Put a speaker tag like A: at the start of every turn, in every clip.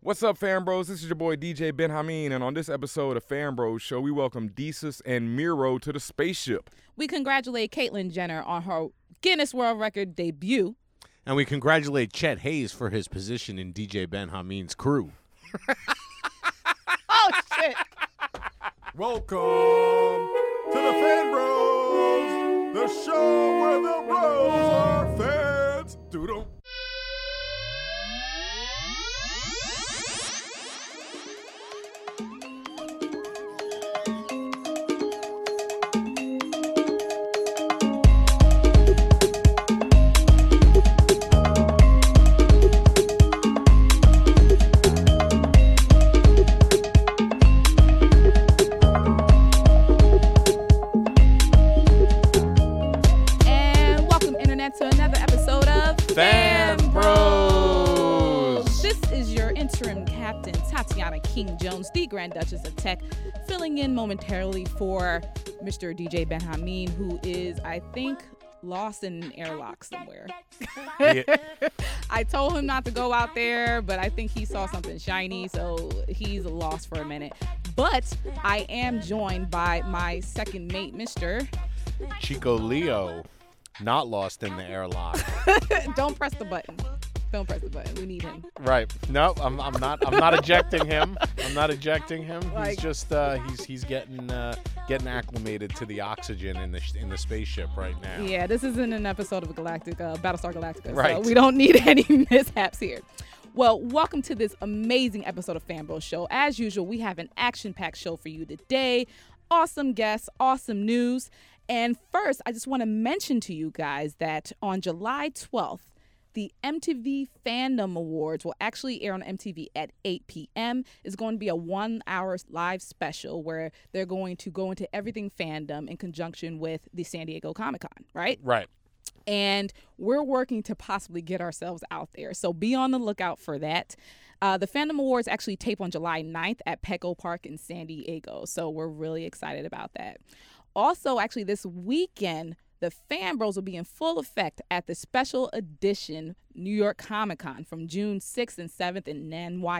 A: What's up, fam bros? This is your boy DJ Ben Hameen, and on this episode of Fam Bros Show, we welcome Desus and Miro to the spaceship.
B: We congratulate Caitlyn Jenner on her Guinness World Record debut.
C: And we congratulate Chet Hayes for his position in DJ Ben Hameen's crew.
B: Oh shit!
D: Welcome to the Fan Bros, the show where the bros are fans. Doodle.
B: And welcome, internet, to another episode of
C: Fam Bros.
B: This is your interim captain, Tatiana King Jones, the Grand Duchess of Tech, filling in momentarily for Mr. DJ Ben Hameen, who is, I think, lost in an airlock somewhere. I told him not to go out there, but I think he saw something shiny, so he's lost for a minute. But I am joined by my second mate, Mr.
C: Chico Leo, not lost in the airlock.
B: Don't press the button. Don't press the button. We need him.
C: right. No, I'm, I'm not. I'm not ejecting him. I'm not ejecting him.
B: Like-
C: he's just uh, he's he's getting uh, getting acclimated to the oxygen in the sh- in the spaceship right now.
B: Yeah, this isn't an episode of Galactic uh, Battlestar Galactica, so
C: Right.
B: we don't need any mishaps here. Well, welcome to this amazing episode of Fanbro Show. As usual, we have an action-packed show for you today. Awesome guests, awesome news. And first, I just want to mention to you guys that on July 12th, the MTV Fandom Awards will actually air on MTV at 8 p.m. It's going to be a one hour live special where they're going to go into everything fandom in conjunction with the San Diego Comic Con, right?
C: Right.
B: and we're working to possibly get ourselves out there. So be on the lookout for that. Uh, the Fandom Awards actually tape on July 9th at Petco Park in San Diego. So we're really excited about that. Also, actually, this weekend, the Fan Bros will be in full effect at the special edition New York Comic Con from June 6th and 7th in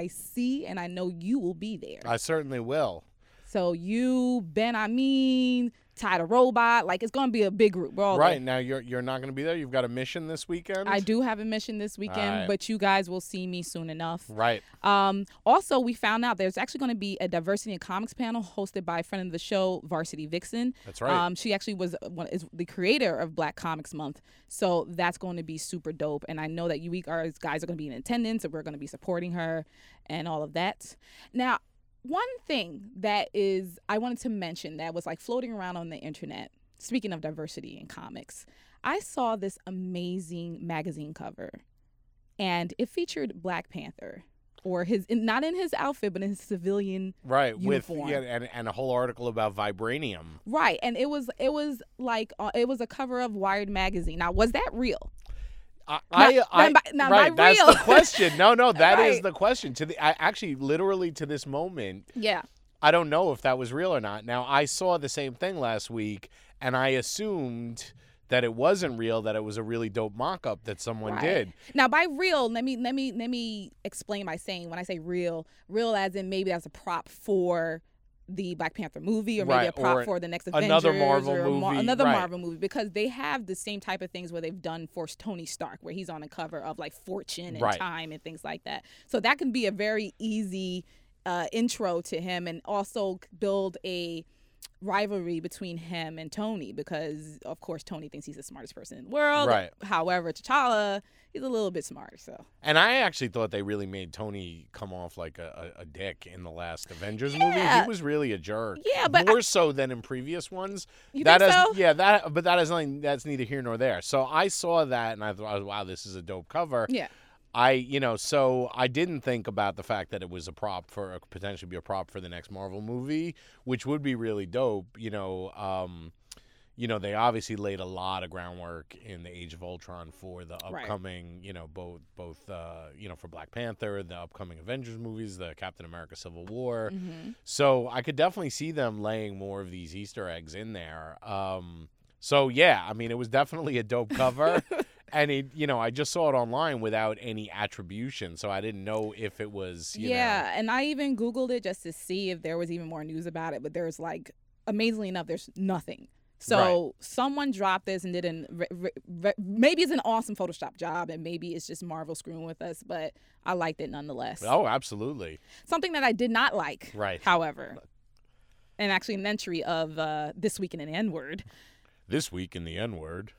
B: NYC. And I know you will be there.
C: I certainly will.
B: So you, Ben I mean, Ty the Robot, like it's going to be a big group. We're all there.
C: Right now, you're you're not going to be there. You've got a mission this weekend.
B: I do have a mission this weekend,
C: Alright.
B: but you guys will see me soon enough.
C: Right.
B: Um, also, we found out there's actually going to be a diversity in comics panel hosted by a friend of the show, Varsity Vixen.
C: That's right.
B: Um, she actually was one, is the creator of Black Comics Month, so that's going to be super dope. And I know that you we- our guys are going to be in attendance, and we're going to be supporting her and all of that. Now, one thing that is I wanted to mention that was like floating around on the internet. Speaking of diversity in comics, I saw this amazing magazine cover, and it featured Black Panther or his in, not in his outfit, but in his civilian
C: Right.
B: Uniform.
C: With yeah, and and a whole article about vibranium.
B: Right, and it was it was like uh, it was a cover of Wired magazine. Now, was that real?
C: I, I,
B: Not-
C: I
B: not by- not by
C: right, that's
B: real.
C: the question. No, no, that is
B: Right.
C: the question. To the, I actually, literally, to this moment,
B: Yeah,
C: I don't know if that was real or not. Now, I saw the same thing last week, and I assumed that it wasn't real. That it was a really dope mock-up that someone
B: Right.
C: did.
B: Now, by real, let me let me let me explain by saying when I say real, real as in maybe that's a prop for the Black Panther movie, or maybe
C: Right,
B: a prop
C: or
B: for the next Avengers,
C: another Marvel
B: or a
C: movie,
B: another
C: right.
B: Marvel movie, because they have the same type of things where they've done for Tony Stark, where he's on the cover of like Fortune and
C: Right.
B: Time and things like that. So that can be a very easy uh, intro to him, and also build a rivalry between him and Tony because of course Tony thinks he's the smartest person in the world.
C: Right.
B: However, T'Challa he's a little bit smarter, so
C: And I actually thought they really made Tony come off like a, a, a dick in the last Avengers movie.
B: Yeah.
C: He was really a jerk.
B: Yeah, but I-
C: more so than in previous ones.
B: You
C: that
B: think
C: has-
B: so?
C: Yeah, that. But that is nothing. That's neither here nor there. So I saw that and I thought, "Oh, wow, this is a dope cover.
B: yeah.
C: I, you know, so I didn't think about the fact that it was a prop for uh, potentially be a prop for the next Marvel movie, which would be really dope. You know, um, you know, they obviously laid a lot of groundwork in the Age of Ultron for the
B: Right.
C: upcoming, you know, both both uh, you know for Black Panther, the upcoming Avengers movies, the Captain America Civil War. So I could definitely see them laying more of these Easter eggs in there. Um, so yeah, I mean, it was definitely a dope cover. and it, you know, I just saw it online without any attribution, so I didn't know if it was, you
B: yeah, and I even Googled it just to see if there was even more news about it, but there's like, amazingly enough, there's nothing. So someone dropped this and did an re- re- re- maybe it's an awesome Photoshop job, and maybe it's just Marvel screwing with us, but I liked it nonetheless.
C: know. Oh, absolutely.
B: Something that I did not like,
C: Right.
B: however, and actually an entry of uh, this week in an N word.
C: This week in the N word,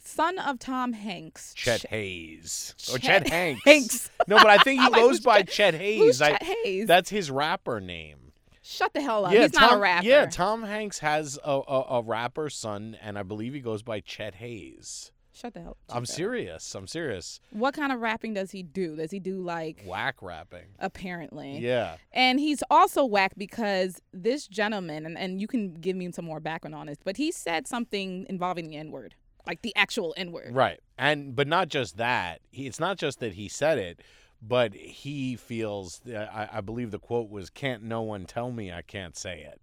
B: Son of Tom Hanks.
C: Chet
B: Ch-
C: Hayes or
B: Chet
C: Chet Hanks.
B: Hanks.
C: No, but I think he
B: Like,
C: goes
B: who's
C: by
B: Chet-
C: Chet
B: Who's
C: Hayes. I-
B: Chet Hayes?
C: That's his rapper name.
B: Shut the hell up.
C: yeah,
B: He's
C: Tom,
B: not a rapper.
C: Yeah, Tom Hanks has a, a, a rapper son, and I believe he goes by Chet Hayes.
B: Shut the hell up.
C: I'm
B: Chico.
C: serious. I'm serious.
B: What kind of rapping does he do? Does he do like
C: Whack rapping.
B: apparently?
C: Yeah.
B: And he's also whack because this gentleman, and, and you can give me some more background on this, but he said something involving the N word, like the actual N word.
C: Right. And but not just that. He, it's not just that he said it, but he feels. I, I believe the quote was, "Can't no one tell me I can't say it."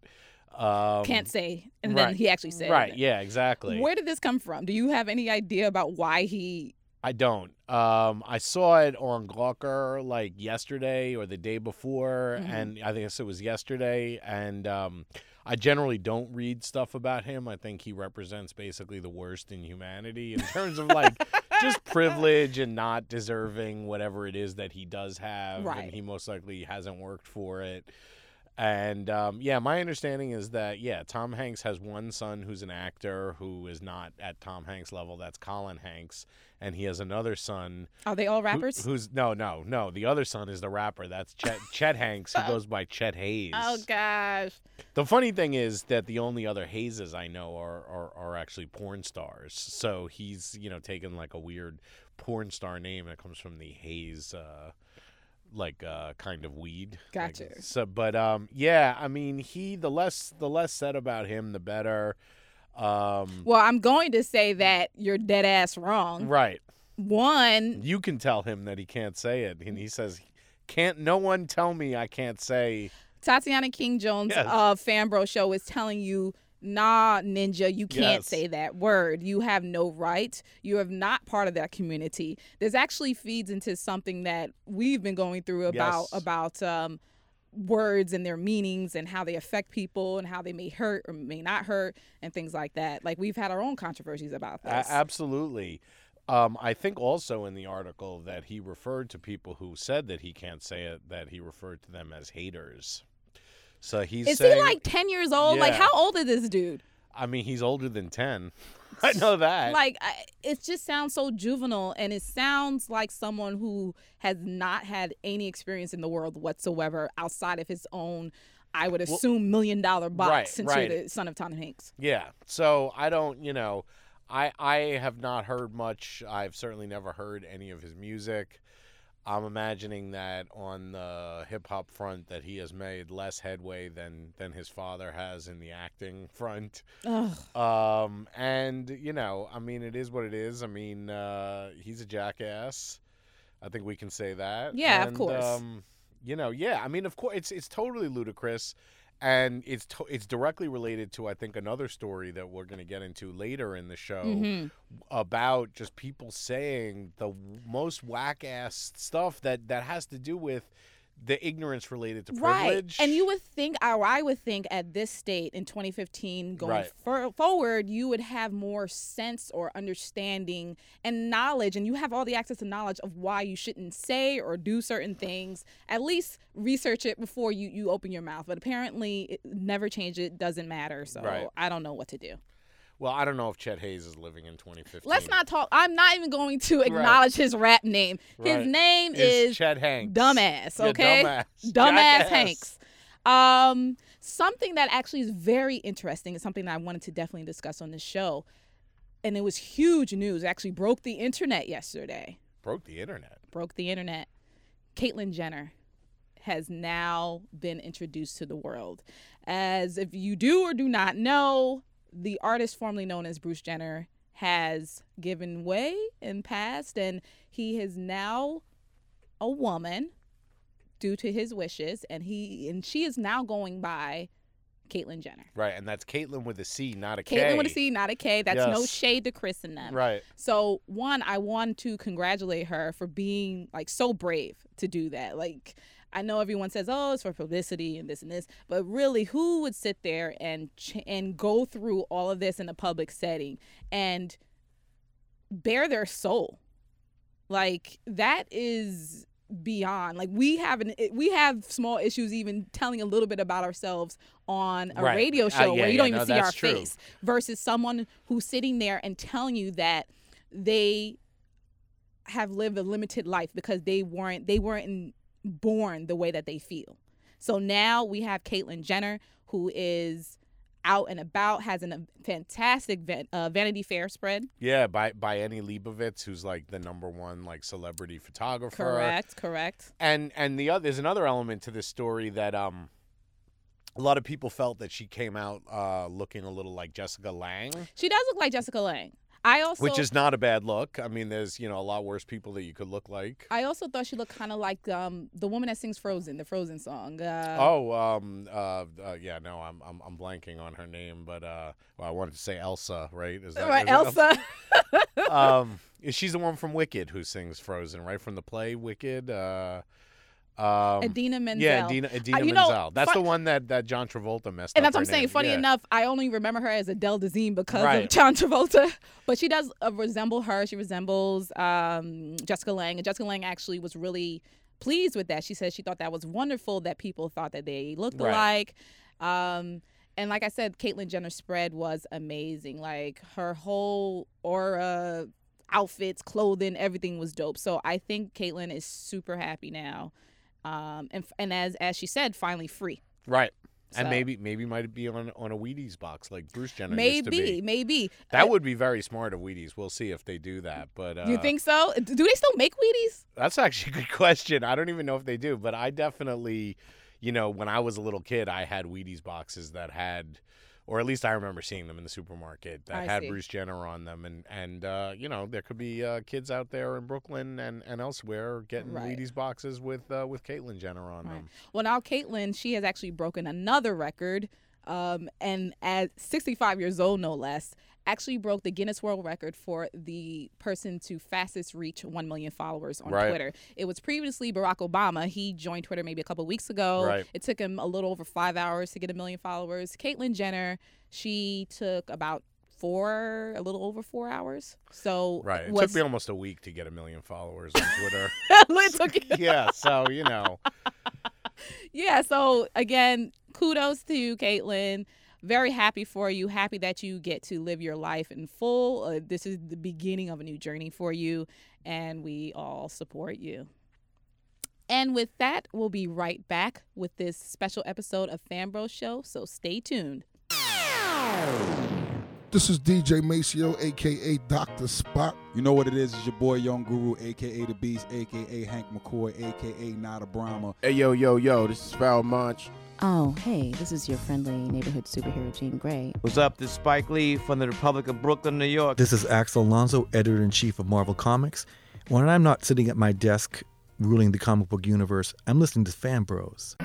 C: Um,
B: Can't say. And then
C: right.
B: he actually said.
C: Right.
B: it.
C: Yeah. Exactly.
B: Where did this come from? Do you have any idea about why he?
C: I don't. Um, I saw it on Gawker like yesterday or the day before,
B: Mhm.
C: and I think it was yesterday. And um, I generally don't read stuff about him. I think he represents basically the worst in humanity in terms of like just privilege and not deserving whatever it is that he does have,
B: Right.
C: and he most likely hasn't worked for it. And um, yeah, my understanding is that yeah, Tom Hanks has one son who's an actor who is not at Tom Hanks level. That's Colin Hanks, and he has another son
B: Are they all
C: who-
B: rappers?
C: who's no, no, no. The other son is the rapper. That's Chet, Chet Hanks, who goes by Chet Hayes.
B: oh gosh.
C: The funny thing is that the only other Hayeses I know are, are are actually porn stars. So he's you know taken like a weird porn star name that comes from the Hayes. Uh, like uh, kind of weed. Like,
B: Gotcha.
C: so, but um, yeah, I mean, he the less the less said about him, the better. Um,
B: Well, I'm going to say that you're dead ass wrong.
C: right.
B: One,
C: You can tell him that he can't say it, and he says, "Can't no one tell me I can't say."
B: Tatiana King Jones
C: Yes.
B: of Fanbro Show is telling you, nah, ninja, you can't
C: Yes.
B: say that word. You have no right. You are not part of that community. This actually feeds into something that we've been going through about
C: Yes.
B: about um, words and their meanings and how they affect people and how they may hurt or may not hurt and things like that. Like we've had our own controversies about
C: A-
B: this.
C: absolutely. Um, I think also in the article that he referred to people who said that he can't say it that he referred to them as haters. So he's
B: is
C: saying,
B: he like 10 years old? Like
C: Yeah.
B: how old is this dude?
C: I mean, he's older than ten. I know that.
B: like I, it just sounds so juvenile and it sounds like someone who has not had any experience in the world whatsoever outside of his own i would
C: Well-
B: assume million dollar box
C: Right,
B: since you're
C: right.
B: the son of tom hanks
C: Yeah. So I don't, you know, I I have not heard much. I've certainly never heard any of his music. I'm imagining that on the hip hop front that he has made less headway than than his father has in the acting front.
B: Ugh.
C: Um and you know, I mean it is what it is. I mean, uh he's a jackass. I think we can say that.
B: Yeah, of
C: And,
B: course.
C: Um, you know, yeah. I mean, of course, it's it's totally ludicrous and it's to- it's directly related to I think another story that we're going to get into later in the show
B: Mhm.
C: about just people saying the w- most whack ass stuff that that has to do with the ignorance related to
B: right
C: privilege.
B: and you would think or i would think at this state in 2015 going
C: Right.
B: for, forward you would have more sense or understanding and knowledge and you have all the access to knowledge of why you shouldn't say or do certain things at least research it before you you open your mouth but apparently it, never change it doesn't matter so
C: Right.
B: i don't know what to do
C: well, I don't know if Chet Hayes is living in 2015.
B: let's not talk i'm not even going to acknowledge his rap name his
C: Right.
B: name
C: Is,
B: is
C: Chet Hanks
B: dumbass,
C: Yeah,
B: okay?
C: dumbass.
B: dumbass
C: Jackass.
B: Hanks. Um, something that actually is very interesting and something that I wanted to definitely discuss on this show, and it was huge news. It actually broke the internet yesterday.
C: broke the internet.
B: Broke the internet. Caitlyn Jenner has now been introduced to the world. As if you do or do not know, the artist formerly known as Bruce Jenner has given way and passed, and he is now a woman due to his wishes, and he and she is now going by Caitlyn Jenner.
C: Right, and that's Caitlyn with a C, not a K.
B: Caitlyn with a C, not a K. That's no
C: Yes.
B: shade to Chris and them.
C: Right.
B: So one, I want to congratulate her for being like so brave to do that. Like I know everyone says, "Oh, it's for publicity and this and this," but really, who would sit there and ch- and go through all of this in a public setting and bare their soul? Like that is beyond. Like we have an eh, we have small issues even telling a little bit about ourselves on a
C: Right.
B: radio
C: Uh,
B: show
C: yeah,
B: where you
C: yeah,
B: don't
C: no,
B: even see
C: that's
B: our
C: true.
B: face versus someone who's sitting there and telling you that they have lived a limited life because they weren't they weren't born the way that they feel. So now we have Caitlyn Jenner who is out and about has an- a fantastic van, uh, Vanity Fair spread.
C: Yeah, by by Annie Leibovitz, who's like the number one like celebrity photographer.
B: Correct, correct.
C: And and the other there's another element to this story that um a lot of people felt that she came out uh looking a little like Jessica Lang,
B: She does look like Jessica Lange. I also
C: which is not a bad look. I mean, there's you know a lot worse people that you could look like.
B: I also thought she looked kind of like um, the woman that sings Frozen, the Frozen song. Uh,
C: Oh, um, uh, uh, yeah, no, I'm, I'm, I'm blanking on her name, but uh, well, I wanted to say Elsa, right? Is that-
B: right,
C: is it
B: Elsa.
C: um, she's the one from Wicked who sings Frozen, right? From the play Wicked. Uh, um,
B: Adina Menzel. Uh,
C: Yeah, Adina, Adina
B: you know,
C: Menzel. that's
B: fun-
C: the one that, that John Travolta messed
B: And that's what
C: up. her
B: I'm saying.
C: name.
B: Funny
C: Yeah.
B: enough, I only remember her as Adele Dazeem because of
C: Right.
B: John Travolta. But she does uh, resemble her. She resembles um, Jessica Lange. And Jessica Lange actually was really pleased with that. She said she thought that was wonderful that people thought that they looked
C: Right.
B: alike. Um, and like I said, Caitlyn Jenner's spread was amazing. Like her whole aura, outfits, clothing, everything was dope. So I think Caitlyn is super happy now. Um, and, and as as she said, finally free.
C: Right. And
B: So-
C: maybe maybe might be on on a Wheaties box like Bruce Jenner used to
B: Maybe,
C: be.
B: maybe. Uh,
C: That would be very smart of Wheaties. We'll see if they do that. But uh,
B: you think so? D- Do they still make Wheaties?
C: That's actually a good question. I don't even know if they do, but I definitely, you know, when I was a little kid, I had Wheaties boxes that had, or at least I remember seeing them in the supermarket that
B: I
C: had
B: see.
C: Bruce Jenner on them, and and uh, you know there could be uh, kids out there in Brooklyn and, and elsewhere getting
B: Right.
C: Wheaties boxes with uh, with Caitlyn Jenner on
B: Right.
C: them.
B: Well, now Caitlyn, she has actually broken another record, um, and at 65 years old, no less, actually broke the Guinness World Record for the person to fastest reach 1 million followers on
C: Right.
B: Twitter. It was previously Barack Obama. He joined Twitter maybe a couple weeks ago.
C: Right.
B: It took him a little over five hours to get a million followers. Caitlyn Jenner, she took about four, a little over four hours. So
C: Right. It
B: was-
C: took me almost a week to get a million followers on Twitter.
B: it took you.
C: yeah. So you know.
B: yeah so again kudos to you caitlin very happy for you happy that you get to live your life in full uh, this is the beginning of a new journey for you and we all support you and with that we'll be right back with this special episode of fanbro show so stay tuned
E: This is DJ Maceo, aka Dr. Spot.
F: You know what it is? It's your boy Young Guru, aka The Beast, aka Hank McCoy, aka Not a Brahma.
G: Hey, yo, yo, yo, this is Foul Munch.
H: Oh, hey, this is your friendly neighborhood superhero, Jean Grey.
I: What's up? This is Spike Lee from the Republic of Brooklyn, New York.
J: This is Axel Alonso, editor in chief of Marvel Comics. When I'm not sitting at my desk ruling the comic book universe, I'm listening to Fan Bros.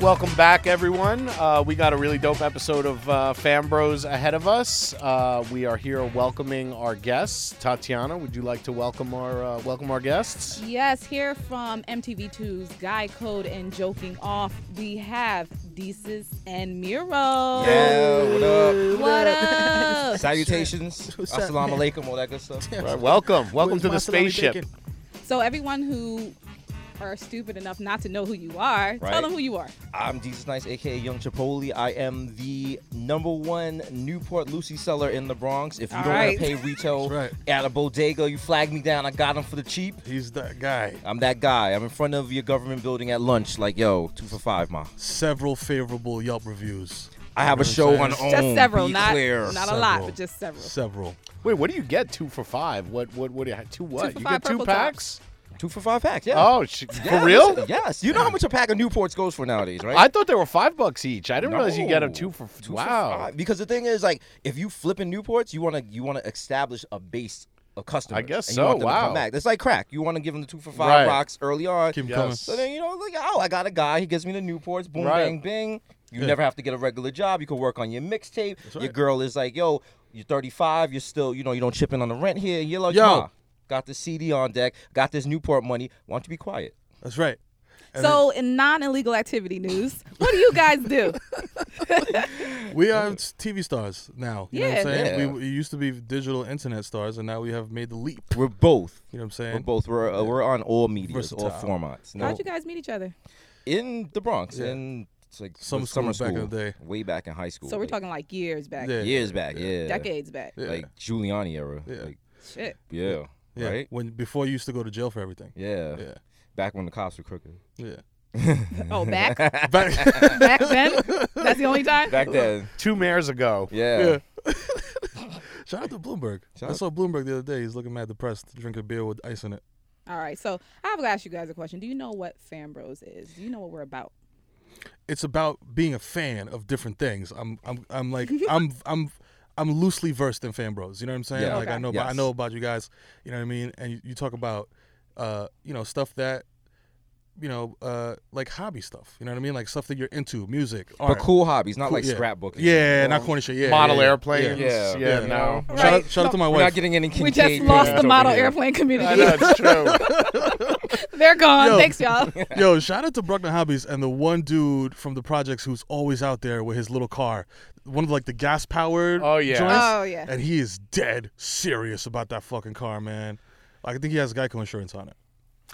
C: Welcome back, everyone. Uh, we got a really dope episode of uh, Fan Bros ahead of us. Uh, we are here welcoming our guests. Tatiana, would you like to welcome our uh, welcome our guests?
B: Yes, here from MTV2's Guy Code and Joking Off, we have Desus and Miro.
G: Yeah, what up?
B: What up?
G: Salutations.
I: What's up?
G: Assalamu alaikum, all that good stuff.
C: Right, welcome, welcome to the
I: Where's my salami
C: spaceship.
I: bacon?
B: So everyone who are stupid enough not to know who you are, tell
G: Right.
B: them who you are.
G: I'm Jesus Nice, aka Young Chipotle. I am the number one Newport Lucy seller in the Bronx. If you
B: All
G: don't
B: right.
G: want to pay retail
I: That's right.
G: at a bodega, you flag me down. I got them for the cheap.
I: He's that guy.
G: I'm that guy. I'm in front of your government building at lunch, like, yo, two for five, ma.
I: Several favorable Yelp reviews.
G: I have a
I: You know what I'm
G: show on
I: saying?
G: own.
B: Just several,
G: Be
B: not
G: clear.
B: not a lot,
I: Several.
B: but just several.
I: Several.
C: Wait, what do you get two for five? What what what do you two what?
B: for
C: you
B: five
C: get two
B: purple
C: packs?
G: Two for five packs. Yeah.
C: Oh, sh- for
G: Yes,
C: real?
G: Yes. You know how much a pack of Newports goes for nowadays, right?
C: I thought they were five bucks each. I didn't realize you get them
G: No.
C: two for
G: Two for
C: wow.
G: five. Because the thing is, like, if you flip in Newports, you want to you want to establish a base of customers.
C: guess
G: and
C: so,
G: You want them to
C: wow.
G: come back. It's like crack. You want to give them the two for five
C: Right.
G: rocks early on.
I: Keep 'em
C: Yes.
I: coming.
G: So then you know, like, oh, I got a guy. He gives me the Newports. Boom,
C: Right.
G: bang, bing. You
I: Yeah.
G: never have to get a regular job. You can work on your mixtape. Your
I: right.
G: girl is like, yo, you're 35. You're still, you know, you don't chip in on the rent here. You're like,
I: Yo.
G: "Ma, got the CD on deck. Got this Newport money. Why don't you be quiet?
I: That's right. And
B: So, in non illegal activity news, what do you guys do?
I: We are TV stars now. You know what I'm
B: Yeah.
I: saying?
G: Yeah.
I: We, we used to be digital internet stars, and now we have made the leap.
G: We're both.
I: You know what I'm
G: We're
I: saying?
G: both. We're, uh, we're on all media, all
I: Versatile.
G: formats. No-
B: How'd you guys meet each other?
G: in the Bronx
I: Yeah.
G: in it's like
I: Summer
G: was
I: school
G: summer
I: back in
G: school
I: the day.
G: way back in high school.
B: So, we're
G: like,
B: talking like years back,
I: Yeah.
G: years back, yeah,
B: decades back.
I: Yeah.
G: like Giuliani era,
I: Yeah.
G: like
B: Shit.
G: yeah,
I: yeah.
G: right,
I: When before you used to go to jail for everything.
G: yeah.
I: Yeah.
G: back when the cops were crooked.
I: Yeah.
B: Oh, back?
I: Back,
B: Back then? That's the only time?
G: Back then,
C: Two mares ago.
G: yeah.
I: yeah. Shout out to Bloomberg.
G: Shout
I: I
G: out-
I: saw Bloomberg the other day. He's looking mad depressed, drinking beer with ice in it.
B: All right. So, I have to ask you guys a question. Do you know what Fambros is? Do you know what we're about?
I: It's about being a fan of different things. I'm I'm I'm like I'm I'm I'm loosely versed in fan bros. You know what I'm saying?
G: Yeah.
I: Like I
B: Okay.
I: know about, I
G: Yes.
I: know about you guys. You know what I mean? And you, you talk about uh you know stuff that you know uh like hobby stuff. You know what I mean? Like stuff that you're into, music,
G: But
I: art.
G: cool hobbies, not
I: Cool,
G: like
I: yeah.
G: scrapbooking.
I: Yeah,
G: You know?
I: not corny shit. Yeah,
C: Model
I: yeah, yeah.
C: airplanes.
G: Yeah.
C: yeah, no.
I: Yeah. Yeah. Shout, out,
B: Right.
I: shout out to my
G: We're not
I: wife.
G: getting any Kincaid.
B: We just lost the
G: over
B: model
G: here.
B: airplane
C: I know
B: community.
C: it's true.
B: They're gone.
I: Yo.
B: Thanks, y'all.
I: Yo, shout out to Bruckner Hobbies and the one dude from the projects who's always out there with his little car, one of like the gas powered.
C: Oh, yeah.
I: joints,
B: Oh, yeah.
I: and he is dead serious about that fucking car, man. Like, I think he has Geico insurance on it.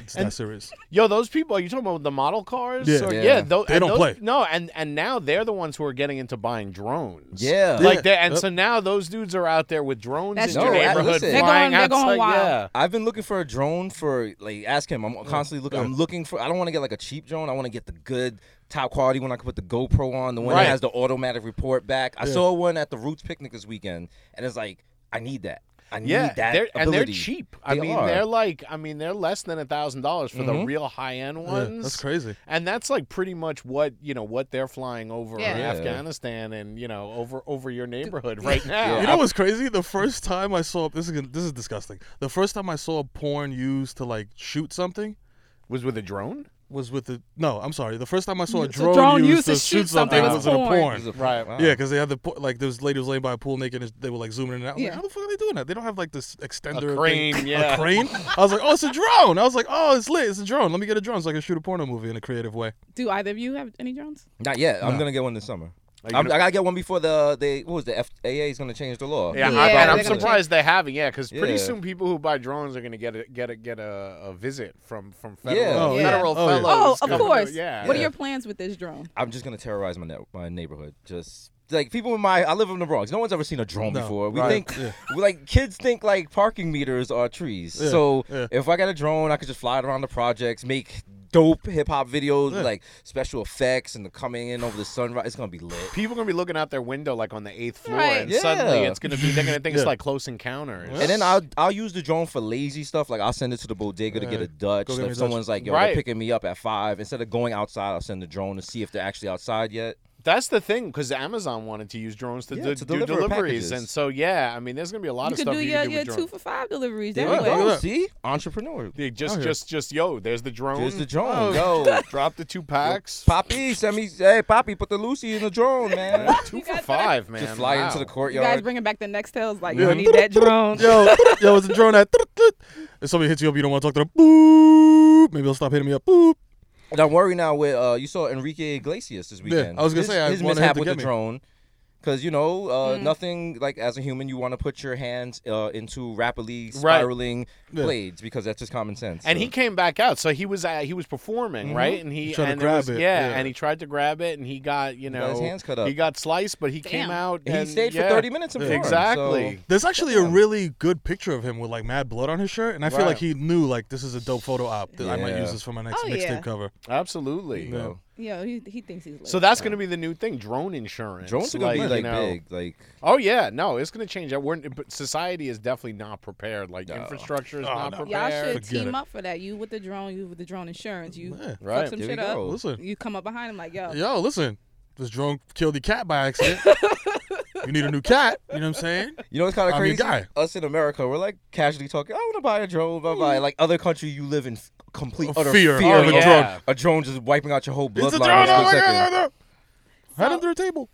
I: It's that serious.
C: Yo, those people. Are you talking about the model cars?
I: Yeah.
C: Or-
G: Yeah.
C: tho-
I: They
C: and
I: don't
C: those-
I: play.
C: No, and and now they're the ones who are getting into buying drones.
G: Yeah.
C: Like
I: Yeah.
C: they, and
I: Yep.
C: so now those dudes are out there with drones
B: That's
C: in your
B: true. No,
C: neighborhood
G: listen. They're
C: flying
B: going- they're going
C: outside.
B: wild.
C: Yeah.
G: I've been looking for a drone for like ask him. I'm constantly looking. I'm looking for. I don't want to get like a cheap drone. I want to get the good, top quality one. I can put the GoPro on, the one
C: Right.
G: that has the automatic report back. I saw one at the Roots picnic this weekend, and it's like I need that. I need
C: Yeah,
G: that.
C: they're, and they're
G: ability.
C: cheap. I
G: They
C: mean,
G: are.
C: they're like, I mean, they're less than a thousand dollars for the real high end
I: Mm-hmm. Yeah,
C: ones.
I: that's crazy.
C: And that's like pretty much what you know what they're flying over
B: Yeah.
C: in
B: Yeah.
C: Afghanistan and you know over over your neighborhood right now.
I: You know what's crazy? The first time I saw this is gonna- this is disgusting. The first time I saw porn used to like shoot something
C: was with a drone.
I: was with the no. I'm sorry. The first time I saw a
B: It's a
I: drone,
B: drone used
I: used to, shoot something,
B: was
I: was in a
B: porn.
I: porn.
C: Right.
G: Wow.
I: Yeah, because they had the po- like there was lady was laying by a pool naked and they were like zooming in and out. I was
B: Yeah.
I: Like, How the fuck are they doing that? They don't have like this extender thing-
C: crane, yeah.
I: a crane. I was like, oh, it's a drone. I was like, oh, it's lit. It's a drone. Let me get a drone so I can shoot a porno movie in a creative way.
B: Do either of you have any drones?
G: Not yet. I'm gonna get one this summer.
C: Are you
G: I'm,
C: gonna-
G: I gotta get one before the they what was the FAA is gonna change the law.
C: Yeah,
B: Yeah,
C: I, and I'm
B: they're gonna
C: surprised they haven't. Yeah, because pretty
G: Yeah.
C: soon people who buy drones are going to get a get a get a, a visit from from federal
G: Yeah. Oh,
B: yeah.
C: federal
I: Oh, yeah.
B: Oh,
C: fellows.
B: of
C: coming to-
B: course.
C: Yeah.
B: What are your plans with this drone?
G: I'm just gonna terrorize my ne- my neighborhood. Just like people in my I live in the Bronx. No one's ever seen a drone
I: No,
G: before. We
I: right,
G: think
I: yeah.
G: we like kids think like parking meters are trees.
I: Yeah,
G: so
I: yeah.
G: if I got a drone, I could just fly it around the projects, make dope hip hop videos with, like special effects and the coming in over the sunrise. It's gonna be lit.
C: People gonna be looking out their window like on the eighth floor,
B: Right.
C: and
G: Yeah.
C: suddenly it's gonna be they're gonna think it's
I: Yeah.
C: like Close Encounters.
G: And then I'll I'll use the drone for lazy stuff. Like I'll send it to the bodega to get
I: Yeah.
G: a Dutch.
I: Go get
G: So
I: me a
G: if
I: Dutch.
G: someone's like, yo,
C: Right.
G: they're picking me up at five, instead of going outside, I'll send the drone to see if they're actually outside yet.
C: That's the thing because Amazon wanted to use drones to,
G: Yeah,
C: do,
G: to
C: do
G: deliver
C: deliveries,
G: packages.
C: and so yeah, I mean, there's gonna be a lot
B: You
C: of
B: could
C: stuff
B: do
C: you
B: your,
C: can do
B: your
C: with
B: two
C: drones.
B: for five deliveries.
G: There
B: that
G: we
B: way.
G: go.
I: look.
G: See, entrepreneur.
C: Yeah,
I: Out
C: just
I: here.
C: just just yo, there's the drone.
G: Oh, There's the drone.
C: Oh,
G: Yo.
C: drop the two packs.
G: Poppy, send me. Hey, Poppy, put the Lucy in the drone, man.
C: two
B: You
C: for
B: guys-
C: five, man.
G: Just fly
C: wow.
G: into the
B: You guys
G: courtyard.
B: bringing back the next tails like
I: Yeah.
B: you need that drone.
I: Yo, yo, it's a drone that. If somebody hits you up, you don't want to talk to them. Boop. Maybe they'll stop hitting me up. Boop.
G: Don't worry now. With uh, you saw Enrique Iglesias this weekend.
I: I was gonna
G: his,
I: say, I
G: his
I: wanted him
G: mishap
I: to
G: with
I: get
G: the
I: me.
G: drone, because you know, uh,
B: Hmm.
G: nothing like as a human, you want to put your hands uh, into rapidly spiraling blades because that's just common sense.
C: And
G: So- Mm-hmm.
C: he came back out, so he was uh, he was performing, right? And he,
I: He tried to
C: and there
I: grab
C: was-
I: it,
C: Yeah,
I: yeah.
C: and he tried to grab it, and he got you know
G: got his hands cut up.
C: He got sliced, but he came
B: Damn.
C: out.
G: And he
C: and-
G: stayed for
C: yeah.
G: 30 minutes and performed,
C: Exactly.
G: so-
I: There's actually a really good picture of him with like mad blood on his shirt, and I feel
C: Right.
I: like he knew like this is a dope photo op that I might
G: Yeah.
I: use this for my next
B: Oh,
I: mixtape
B: yeah.
I: cover.
C: Absolutely.
I: Yeah.
B: Yeah, he, he thinks he's.
C: So that's going to be the new thing: drone insurance.
G: Drones are gonna be,
C: you
G: like,
C: know-
G: big, like-
C: oh yeah, no, it's going to change. that. We're but society is definitely not prepared. Like infrastructure is
I: Oh,
C: not
I: no.
B: Y'all
C: prepared.
B: should team up for that. You with the drone, you with the drone insurance. You fuck
C: Right.
B: some
C: There we
B: shit up.
I: go. Listen.
B: You come up behind him like, yo,
I: Yo, listen, this drone killed your cat by accident. you need a new cat. You know what I'm saying?
G: You know what's kind of
I: I'm your
G: crazy?
I: guy.
G: Us in America, we're like casually talking. I want to buy a drone, blah blah. Like other country, you live in f- complete utter
I: Fear
C: Oh,
G: fear
I: Hmm. of a drone.
G: A drone just wiping out your whole bloodline.
I: It's a
G: in
I: drone.
G: a
I: Oh
G: split
I: my
G: second.
I: god. Head under the table.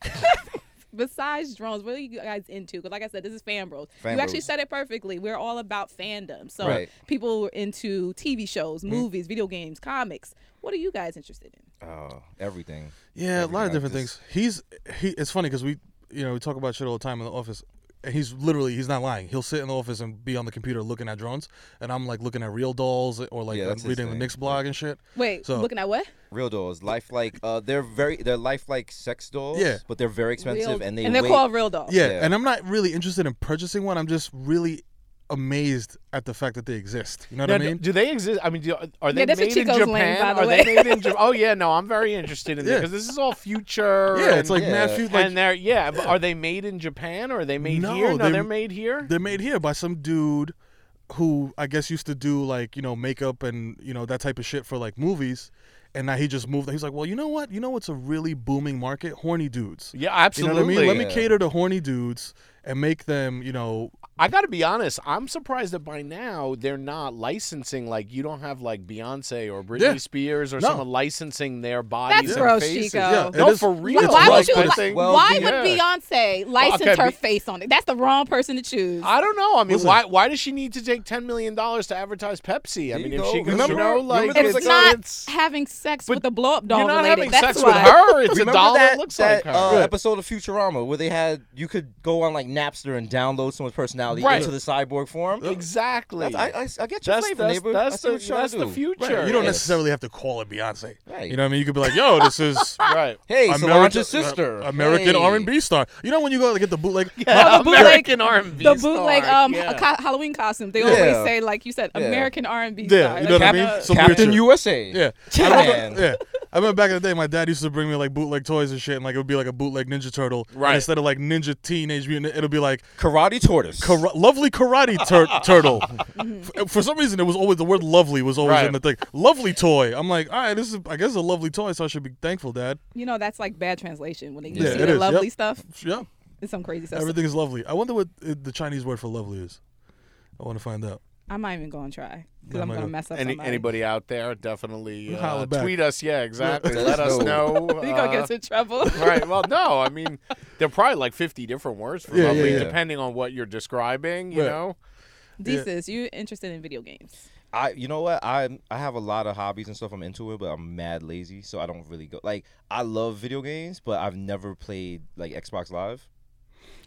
B: besides drones, what are you guys into? Because like I said, this is fan bros.
G: Fan
B: you actually
G: bros.
B: said it perfectly. We're all about fandom. So
G: Right.
B: people were into TV shows, movies, video games, comics. What are you guys interested in?
G: Oh, everything.
I: Yeah, a lot
G: Everything.
I: of different things. He's he. It's funny because we, you know, we talk about shit all the time in the office. And he's literally he's not lying. He'll sit in the office and be on the computer looking at drones, and I'm like looking at real dolls or like
G: Yeah,
I: I'm
G: that's his
I: reading the
G: thing.
I: Knicks blog and shit.
B: Wait,
I: So-
B: looking at what?
G: Real dolls, lifelike. Uh, they're very, they're lifelike sex dolls.
I: Yeah.
G: but they're very expensive,
B: Real-
G: and they
B: and they're
G: wait-
B: called real dolls.
I: Yeah,
G: Yeah.
I: and I'm not really interested in purchasing one. I'm just really amazed at the fact that they exist. You know what
C: Now,
I: I
C: do-
I: mean?
C: Do they exist? I mean, do, are they
B: that's what
C: made in
B: Chico's
C: Japan?
B: lane, by the
C: are
B: way.
C: they made in Japan? Oh yeah, no, I'm very interested in
I: Yeah.
C: that because this is all future.
I: Yeah, it's
C: and-
I: like mad
G: Yeah.
I: few like
C: and they're yeah, but are they made in Japan or are they made
I: No,
C: here? No,
I: they-
C: they, are made here.
I: They're made here by some dude who I guess used to do like, you know, makeup and, you know, that type of shit for like movies. And now he just moved. He's like, well, you know what? You know what's a really booming market? Horny dudes.
C: Yeah,
I: You know
C: absolutely.
I: what I mean? Let me
G: Yeah.
I: cater to horny dudes and make them, you know,
C: I got to be honest. I'm surprised that by now they're not licensing. Like you don't have like Beyonce or Britney
I: Yeah.
C: Spears or
I: No.
C: someone licensing their bodies.
B: That's
C: and
B: gross,
C: faces.
B: Chico.
I: Yeah, it
C: No,
I: is-
C: for
I: it's
C: real.
B: Why
I: rough,
B: would
I: but
B: you?
I: it's-
G: Well,
B: why
G: the-
B: would Beyonce license
C: Okay,
B: her
C: be-
B: face on it? That's the wrong person to choose.
C: I don't know. I mean,
I: Listen.
C: why why does she need to take ten million dollars to advertise Pepsi? I
G: There
C: mean,
G: you
C: if
G: go.
C: she could,
G: Remember-
C: you know, like
G: remember
B: it's
G: It's
B: not
C: it's-
B: having sex
C: But
B: with a blow up doll.
C: You're not
B: related.
C: having
B: That's
C: sex
B: why.
C: with her. It's a
G: Remember
C: doll that,
G: that,
C: looks
G: that,
C: like her.
G: uh, episode of Futurama where they had you could go on like Napster and download someone's personality
C: Right.
G: into the cyborg form.
C: exactly.
G: That's- I, I, I get your
C: That's,
G: flavor,
C: that's-
G: neighbor.
C: that's
G: I see
C: the,
G: what you're trying
C: that's
G: to
C: the
G: do.
C: future.
I: you don't
G: Yes.
I: necessarily have to call it Beyonce.
G: Right.
I: You know what I mean? You could be like, yo, this is
C: Right.
G: Hey,
I: American-
G: Solange's sister.
I: uh, American
G: Hey.
I: R&B star. You know when you go to get the bootleg?
B: Oh, the bootleg-
C: American R&B
B: The bootleg
C: star,
B: um
C: yeah.
B: co- Halloween costume. They
G: Yeah.
B: always say like you said,
G: Yeah.
B: American R and B.
I: Yeah, you know what I mean? Some weird
G: Captain
I: shit.
G: USA.
I: Yeah. I remember, yeah. I remember back in the day, my dad used to bring me like bootleg toys and shit, and like it would be like a bootleg Ninja Turtle. and
C: Right.
I: instead of like Ninja Teenage Mutant, it'll be like
G: Karate Tortoise.
I: kara- lovely Karate tur- Turtle. for, for some reason, it was always the word "lovely" was always
C: Right.
I: in the thing. Lovely toy. I'm like, all right, this is I guess it's a lovely toy, so I should be thankful, Dad.
B: You know that's like bad translation when they
G: Yeah,
B: see
G: it
B: the
I: is.
B: lovely
I: Yep.
B: stuff.
I: Yeah,
B: It's some crazy stuff.
I: everything is lovely. I wonder what uh, the Chinese word for lovely is. I want to find out.
B: I'm not even going to try because
I: Yeah,
B: I'm
I: might
B: going to
I: have-
B: mess up
C: Any,
B: somebody.
C: anybody out there, definitely uh,
I: Holla back.
C: tweet us. Yeah, exactly.
G: Let
C: Let
G: us
C: us know.
B: You gonna get
C: uh,
B: us in trouble?
C: right. Well, no. I mean, there are probably like 50 different words for
I: Yeah, yeah,
C: lovely,
I: yeah.
C: depending on what you're describing. You
I: Right.
C: know.
B: Desus, you interested in video games?
G: I you know what I I have a lot of hobbies and stuff I'm into it, but I'm mad lazy, so I don't really go. Like I love video games, but I've never played like Xbox Live.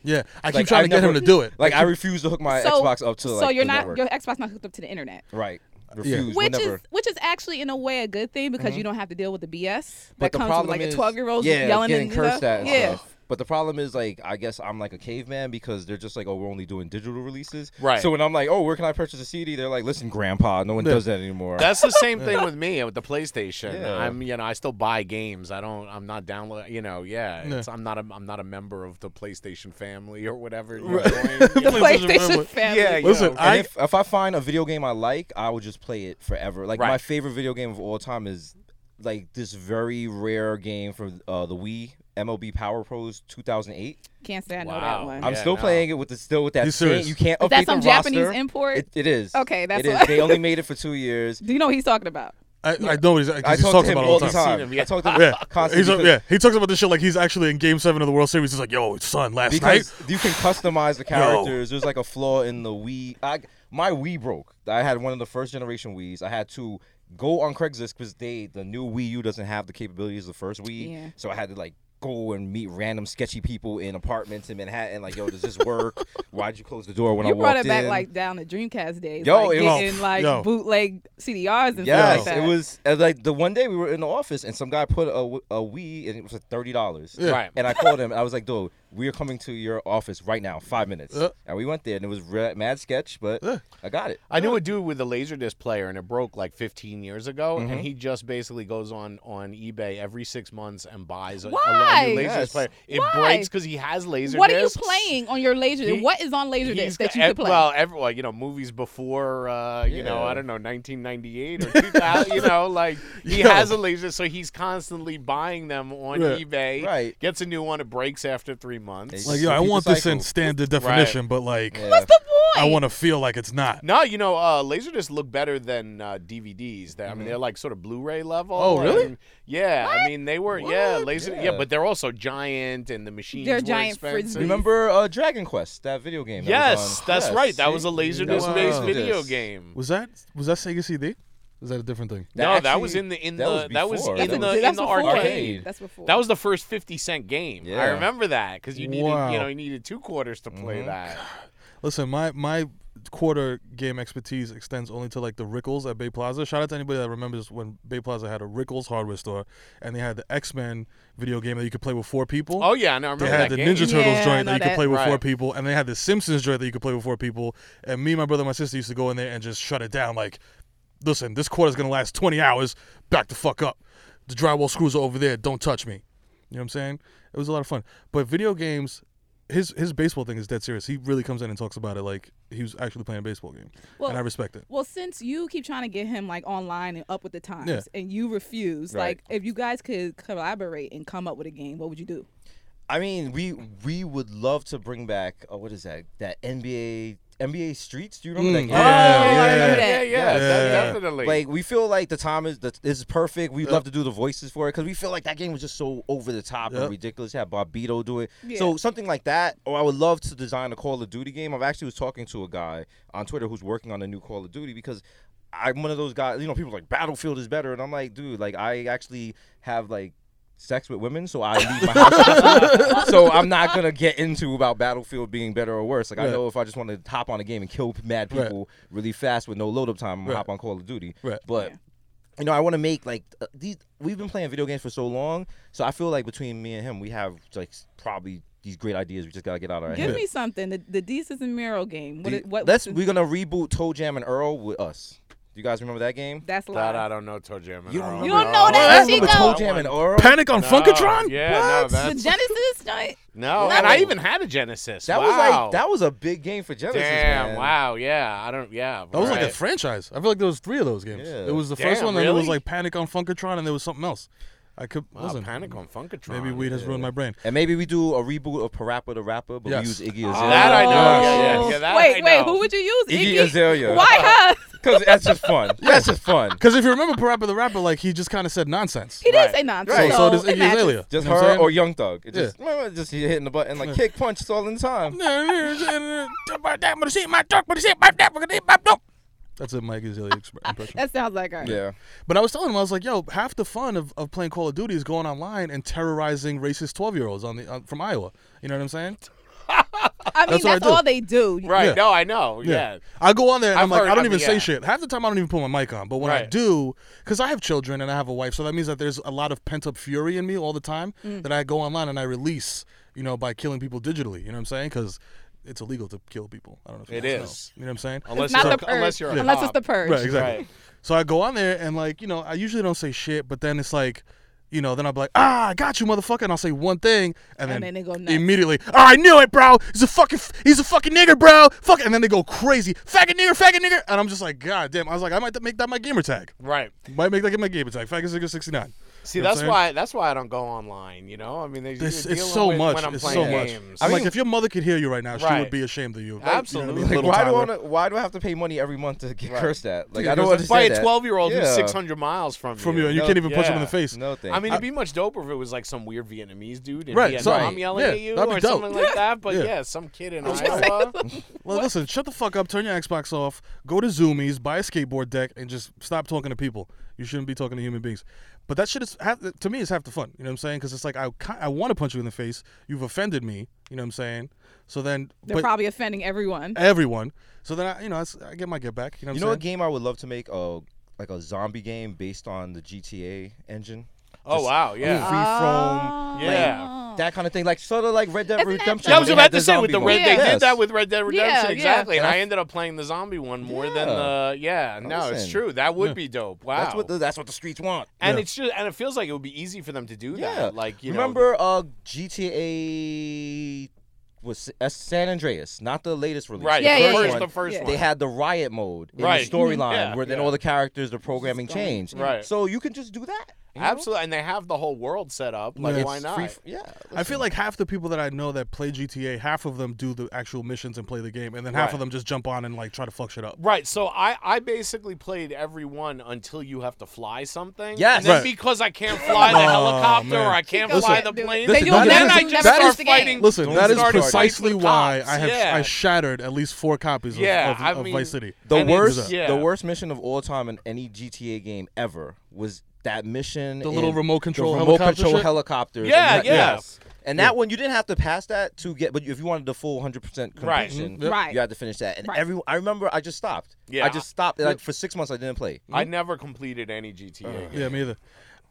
I: Yeah, I keep
G: Like,
I: trying
G: I
I: to get him
G: never-
I: to do it.
G: Like I refuse to hook my
B: So-
G: Xbox up to like
B: so you're
G: the
B: not
G: network.
B: your Xbox not hooked up to the internet,
G: right. Refuse.
B: which
G: whenever. Mm-hmm.
B: is which is actually in a way a good thing because you don't have to deal with the BS
G: but
B: that
G: the
B: comes
G: problem
B: with like
G: is,
B: a 12 year old
G: yeah,
B: yelling
G: getting
B: and you know?
G: cursed at. And
B: yeah.
G: Stuff. But the problem is, like, I guess I'm like a caveman because they're just like, oh, we're only doing digital releases.
C: Right.
G: So when I'm like, oh, where can I purchase a CD? They're like, listen, Grandpa, no one does that anymore.
C: That's the same thing with me with the PlayStation.
G: Yeah.
C: I'm, you know, I still buy games. I don't. I'm not download. You know, yeah. It's, I'm not. A, I'm not a member of the PlayStation family or whatever. you know, you know.
B: PlayStation family.
C: Yeah. you
I: Listen,
C: know.
G: And
I: I
G: if, if I find a video game I like, I will just play it forever. Like
C: Right.
G: my favorite video game of all time is like this very rare game from uh, the Wii, MLB Power Pros 2008.
B: Can't say I know
C: Wow.
B: that one.
G: I'm
C: Yeah,
G: still
C: no.
G: playing it with the still with that.
I: You
G: same,
I: serious?
G: you can't
B: Is
G: update
B: that some
G: the
B: Japanese
G: roster.
B: import?
G: It, it is.
B: Okay, that's
G: it is.
B: what-
G: They only made it for two years.
B: Do you know what he's talking about?
I: I, I know what he's, 'cause
G: I talk
I: he's
G: to
I: talking
G: him
I: about it all the time.
C: Seen him, yeah.
G: I talk to him
I: Yeah,
G: constantly.
I: he's,
G: because-
I: yeah, he talks about this shit like he's actually in Game Seven of the World Series. He's like, "Yo, son, last
G: because
I: night."
G: you can customize the characters. There's like a flaw in the Wii. I, my Wii broke. I had one of the first generation Wii's. I had to go on Craigslist because they the new Wii U doesn't have the capabilities of the first Wii.
B: Yeah.
G: So I had to like go and meet random sketchy people in apartments in Manhattan. Like, yo, does this work? Why'd you close the door when I
B: you
G: walked
B: brought it back
G: in?
B: like down to Dreamcast days.
G: Yo,
B: like,
G: it was-
B: getting like
I: yo.
B: bootleg CDRs and
G: Yes,
B: stuff like that.
G: it was uh, like the one day we were in the office and some guy put a, w- a Wii and it was like thirty dollars.
C: Right.
G: And I called him. I was like, "Dude, we are coming to your office right now, five minutes. and we went there, and it was re- mad sketch, but I got it.
C: I knew a dude with a Laserdisc player, and it broke like 15 years ago.
G: Mhm.
B: Mm-hmm.
C: And he just basically goes on on eBay every six months and buys a, a,
B: Why?
C: new Laserdisc
B: Yes.
C: player. It
B: Why?
C: breaks because he has Laserdiscs.
B: What are you playing on your laser?
C: He-
B: what is on laser
C: He's
B: disc that
C: got-
B: you could
C: ev-
B: play?
C: Well, every, well, you know, movies before, uh, you know, I
G: Yeah.
C: don't know, 1998 or 2000, you know, like he
G: Yo.
C: has a laser, so he's constantly buying them on
I: Right.
C: eBay.
G: Right.
C: Gets a new one, it breaks after three months.
I: Like, yo, I want this in standard
C: Right.
I: definition, but like,
G: What's
B: the
I: I
B: point?
I: want to feel like it's not.
C: No, you know, uh, Laserdiscs look better than uh, DVDs. They, I
G: Mm-hmm.
C: mean, they're like sort of Blu-ray level.
I: Oh, really?
C: and- yeah, I mean, they were. Yeah, laser. Yeah.
G: Yeah.
C: but they're also giant, and the machines.
B: They're
C: were
B: giant
C: expensive.
B: frisbees.
G: Remember uh, Dragon Quest, that video game? that was
C: Yes,
G: on-
C: that's
G: Yes,
C: right. That
G: see?
C: was a
G: That was
C: Laserdisc
G: on
C: based
G: Laserdisc.
C: video game.
I: Was that was that Sega CD? Is that a different thing?
C: No, that was in the in
G: that was
C: the that was
G: before.
C: in
B: That's
C: the
B: before-
C: in
B: that's
C: the
B: before.
C: arcade.
B: That's before.
C: That was the first fifty cent game. I
G: Yeah. Mm-hmm.
C: remember that because you needed you
I: Wow.
C: know you needed two quarters to play that.
I: Listen, my my quarter game expertise extends only to like the Rickles at Bay Plaza. Shout out to anybody that remembers when Bay Plaza had a Rickles hardware store, and they had the X Men video game that you could play with four people.
C: Oh yeah, I know. I remember
I: They had
C: that
I: the
C: game.
I: Ninja Turtles
B: Yeah, I
I: joint
B: know
I: that you could
B: that.
I: play with four
C: Right.
I: people, and they had the Simpsons joint that you could play with four people. And me, my brother, and my sister used to go in there and just shut it down. Like, listen, this quarter's gonna last 20 hours. Back the fuck up. The drywall screws are over there. Don't touch me. You know what I'm saying? It was a lot of fun. But video games, his his baseball thing is dead serious. He really comes in and talks about it like he was actually playing a baseball game,
B: Well,
I: and I respect it.
B: Well, since you keep trying to get him like online and up with the times,
I: Yeah.
B: and you refuse,
G: Right.
B: like if you guys could collaborate and come up with a game, what would you do?
G: I mean, we we would love to bring back. Oh, what is that? That NBA NBA Streets. Do you remember that game?
I: Yeah,
C: yeah,
B: Oh, I remember
C: yeah, yeah,
B: that.
C: yeah,
I: Yeah.
C: that- definitely.
G: Like we feel like the time is the, is perfect. We love to do the voices for it because we feel like that game was just so over the top
I: Yep.
G: and ridiculous. Have Barbito do it,
B: Yeah.
G: so something like that. Or I would love to design a Call of Duty game. I've actually was talking to a guy on Twitter who's working on a new Call of Duty because I'm one of those guys. You know, people are like Battlefield is better, and I'm like, dude, like I actually have like. Sex with women, so I leave my house. so I'm not gonna get into about Battlefield being better or worse. Like I
I: Right.
G: know if I just want to hop on a game and kill mad
I: Right.
G: people really fast with no load up time, I'm gonna
I: Right.
G: hop on Call of Duty.
I: Right.
G: But you know, I want to make like uh, these. We've been playing video games for so long, so I feel like between me and him, we have like s- probably these great ideas. We just gotta get out of our
B: Give
G: head.
B: me something. The, the Desus and Miro game. What?
G: The-
B: it- what
G: let's
B: what's the-
G: we're gonna reboot Toe Jam and Earl with us. Do you guys remember that game?
B: that's
C: that I
B: live.
C: don't know, Toe Jam. and
G: You don't
C: Earl.
B: You don't know that
G: Well,
B: shit
G: remember
B: though.
G: Toe Jam and Earl?
I: Panic on
C: No.
I: Funkatron.
C: Yeah, no,
B: The
C: that's
B: Genesis joint.
C: no. And I even had a Genesis.
G: That was
C: wow.
G: like that was a big game for Genesis.
C: Damn!
G: man.
C: Wow! Yeah, I don't. Yeah,
I: That was like a
C: right.
I: franchise. I feel like there was three of those games.
G: Yeah.
I: It was the
C: Damn,
I: first one, and it was
C: really?
I: like Panic on Funkatron, and there was something else. I could
C: Wow,
I: listen.
C: Panic on Funkatron.
I: Maybe weed has ruined my brain.
G: And maybe we do a reboot of Parappa the Rapper, but
I: Yes.
G: we use Iggy
C: Ah, That I know.
G: Azalea.
C: Yeah, yeah, yeah, that
B: Oh, wait,
C: I
B: wait.
C: know.
B: Who would you use?
G: Iggy Azalea.
B: Why her?
G: Because that's just fun. That's just fun.
I: Because if you remember Parappa the Rapper, like he just kind of said nonsense.
B: He didn't
C: Right.
B: say nonsense.
I: So, so does
B: it
I: Iggy
B: matches.
I: Azalea.
G: Just
I: you know what
G: her
I: I'm
G: or Young Thug. It
I: Yeah.
G: just just hitting the button like kick punch it's all in time.
I: saying? That's a Mike Azalea expre- impression.
B: That sounds like her.
G: Yeah.
I: But I was telling him, I was like, yo, half the fun of, of playing Call of Duty is going online and terrorizing racist 12 year olds on the on, from Iowa. You know what I'm saying?
B: I mean, that's,
I: That's what I do.
B: all they do.
C: Right?
I: Yeah.
C: No, I know. Yeah.
I: I go on there and
C: I've
I: I'm like,
C: heard-
I: I don't
C: I mean,
I: even say
C: yeah.
I: shit. Half the time, I don't even put my mic on. But when I
C: Right.
I: do, because I have children and I have a wife, so that means that there's a lot of pent up fury in me all the time
B: Mm.
I: that I go online and I release, you know, by killing people digitally. You know what I'm saying? Because it's illegal to kill people. I don't know if you
C: It
I: guys know.
C: is.
I: You know what I'm saying?
C: Unless
B: Not
C: you're
B: the
C: a,
B: purge.
C: unless you're a
B: Unless it's
C: cop.
B: the purge.
I: Right, exactly.
C: Right.
I: So I go on there and like, you know, I usually don't say shit, but then it's like, you know, then I'll be like, ah, I got you, motherfucker, and I'll say one thing, and,
B: And then they go nuts.
I: immediately, oh, I knew it, bro. He's a fucking, he's a fucking nigger, bro. Fuck, and then they go crazy, faggot nigger, faggot nigger, and I'm just like, god damn. I was like, I might make that my gamer tag.
C: Right.
I: Might make that my gamer tag, faggot nigger sixty nine.
C: See,
I: You know what
C: that's
I: I'm
C: why that's why I don't go online. You know, I mean, they,
I: It's,
C: you're dealing
I: it's so
C: with-
I: much.
C: When I'm
I: It's so
C: playing
I: much.
C: games.
I: I'm
G: I
I: like,
G: mean-
I: if your mother could hear you right now, she
C: Right.
I: would be ashamed of you.
C: Absolutely.
I: You know
G: Like,
I: what
G: why
I: I mean? Little
G: do I
I: Tyler.
G: wanna- why do I have to pay money every month to get cursed at? Like
I: Yeah,
G: I don't
I: there's-
G: understand
C: by a
G: that.
C: 12 year old who's
G: Yeah.
C: 600 miles from you.
I: from you, and you
G: No,
I: can't even punch him in
C: yeah.
I: the face.
G: No thanks.
C: I mean, it'd be much doper if it was like some weird Vietnamese dude in
I: Right, so-
C: Vietnam
I: Right.
C: yelling
I: Yeah,
C: at you
I: that'd be
C: or
I: dope.
C: something like that. But
I: Yeah.
C: yeah, some kid in Iowa.
I: Well, listen, shut the fuck up, turn your Xbox off, go to Zoomies, buy a skateboard deck, and just stop talking to people. You shouldn't be talking to human beings. But that shit is, half, to me, is half the fun. You know what I'm saying? Because it's like, I, ki- I want to punch you in the face. You've offended me. You know what I'm saying? So then,
B: They're
I: but
B: probably offending everyone.
I: everyone. So then, I, you know, I, s- I get my get back. You know what
G: you
I: I'm
G: know a
I: saying?
G: game I would love to make a like a zombie game based on the GTA engine.
C: oh, wow. Yeah.
G: Free from
B: Um,
C: Yeah.
G: that kind of thing, like sort of like Red Dead Redemption.
C: Yeah, I was
G: when
C: about
G: they had
C: to
G: the
C: say with
G: zombie
C: the
G: mode.
C: red, they
G: Yes.
C: did that with Red Dead Redemption
G: yeah.
C: exactly, and I
G: That's-
C: ended up playing the zombie one more than
G: Yeah.
C: the yeah. No, it's
G: Listen.
C: true. That would
G: Yeah.
C: be dope. Wow,
G: That's what the, that's what the streets want.
C: and it's just and it feels like it would be easy for them to do that. Like you know,
G: remember uh, GTA was uh, San Andreas, not the latest release.
C: Right, Yeah, the yeah, first yeah. one. The first Yeah. one.
G: They had the riot mode in
C: Right.
G: the storyline,
C: Yeah,
G: where then
C: yeah.
G: all the characters, the programming
C: Just going-
G: changed.
C: Right.
G: So you can just do that. you know?
C: Absolutely, and they have the whole world set up. Like,
I: Yeah.
C: why
I: It's
C: not?
I: free f-
G: yeah.
I: I feel like half the people that I know that play GTA, half of them do the actual missions and play the game, and then half
C: Right.
I: of them just jump on and like try to fuck shit up.
C: Right, so I, I basically played every one until you have to fly something.
I: Yes.
C: and then
I: Right.
C: because I can't fly the
I: Oh,
C: helicopter
I: man.
C: or I can't
I: Listen,
C: fly the plane,
I: listen,
C: then,
I: that is-
C: I just
I: that
C: start
I: is-
C: fighting.
I: Listen, that is
C: start fighting with
I: precisely why
C: cops,
I: I have
C: yeah.
I: I shattered at least four copies of,
C: Yeah,
I: of,
C: I
I: of
C: mean,
I: Vice City.
G: The
C: And it's-
G: worst,
C: yeah.
G: the worst mission of all time in any GTA game ever was that mission.
I: The little
G: in
I: remote control
G: the remote
I: helicopter
G: control
I: shit?
G: helicopters and
C: Yeah,
G: that-
C: yeah.
G: yes. And
C: Yeah.
G: that one you didn't have to pass that to get, but if you wanted the full hundred percent
C: Right.
G: completion,
C: Mhm. Yep. Right.
G: you had to finish that. And
C: Right.
G: every, I remember I just stopped.
C: Yeah,
G: I just stopped.
I: I-
G: Like for six months, I didn't play.
C: I never completed any GTA. game.
I: Uh, Yeah, me either.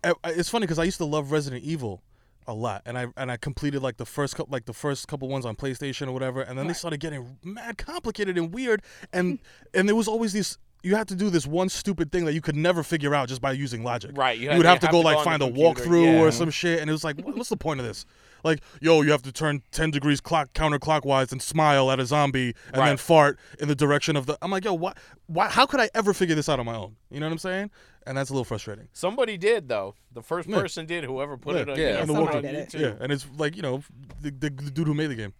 I: I- I- It's funny because I used to love Resident Evil a lot, and I and I completed like the first couple like the first couple ones on PlayStation or whatever, and then they started getting mad complicated and weird, and and there was always these. You had to do this one stupid thing that you could never figure out just by using logic.
C: Right, you
I: You,
C: had-
I: would
C: you
I: have to
C: have
I: go
C: to go
I: like
C: on the
I: find a
C: computer,
I: walkthrough
C: yeah.
I: or some shit, and it was like, what- what's the point of this? Like, yo, you have to turn ten degrees clock counterclockwise and smile at a zombie, and then
C: Right.
I: fart in the direction of the. I'm like, yo, what? Why? How could I ever figure this out on my own? You know what I'm saying? And that's a little frustrating.
C: Somebody did though. The first
I: Yeah.
C: person did. Whoever put it on,
I: yeah,
C: yeah, put
I: and the
C: it
I: walkthrough.
C: on YouTube.
I: Yeah, and it's like you know the, the, the dude who made the game.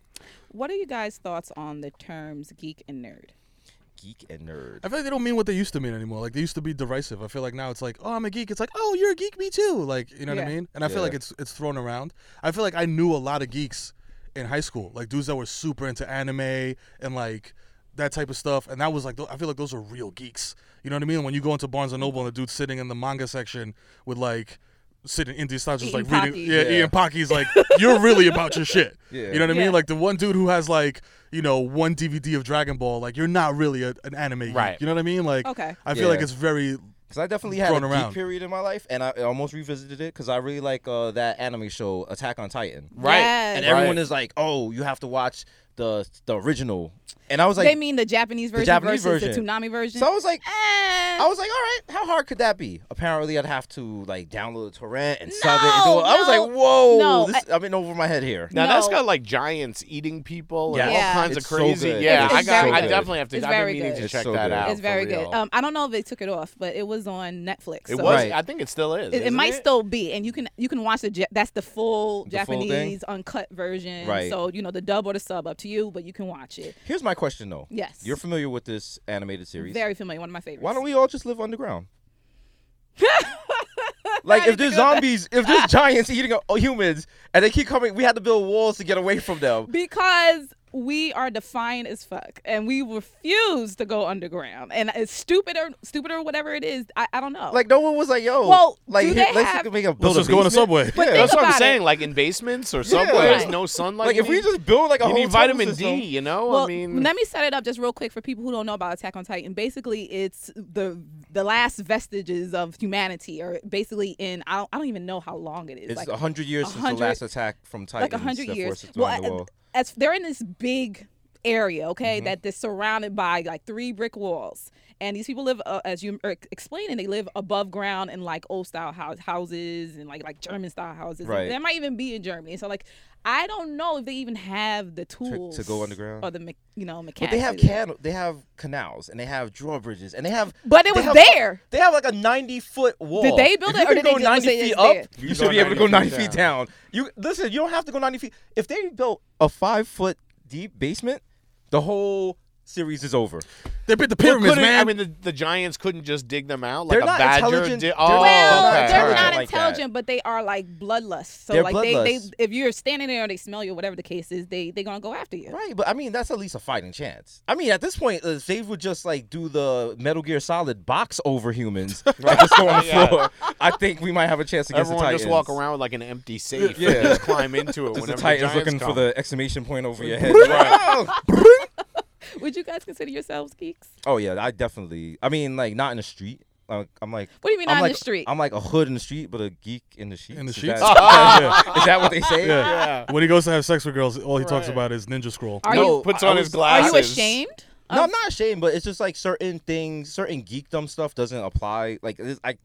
B: What are you guys' thoughts on the terms geek and nerd?
G: Geek and nerd.
I: I feel like they don't mean what they used to mean anymore. Like they used to be derisive. I feel like now it's like, oh, I'm a geek. It's like, oh, you're a geek, me too. Like you know what I
F: Yeah.
I: mean? And I feel
F: Yeah.
I: like it's it's thrown around. I feel like I knew a lot of geeks in high school, like dudes that were super into anime and like that type of stuff. And that was like, tho- I feel like those are real geeks. You know what I mean? When you go into Barnes and Noble and the dude's sitting in the manga section with like. Sitting in Indian style, just
F: Eating
I: like reading,
F: Pocky.
I: yeah,
F: Yeah.
I: Ian Pocky's like, you're really about your shit.
F: Yeah.
I: You know what I mean?
F: Yeah.
I: Like the one dude who has like, you know, one DVD of Dragon Ball, like you're not really a, an anime geek.
G: Right.
I: You know what I mean? Like,
G: Okay.
I: I feel like
G: Yeah.
I: it's very.
G: Because I definitely had
I: thrown
G: a
I: around.
G: geek period in my life, and I I almost revisited it because I really like uh, that anime show, Attack on Titan.
B: Right. Yes.
G: And everyone
B: Right.
G: is like, "Oh, you have to watch the the original," and I was like,
B: they mean the Japanese
G: the
B: version
G: Japanese
B: versus
G: version.
B: the Toonami version. Eh,
G: So oh, I was like, I was like, all right, how hard could that be? Apparently, I'd have to like download a torrent and sub it. And do it. I was
B: no,
G: like, whoa,
B: no,
G: this, I, am in over my head here.
C: Now that's got like giants eating people and
G: Yeah.
C: all kinds
G: It's
C: of
G: so
C: crazy.
G: good.
C: yeah,
G: It's
C: I got.
G: so
C: I
G: good.
C: definitely have to.
B: It's
C: I've been
B: very
C: meaning
B: good.
C: to
G: It's
C: check
G: so
C: that
G: good.
C: out.
B: it's very
C: for
B: good.
C: real.
B: Um, I don't know if they took it off, but it was on Netflix.
C: it
B: so-
C: was. I think it still is.
B: It, it
C: isn't
B: might still be, and you can you can watch the Ja- that's the full
G: The full thing?
B: Japanese uncut version.
G: Right.
B: So you know the dub or the sub, up to you, but you can watch it.
G: Here's my question though.
B: Yes.
G: you're familiar with this animated series.
B: Very familiar, one of my favorites.
G: Why don't we all just live underground? like if there's zombies, if there's giants eating uh, humans, and they keep coming, we had to build walls to get away from them.
B: Because we are defiant as fuck, and we refuse to go underground. And it's stupid or stupid or whatever it is. I, I don't know.
G: Like no one was like, "Yo,
B: Well,
G: like
B: do
G: here-
B: they
G: let's
B: have-
G: make a
C: Let's
G: build
C: just go on a subway.
B: But think
C: That's what I'm
B: about it.
C: saying. Like in basements or
B: Yeah.
C: subways,
B: Right.
C: no sunlight.
G: Like, if
C: you
G: we
C: need-
G: just build, like, a
C: you
G: whole
C: need vitamin
G: tunnel system.
C: D. You know,
B: well,
C: I mean,
B: let me set it up just real quick for people who don't know about Attack on Titan. Basically, it's the the last vestiges of humanity, or basically in I don't, I don't even know how long it is.
G: It's
B: like
G: a hundred years since
B: 100
G: the last attack from Titans.
B: like a hundred
G: that
B: years.
G: forced us to
B: Well,
G: run the Mm-hmm.
B: a-
G: wall.
B: as they're in this big area, okay, that they're surrounded by like three brick walls, and these people live, uh, as you are ex- explaining, they live above ground in like old style house, houses and like like German style houses.
G: Right.
B: They might even be in Germany. So like, I don't know if they even have the tools
G: go underground?
B: or the me- you know
G: But
B: mechanics.
G: they have
B: to do
G: can they have canals and they have drawbridges and they have.
B: But it
G: they
B: was
G: have-
B: there.
G: They have like a ninety foot wall.
B: they build it,
G: If you
B: or
G: can
B: did they
G: go
B: just
G: ninety
B: say
G: feet
B: it's
G: up?
B: there?
G: You should be able to go ninety feet down. You listen. You don't have to go ninety feet. If they built a five foot deep basement, the whole series is over.
I: They built the
C: Well, couldn't- I mean, the, the giants couldn't just dig them out. Like
G: They're
C: a
G: not
C: badger
G: intelligent-
C: Did,
G: they're
C: oh,
G: not
C: okay.
B: They're not
G: like that.
B: intelligent, but they are like bloodlust. So
G: They're
B: like
G: bloodlust.
B: they they if you're standing there and they smell you, whatever the case is, they they gonna go after you.
G: Right, but I mean that's at least a fighting chance. I mean at this point, uh, if they would just like do the Metal Gear Solid box over humans, and just go on the
C: Yeah.
G: floor. I think we might have a chance against
C: Everyone
G: the Titans.
C: just walk around with like an empty safe.
G: Yeah.
C: and just climb into it.
G: Just
C: whenever
G: the
C: the
G: Titans
C: giants
G: looking for
C: come.
G: the exclamation point over your head.
B: Would you guys consider yourselves geeks?
G: Oh yeah, I definitely. I mean, like not in the street, like, I'm like.
B: What do you mean
G: I'm
B: not in
G: like,
B: the street?
G: I'm like a hood in the street, but a geek in the sheets.
I: In the
G: Is
I: sheets?
G: That, is that what they say?
I: Yeah. When he goes to have sex with girls, all he talks about is Ninja Scroll.
B: Are you-
C: puts on his glasses.
B: Are you ashamed?
G: No, I'm not ashamed, but it's just like certain things, certain geekdom stuff doesn't apply. Like, it's, I,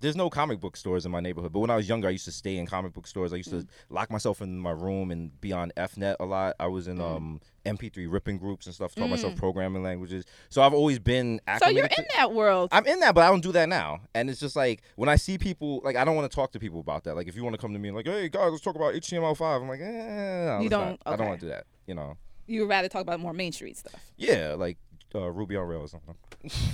G: there's no comic book stores in my neighborhood. But when I was younger, I used to stay in comic book stores. I used
B: Mm.
G: to lock myself in my room and be on FNet a lot. I was in um MP3 ripping groups and stuff. Taught myself
B: Mm.
G: programming languages. So I've always been.
B: So you're
G: acclimated to-
B: in that world.
G: I'm in that, but I don't do that now. And it's just like when I see people, like I don't want to talk to people about that. Like if you want to come to me and like, hey guys, let's talk about HTML5. I'm like, eh, no,
B: You
G: let's
B: don't-
G: not. I don't
B: okay.
G: want to do that. You know?
B: You would rather talk about more Main Street stuff.
G: Yeah, like uh, Ruby on Rails or something.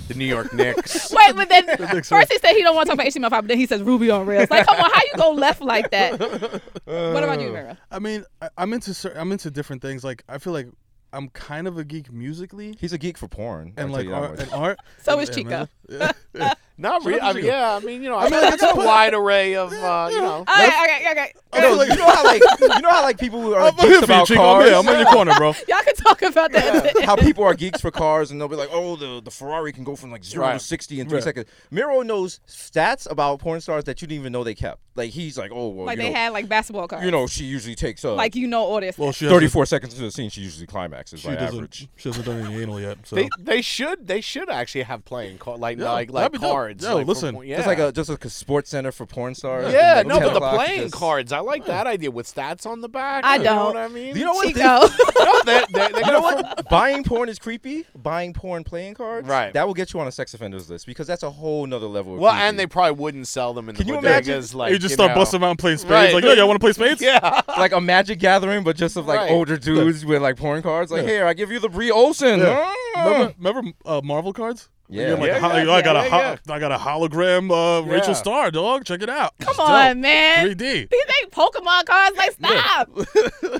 C: The New York Knicks.
B: Wait, but then
G: Next
B: first he said he don't want to talk about HTML5, but then he says Ruby on Rails. Like, come on, how you go left like that? What about you, Vera?
I: I mean, I, I'm into cer- I'm into different things. Like I feel like I'm kind of a geek musically
G: He's a geek for porn.
I: and
G: I'll tell
I: like
G: you that
I: art,
G: much.
I: and art.
B: So
I: and- uh,
B: is
I: and
B: Chico.
I: music. Yeah.
C: Not
I: Shut
C: really.
I: up,
C: I mean,
I: Chico.
C: yeah. I mean, you know, I
I: mean,
C: feel like
I: like,
C: it's a
I: it's-
C: wide array of, uh, you know.
B: Okay, okay, okay.
I: I feel
G: Oh, you
I: like-
G: know how like you know how like people are
I: I'm here
G: geeks
I: for you,
G: about
I: Chico.
G: cars.
I: oh, I'm, yeah, I'm in your corner, bro.
B: Y'all can talk about that.
G: how people are geeks for cars and they'll be like, oh, the, the Ferrari can go from like zero
C: Right.
G: to 60 in three
I: Right.
G: seconds. Miro knows stats about porn stars that you didn't even know they kept. Like, he's like, oh, well,
B: Like
G: you,
B: they
G: know,
B: had like basketball cards.
G: you know, she usually takes uh,
B: like you know all this.
I: Well, she hasn't-
G: 34 seconds to the scene, she usually climaxes
I: She
G: by
I: doesn't.
G: average.
I: She hasn't done any anal yet. So
C: They, they should they should actually have playing card like
I: Yeah,
C: like
I: that'd
C: like
I: be dope.
C: cards.
I: Yo,
C: like, for
I: listen,
C: po- yeah.
G: Just like a just like a sports center for porn stars.
C: yeah,
G: And
C: no, but
G: 10
C: the
G: o'clock, you
C: playing
G: just-
C: cards. I like that idea with stats on the back.
B: I
C: you know
B: don't.
C: what I mean.
G: You know what?
B: Chico.
C: No, they- they- they
G: You know
C: gotta
G: what? Buying porn is creepy. Buying porn playing cards,
C: Right.
G: That will get you on a sex offenders list because that's a whole nother level. Of
C: Well,
G: creepy.
C: and they probably wouldn't sell them in
G: Can
C: the
G: you
C: bodegas,
G: imagine-
C: Like
I: you just start
C: know.
I: busting out and playing spades.
C: Right.
I: Like, yo, y'all want to play spades?
C: Yeah,
G: like a Magic Gathering, but just of like
C: Right.
G: older dudes with like porn cards. Like, here, I give you the Brie Olsen.
I: Yeah.
G: Ah.
I: Remember, remember uh, Marvel cards?
G: Yeah.
I: You're like,
C: Yeah,
I: ho-
C: yeah,
I: I got
C: yeah,
I: a
C: yeah,
I: ho- I got a hologram uh,
C: Yeah.
I: Rachel Starr, dog. Check it out.
B: Come on, man.
I: 3D.
B: These ain't Pokemon cards. Like, stop.
C: well, no,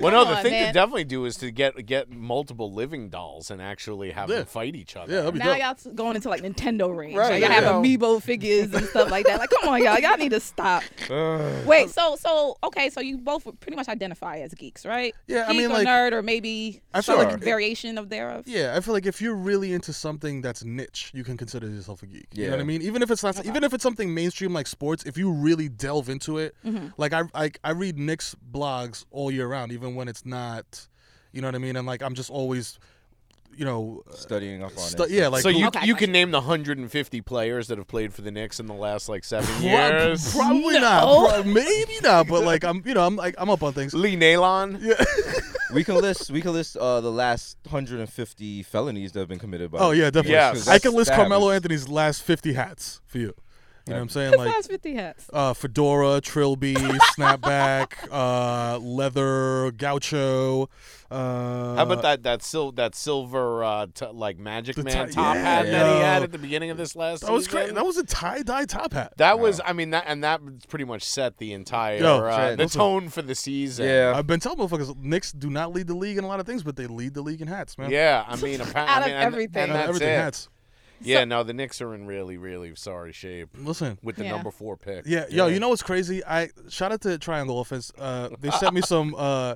B: Come
C: the
B: on,
C: thing
B: man.
C: to definitely do is to get get multiple living dolls and actually have
I: Yeah.
C: them fight each other.
I: Yeah, that'd be
B: Now
I: dope.
B: y'all s- going into like Nintendo range.
C: Right,
B: Like, y'all
C: yeah.
B: have amiibo figures and stuff like that. Like, come on, y'all. Y'all need to stop.
I: Uh.
B: Wait, so so okay, so you both would pretty much identify as geeks, right?
I: Yeah, I
B: Geek
I: mean,
B: or
I: like-
B: nerd or maybe
I: I
B: some
I: feel like-
B: variation of thereof.
I: Yeah, I feel like if you're really into something that's niche, you can consider yourself a geek. You know what I
G: Yeah.
I: mean? Even if it's not, even if it's something mainstream like sports, if you really delve into it,
C: Mm-hmm.
I: like I, I I read Nick's blogs all year round, even when it's not, you know what I mean? And like I'm just always, you know,
G: Studying up on
I: stu-
G: it.
I: yeah, like
C: so you
B: Okay,
C: you
B: gotcha.
C: can name the 150 players that have played for the Knicks in the last like seven
I: Pro-
C: years.
I: Probably
B: No.
I: not. Pro- maybe not. But like I'm, you know, I'm like I'm up on things.
C: Lee Nalon.
I: Yeah.
G: we can list we can list uh, the last 150 felonies that have been committed by.
I: Oh yeah, definitely.
C: Yes.
I: I
G: That's-
I: can list
G: that
I: Carmelo
G: happens.
I: Anthony's last 50 hats for you. You know what I'm saying?
B: Who
I: Like
B: has 50 hats?
I: uh, fedora, trilby, snapback, uh, leather, gaucho. Uh,
C: How about that that sil- that silver uh, t- like Magic
I: The
C: Man
I: ti-
C: top
I: yeah,
C: hat that he
I: yo.
C: had at the beginning of this last?
I: That was great.
C: season?
I: That was a tie dye top hat.
C: That was, I mean, that and that pretty much set the entire
I: Yo,
C: uh, the
I: listen.
C: tone for the season.
G: Yeah.
I: I've been telling motherfuckers, Knicks do not lead the league in a lot of things, but they lead the league in hats, man.
C: yeah. I mean, appa-
B: Out
C: I
B: of
C: mean, and-
B: everything.
C: and
I: Out of
C: that's
I: everything
C: it.
I: hats.
C: Yeah, no, the Knicks are in really, really sorry shape
I: Listen,
C: with the
B: Yeah.
C: number four pick.
I: Yeah, yo, you know what's crazy? I shout out to Triangle Offense. Uh, they sent me some uh,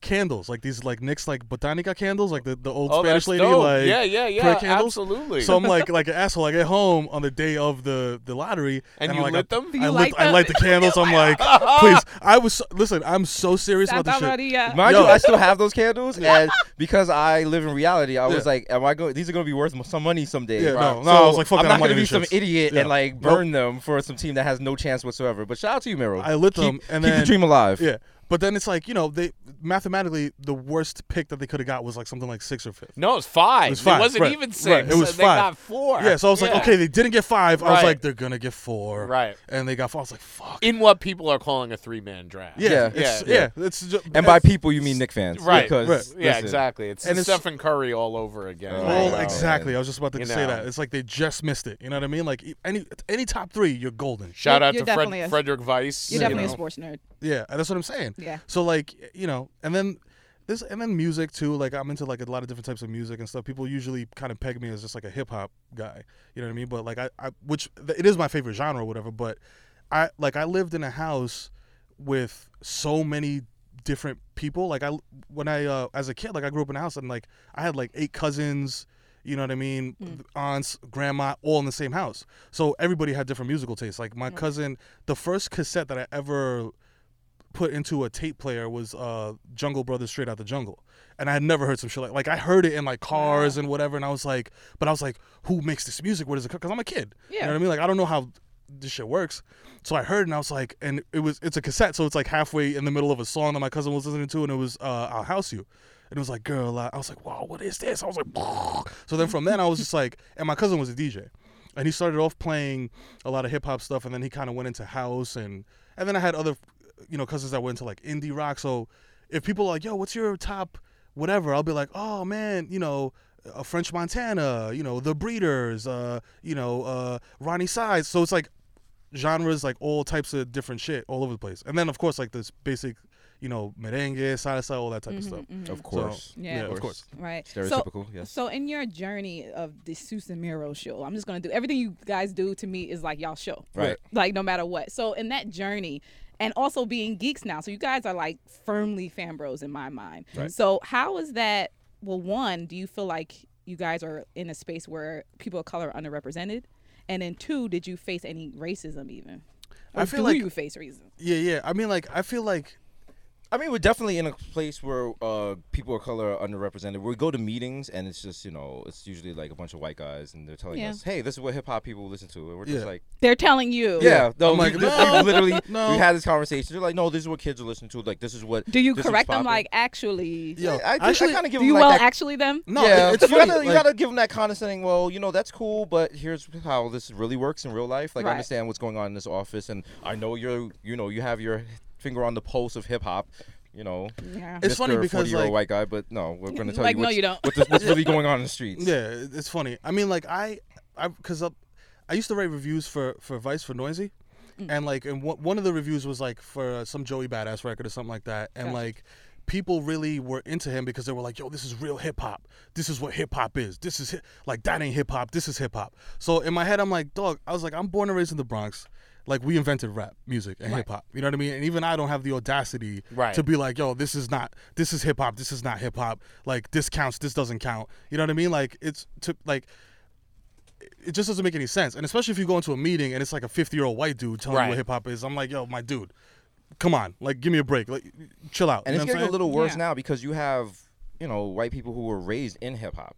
I: candles, like these like Nick's like botanica candles, like the, the old
C: oh,
I: Spanish
C: that's
I: lady,
C: dope.
I: like
C: yeah, yeah, yeah,
I: prayer candles.
C: absolutely.
I: So I'm like like an asshole. I get home on the day of the the lottery,
C: and,
I: I'm
C: you
I: like,
C: lit
I: I,
C: them?
B: Do
I: I
B: you
I: lit,
B: like
I: I
B: them?
I: light the candles. I'm like, please. I was so, listen. I'm so serious
B: Stop
I: about this shit.
B: already, yeah.
G: Mind
I: Yo.
G: you, I still have those candles, and because I live in reality, I was
I: Yeah.
G: like, "Am I going? These are going to be worth m- some money someday."
I: Yeah, no, no,
G: So
I: I was like, fuck
G: I'm
I: that,
G: not
I: I'm not
G: gonna
I: gonna
G: be
I: do
G: some
I: shits.
G: idiot
I: Yeah.
G: and like burn them for some team that has no chance whatsoever." But shout out to you, Miro.
I: I lit
G: Keep-
I: them, and
G: keep
I: then
G: the dream alive.
I: Yeah, but then it's like you know they mathematically the worst pick that they could have got was like something like six or fifth.
C: no, it's five.
I: It was five.
C: wasn't
I: right,
C: even six.
I: Right. It was
C: and They
I: five.
C: got four.
I: Yeah, so I was
C: Yeah.
I: like, okay, they didn't get five. I
C: Right.
I: was like, they're gonna get four.
C: Right.
I: And they got four. I was like, fuck.
C: in what people are calling a three-man draft.
I: Yeah,
G: Yeah.
I: it's,
C: Yeah.
I: yeah, It's just,
G: And by people, you mean Nick fans,
C: Right.
G: Because
I: Right.
C: Yeah,
G: listen,
C: exactly. It's,
I: And it's-
C: Stephen Curry all over again.
I: Well,
G: Wow,
I: Oh, exactly. I was just about to
C: Oh, You
I: say
C: know.
I: that. It's like they just missed it. You know what I mean? Like e- any any top three, you're golden.
C: Shout
B: You're-
C: out
B: you're
C: to Fred,
B: definitely a-
C: Frederick Weiss.
B: You're
C: you
B: definitely
C: know.
B: a sports nerd.
I: Yeah, that's what I'm saying.
B: Yeah.
I: So like you know, and then this, and then music too. Like I'm into like a lot of different types of music and stuff. People usually kind of peg me as just like a hip hop guy. You know what I mean? But like I, I which th- it is my favorite genre or whatever. But I like I lived in a house with so many different people. Like I when I uh, as a kid, like I grew up in a house and like I had like eight cousins. you know what I mean, aunts, grandma, all in the same house. So everybody had different musical tastes. Like my cousin, the first cassette that I ever put into a tape player was uh, Jungle Brothers Straight Out the Jungle. And I had never heard some shit like like I heard it in like cars and whatever, and I was like, but I was like, who makes this music? What is it? Because I'm a kid. You
K: Yeah.
I: know what I mean? Like I don't know how this shit works. So I heard and I was like, and it was it's a cassette, so it's like halfway in the middle of a song that my cousin was listening to, and it was uh, I'll house you. And it was like, girl, I I was like, wow, what is this? I was like, so then from then I was just like, and my cousin was a DJ, and he started off playing a lot of hip hop stuff, and then he kind of went into house, and and then I had other, you know, cousins that went into like indie rock. So if people are like, yo, what's your top whatever? I'll be like, oh man, you know, uh, French Montana, you know, The Breeders, uh, you know, uh, Ronnie Sides. So it's like genres, like all types of different shit all over the place, and then of course like this basic. You know, merengue, salsa, all that type
B: Mhm,
I: of stuff.
B: mhm.
G: Of
I: So,
G: course.
B: Yeah.
I: yeah, of course.
B: Right.
G: Stereotypical,
B: so,
G: yes.
B: So in your journey of the Susan Miro show, I'm just gonna do everything you guys do to me is like y'all show.
G: Right.
B: Like no matter what. So in that journey and also being geeks now, so you guys are like firmly fan bros in my mind.
G: Right.
B: So how is that well one, do you feel like you guys are in a space where people of color are underrepresented? And then two, did you face any racism even? Or
I: I feel
B: do
I: like-
B: you face racism?
I: Yeah, yeah. I mean, like, I feel like
G: I mean, we're definitely in a place where uh, people of color are underrepresented. We go to meetings and it's just, you know, it's usually like a bunch of white guys and they're telling
B: Yeah.
G: us, hey, this is what hip hop people listen to. And we're just
I: Yeah.
G: like,
B: They're telling you.
G: Oh, yeah, no,
I: I'm
G: we,
I: like,
G: we
I: no,
G: literally,
I: no.
G: we had this conversation. They're like, no, this is what kids are listening to. Like, this is what.
B: Do you
G: this is
B: correct them
G: popping."
B: like actually?
I: Yo,
G: I, I, I
I: actually-
G: kind of give
B: do
G: them
B: you
G: like
B: well
G: that-
B: actually them?
I: no,
G: yeah,
I: it- it's
G: you,
I: funny.
G: gotta, you
I: like-
G: gotta give them that condescending. Well, you know that's cool, but here's how this really works in real life. Like
B: Right.
G: I understand what's going on in this office, and I know you're, you know, you have your finger on the pulse of hip hop. You know,
B: Yeah.
I: It's funny because,
G: forty year old
I: like-
G: white guy, but no, we're gonna tell
B: Like,
G: you,
B: no,
G: what's,
B: you don't.
G: what's, what's really going on in the streets.
I: Yeah, it- it's funny. I mean, like I, I because I, I used to write reviews for for Vice for Noisy, and like and one one of the reviews was like for uh, some Joey Badass record or something like that, and
B: Gotcha.
I: like people really were into him because they were like, "Yo, this is real hip hop. This is what hip hop is. This is hip- like that ain't hip hop. This is hip hop." So in my head, I'm like, "Dog," I was like, "I'm born and raised in the Bronx." Like we invented rap music and hip hop, you know what I mean. And even I don't have the audacity
C: Right.
I: to be like, yo, this is not, this is hip hop, this is not hip hop. Like this counts, this doesn't count. You know what I mean? Like it's to like, it just doesn't make any sense. And especially if you go into a meeting and it's like a fifty year old white dude telling you
C: Right.
I: what hip hop is, I'm like, yo, my dude, come on, like give me a break, like chill out.
G: and it's
I: You know what I'm
G: getting a
I: saying?
G: little worse
B: Yeah.
G: now because you have, you know, white people who were raised in hip hop.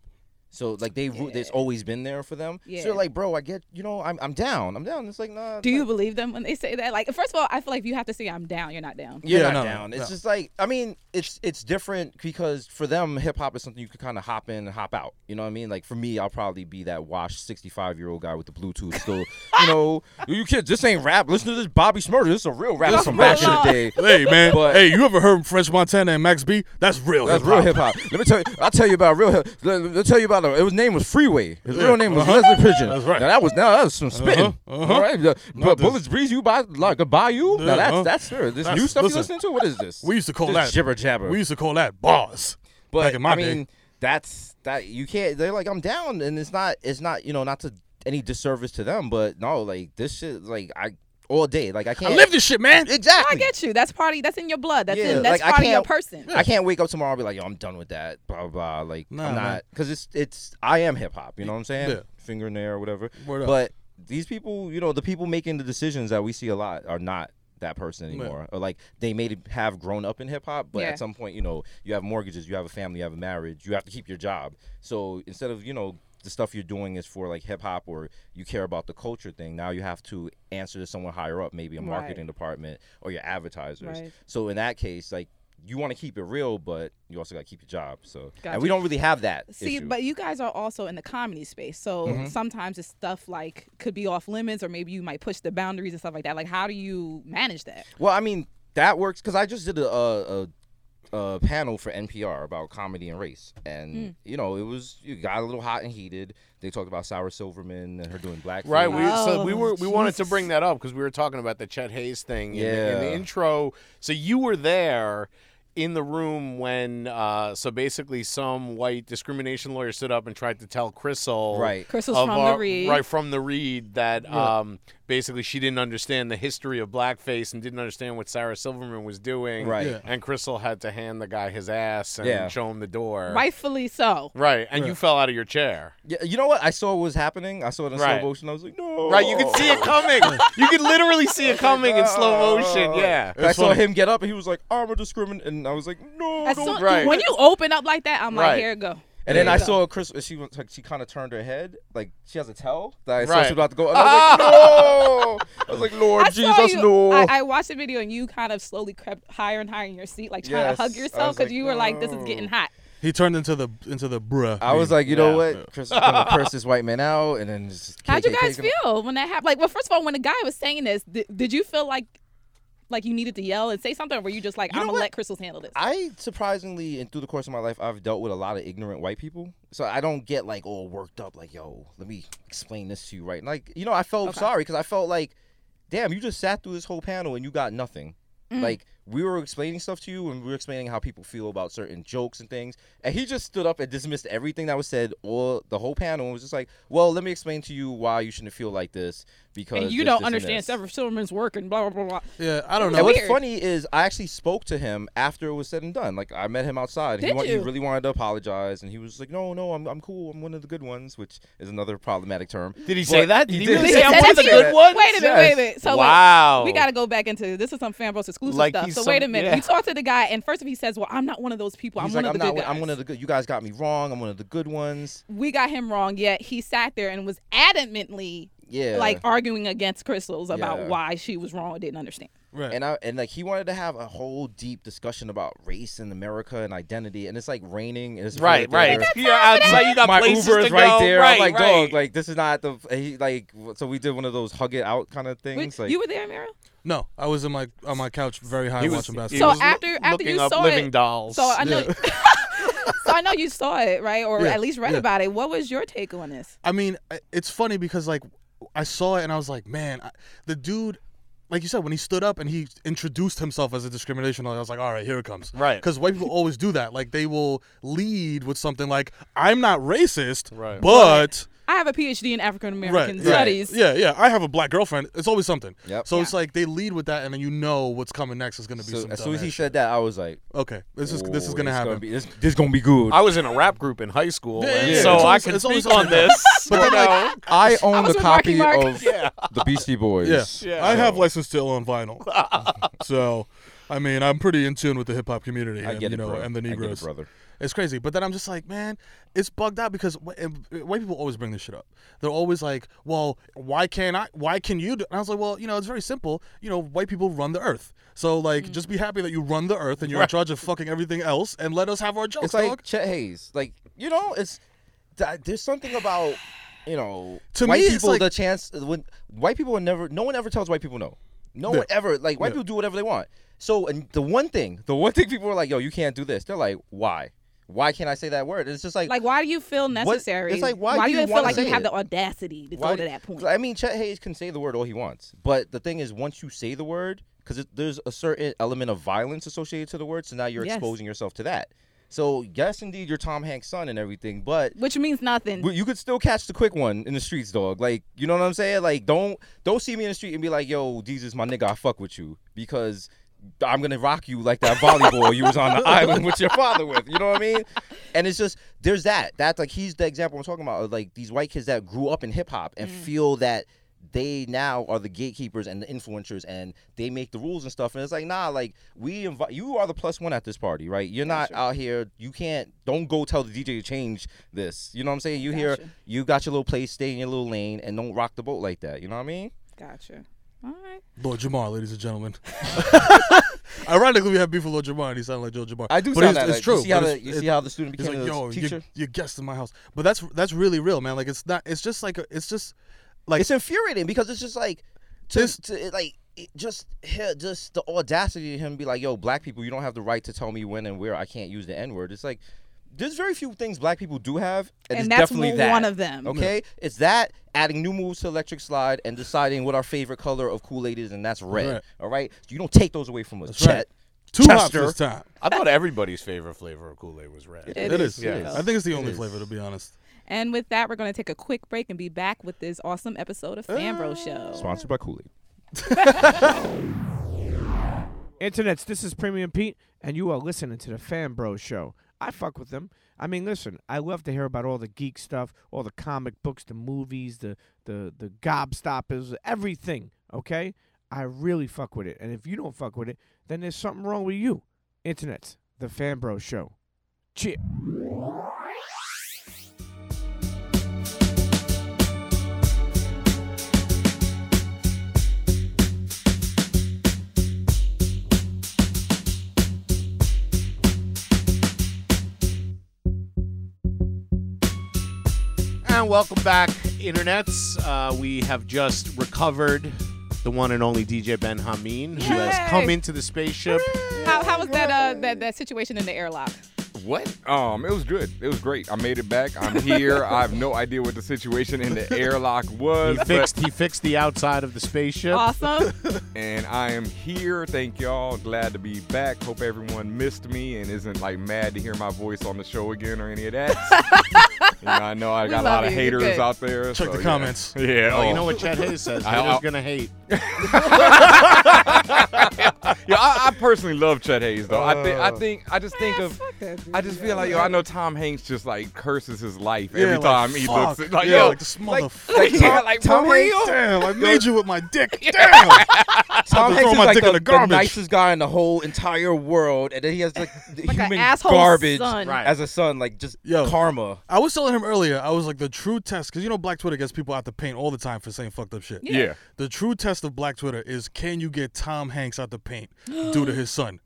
G: So like they, root it's always been there for them.
B: Yeah.
G: So you're like, bro, I get, you know, I'm, I'm down, I'm down. It's like, nah.
B: Do
G: nah.
B: you believe them when they say that? Like, first of all, I feel like if you have to say I'm down, you're not down.
G: You're
I: Yeah,
G: not
I: no, no,
G: down. It's
I: no.
G: just like I mean, it's it's different because for them, hip hop is something you could kind of hop in and hop out. You know what I mean? Like for me, I'll probably be that washed sixty five year old guy with the Bluetooth still. you know, you kids, this ain't rap. Listen to this Bobby Smurder. This is a real rap
I: This
G: from
I: is
G: back in
I: real
G: the day.
I: Hey man,
G: But-
I: hey, you ever heard French Montana and Max B? That's real.
G: That's real hip hop. Let me tell you. I'll tell you about real hip. Let let me tell you about it. His name was Freeway. His real name was Leslie Pigeon.
I: Uh-huh. That's right.
G: Now that was now that was some spitting.
I: Uh-huh, uh-huh.
G: All right. The-
I: Not
G: But
I: this-
G: bullets breeze you by like a bayou. Now
I: Uh-huh.
G: that's that's sure. This
I: That's-
G: new stuff you
I: listen.
G: listening to. What is this?
I: We used to call
G: This
I: that
G: jibber jabber.
I: We used to call that bars.
G: But
I: back in my
G: I
I: day.
G: mean, that's that you can't. They're like, I'm down, and it's not. It's not. You know, not to any disservice to them, but no, like this shit, like I all day, like I can't
I: I live this shit, man.
B: I
G: Exactly.
B: get you. That's part of that's in your blood. That's
G: Yeah,
B: in that's
G: like, I
B: part of your
G: can't-
B: person.
G: I can't wake up tomorrow and be like, yo, I'm done with that, blah blah. blah. Like
I: Nah,
G: I'm
I: man.
G: not because it's it's I am hip hop. You know what I'm saying?
I: Yeah.
G: Finger in the air, or whatever.
I: Word up.
G: But these people, you know, the people making the decisions that we see a lot are not that person anymore. Or like they may have grown up in hip hop, but
B: Yeah.
G: at some point, you know, you have mortgages, you have a family, you have a marriage, you have to keep your job. So instead of you know the stuff you're doing is for like hip hop or you care about the culture thing. Now you have to answer to someone higher up, maybe a
B: Right.
G: marketing department or your advertisers.
B: Right.
G: So in that case, like you want to keep it real, but you also got to keep your job. So
B: Gotcha.
G: and we don't really have that.
B: See,
G: issue. Mm-hmm.
B: but you guys are also in the comedy space, so sometimes it's stuff like could be off limits, or maybe you might push the boundaries and stuff like that. Like, how do you manage that?
G: well, I mean that works because I just did a, a, a, a panel for NPR about comedy and race, and
B: Hmm.
G: you know it was it got a little hot and heated. They talked about Sarah Silverman and her doing blackface.
C: Right. We, so we
B: Oh,
C: were we wanted to
B: Jesus.
C: bring that up because we were talking about the Chet Hayes thing in, the, in the
G: Yeah.
C: intro. So you were there. in the room when uh, so basically some white discrimination lawyer stood up and tried to tell Crystal
G: Right.
B: Crystal's
C: of
B: from the
C: our-
B: Reed.
C: right from the read that
B: Yeah.
C: um, basically she didn't understand the history of blackface and didn't understand what Sarah Silverman was doing
G: Right. Yeah.
C: and Crystal had to hand the guy his ass and
G: Yeah.
C: show him the door
B: Rightfully so.
C: right and you fell out of your chair
G: Yeah, you know what? I saw what was happening. I saw it in
C: Right.
G: slow motion. I was like, no.
C: right you could see it coming you could literally see it coming in slow motion yeah
G: I saw him get up and he was like, I'm a discriminant. And I was like, no.
B: As
G: don't
B: soon,
G: do
C: right.
B: When
G: it."
B: you open up like that, I'm
C: Right.
B: like, here it go.
G: And
B: Here
G: then
B: it
G: I
B: go.
G: saw Chris. She was like, she kind of turned her head, like she has a towel. That I saw
C: Right.
G: she was about to go. And I was like, no. I was like, Lord
B: I saw
G: Jesus,
B: you-
G: no.
B: I, I watched the video and you kind of slowly crept higher and higher in your seat, like trying
G: Yes.
B: to hug
G: I
B: yourself
G: was
B: because
G: like,
B: you were like, this is getting hot.
I: He turned into the into the bruh.
G: I was
I: meme.
G: like, you know what? Chris is gonna curse this white man out, and then just
B: How'd you
G: KKK
B: guys
G: gonna-
B: feel when that happened? Like, well, first of all, when the guy was saying this, th- did you feel like like you needed to yell and say something, or were you just like,
G: You
B: I'm
G: know
B: gonna
G: what?
B: let Crystals handle this?
G: I surprisingly, and through the course of my life, I've dealt with a lot of ignorant white people, so I don't get like all worked up. Like, yo, let me explain this to you, right? Like, you know, I felt
B: Okay.
G: sorry because I felt like, damn, you just sat through this whole panel and you got nothing.
B: Mm.
G: Like, we were explaining stuff to you, and we were explaining how people feel about certain jokes and things, and he just stood up and dismissed everything that was said, all the whole panel, and was just like, well, let me explain to you why you shouldn't feel like this because
B: and you
G: this,
B: don't
G: this, and
B: understand
G: this."
B: Several Silverman's work and blah blah blah blah.
I: yeah, I don't
B: It was
I: know.
G: And what's
B: weird.
G: funny is I actually spoke to him after it was said and done. Like I met him outside. he,
B: Did
G: wa- he
B: you?
G: really wanted to apologize, and he was like, "No, no, I'm, I'm cool. I'm one of the good ones,ss," which is another problematic term.
C: did he say that did he,
G: did.
C: really
G: He
C: say
G: said
C: I'm one of the
B: that
C: good
B: shit.
C: ones
B: Wait a minute, wait a minute. So wow.
C: wow
B: we got to go back into this is some fanbros exclusive
C: Like
B: stuff.
C: he's
B: So
C: some-
B: wait a minute.
C: yeah.
B: You talk to the guy, and first if he says, "Well, I'm not one of those people.
G: He's
B: I'm one
G: like,
B: of
G: "I'm
B: the
G: not.
B: good
G: one-
B: guys."
G: I'm one of the good. You guys got me wrong. I'm one of the good ones."
B: we got him wrong. Yet he sat there and was adamantly
G: Yeah.
B: like arguing against Crystals about
G: Yeah.
B: why she was wrong and didn't understand.
I: Right.
G: and I and like he wanted to have a whole deep discussion about race in America and identity, and it's like raining. And it's
C: Right, right.
G: there.
C: You're outside. You got
G: My
C: places
G: Uber is
C: to
G: right
C: go.
G: there.
C: Right,
G: I'm like,
C: right.
G: dog, like this is not the he, like. So we did one of those hug it out kind of
B: Wait,
G: things. like,
B: you were there, Mira.
I: no, I was in my on my couch very high
C: He was-
I: watching
C: he
I: basketball.
B: So
C: was loo-
B: after after
C: looking
B: you
C: up
B: saw
C: living
B: it,
G: Oh,
C: dolls.
B: so I know. so I know you saw it, right, or
I: Yeah,
B: at least read
I: yeah.
B: about it. What was your take on this?
I: I mean, I- it's funny because like I saw it and I was like, man, I, the dude, like you said, when he stood up and he introduced himself as a discrimination lawyer, I was like, all right, here it comes.
C: Right.
I: Because white people always do that. Like they will lead with something like, I'm not racist,
C: Right.
I: but.
B: I have a PhD in African American
I: right,
B: studies.
I: Right. Yeah, yeah. I have a black girlfriend. It's always something.
G: Yep.
I: So it's like they lead with that, and then you know what's coming next is going to be
G: so
I: some
G: as soon as he
I: dumbass
G: said that, I was like,
I: shit. Okay, this is this
G: "Ooh,
I: is going to happen.
G: be- this, this gonna be good.
C: I was in a rap group in high school,
I: Yeah,
C: and
G: yeah,
C: so
I: it's
C: I
I: always-
C: can
I: it's
C: speak
I: always
C: on
I: like that.
C: this.
I: But
C: you
I: then, like,
C: know?
G: I own
B: was
G: the
B: with Marky
G: copy
B: Mark.
G: of the Beastie Boys.
I: Yeah.
C: Yeah.
I: I have license to ill on vinyl. so, I mean, I'm pretty in tune with the hip hop community.
G: I
I: and,
G: get
I: you
G: it,
I: know,
G: bro.
I: and the
G: I get it,
I: Negroes.
G: brother.
I: It's crazy. But then I'm just like, man, it's bugged out because wh- and- and white people always bring this shit up. They're always like, well, why can't I? Why can you? Do? And I was like, well, you know, it's very simple. You know, white people run the earth. So, like, just be happy that you run the earth and you're in charge of fucking everything else and let us have our jokes,
G: It's like
I: dog.
G: Chet Hayes. Like you know, it's th- there's something about you know
I: To
G: white
I: me, it's
G: people
I: like-
G: the chance when white people will never. No one ever tells white people no. No
I: Yeah.
G: one ever like white
I: Yeah.
G: people do whatever they want. So and the one thing, the one thing people are like, yo, you can't do this. They're like, why? Why can't I say that word? It's just like,
B: Like, why do you feel necessary?
G: it's like, why do you
B: you feel
G: wanna
B: like you
G: say
B: have
G: it?
B: the audacity to go
G: Why-
B: to that point?
G: I mean, Chet Hayes can say the word all he wants, but the thing is, once you say the word, because there's a certain element of violence associated to the word, so now you're
B: Yes.
G: exposing yourself to that. So yes, indeed, you're Tom Hanks' son and everything, but
B: Which means nothing.
G: w- you could still catch the quick one in the streets, dog. Like, you know what I'm saying? Like, don't don't see me in the street and be like, "Yo, Jesus, my nigga, I fuck with you," because I'm gonna rock you like that volleyball you was on the island with your father with. You know what I mean? And it's just there's that. That's like he's the example I'm talking about. Of like these white kids that grew up in hip hop and feel that they now are the gatekeepers and the influencers and they make the rules and stuff and it's like nah like we invite you are the plus one at this party right you're not out here you can't don't go tell the dj to change this you know what i'm saying you here
B: Gotcha.
G: you got your little place stay in your little lane and don't rock the boat like that you know what i mean
B: gotcha. All right.
I: Lord Jamar, ladies and gentlemen. Ironically, we have beef with Lord Jamar, and he sounded like Joe Jamar.
G: i do
I: but
G: sound
I: it's,
G: that
I: it's
G: like,
I: true.
G: you see how
I: but
G: the
I: it's-
G: you
I: it's-
G: see how the student
I: It's
G: became
I: like,
G: a
I: yo,
G: teacher
I: you your guest in my house, but that's that's really real, man. Like it's not. It's just like a, it's just like
G: it's infuriating because it's just like to,
I: This-
G: to it, like it just here just the audacity of him be like yo black people you don't have the right to tell me when and where i can't use the n-word it's like there's very few things black people do have
B: And
G: and, it's
B: that's
G: definitely
B: one
G: that.
B: of them.
G: okay it's that adding new moves to electric slide and deciding what our favorite color of kool-aid is and that's red
I: Right.
G: all right you don't take those away from us
I: That's right.
G: Chet.
I: Two hops this time.
C: I thought everybody's favorite flavor of Kool Aid was red.
B: It It is. is.
I: Yeah. I think it's the only flavor, to be honest.
B: And with that, we're going to take a quick break and be back with this awesome episode of
G: Ah.
B: Fanbro Show.
G: Sponsored by Kool Aid.
K: Internets, this is Premium Pete, and you are listening to the Fan Bros Show. I fuck with them. I mean, listen, I love to hear about all the geek stuff, all the comic books, the movies, the the the gobstoppers, everything. Okay, I really fuck with it. And if you don't fuck with it, then there's something wrong with you. Internets, the Fan Bros Show. Cheer.
C: And welcome back, internets. Uh, we have just recovered the one and only DJ Ben Hameen, who has come into the spaceship.
B: How, how was that, uh, that that situation in the airlock?
A: What? Um, it was good. It was great. I made it back. I'm here. I have no idea what the situation in the airlock was.
C: He fixed he fixed the outside of the spaceship.
B: Awesome.
A: and I am here. Thank y'all. Glad to be back. Hope everyone missed me and isn't like mad to hear my voice on the show again or any of that. You know, I know I
C: We
A: got a lot
C: love
A: of
C: you.
A: haters
C: Good.
A: out there.
C: Check
A: so,
C: the
A: yeah.
C: comments.
A: Yeah.
C: Oh, you know what Chad Hayes says, haters gonna hate.
A: yeah, I, I personally love Chet Hayes though. I think I
D: Uh.
A: think I just think of I just feel like yo, I know Tom Hanks just like curses his life
D: Yeah,
A: every
D: like,
A: time he
D: fuck.
A: looks at- like
D: Yeah,
A: yo,
D: like this motherfucker.
A: like, yeah, like
G: Tom
A: for
G: Hanks,
A: real?
I: Damn, I made you with my dick.
A: Damn.
G: Tom
I: throw
G: Hanks is
I: my
G: like
I: dick
G: the,
I: in the
G: the
I: garbage.
G: nicest guy in the whole entire world, and then he has like the human
I: asshole
G: garbage
I: son. Right.
G: as a son, like just
I: Yo.
G: karma.
I: I was telling him earlier, I was like, the true test, because you know, black Twitter gets people out the paint all the time for saying fucked up shit.
G: Yeah. Yeah.
I: The true test of black Twitter is can you get Tom Hanks out the paint due to his son?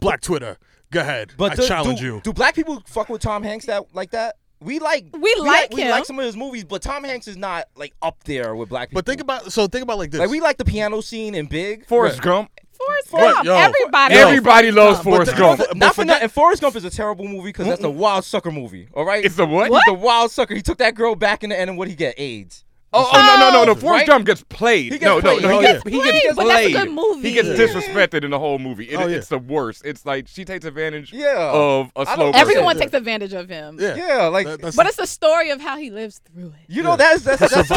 I: Black Twitter, go ahead. I
G: do-
I: challenge
G: do,
I: you.
G: Do black people fuck with Tom Hanks that like that? We like we,
B: like
G: we
B: him.
G: like some of his movies, but Tom Hanks is not like up there with black people. But
I: think about so think about like this.
G: Like we like the piano scene in Big.
A: Forrest Gump.
B: Forrest
A: Right, Gump. yo. Everybody Yo. loves Everybody Forrest loves Gump. Forrest
G: But
A: Gump.
G: Not for,
A: But
G: not for nothing. Forrest Gump is a terrible movie because that's a wild sucker movie. All right, it's
A: a what?
G: It's a wild sucker. He took that girl back in the end, and what he get? AIDS.
A: Oh, oh, no, no, no, no. Forrest Gump gets played.
G: He gets
A: no,
G: played.
A: no, no.
G: He gets
A: he
G: played,
A: gets
G: but that's a good movie.
A: He gets
G: Yeah.
A: disrespected in the whole movie. It-
G: Oh, yeah.
A: It's the worst. It's like she takes advantage
G: Yeah.
A: of a
G: I
A: slow
G: don't-
A: person.
B: Everyone takes advantage of him.
G: Yeah. Yeah, like- That- that's-
B: but it's the story of how he lives through it.
G: You know that's that's that's, that's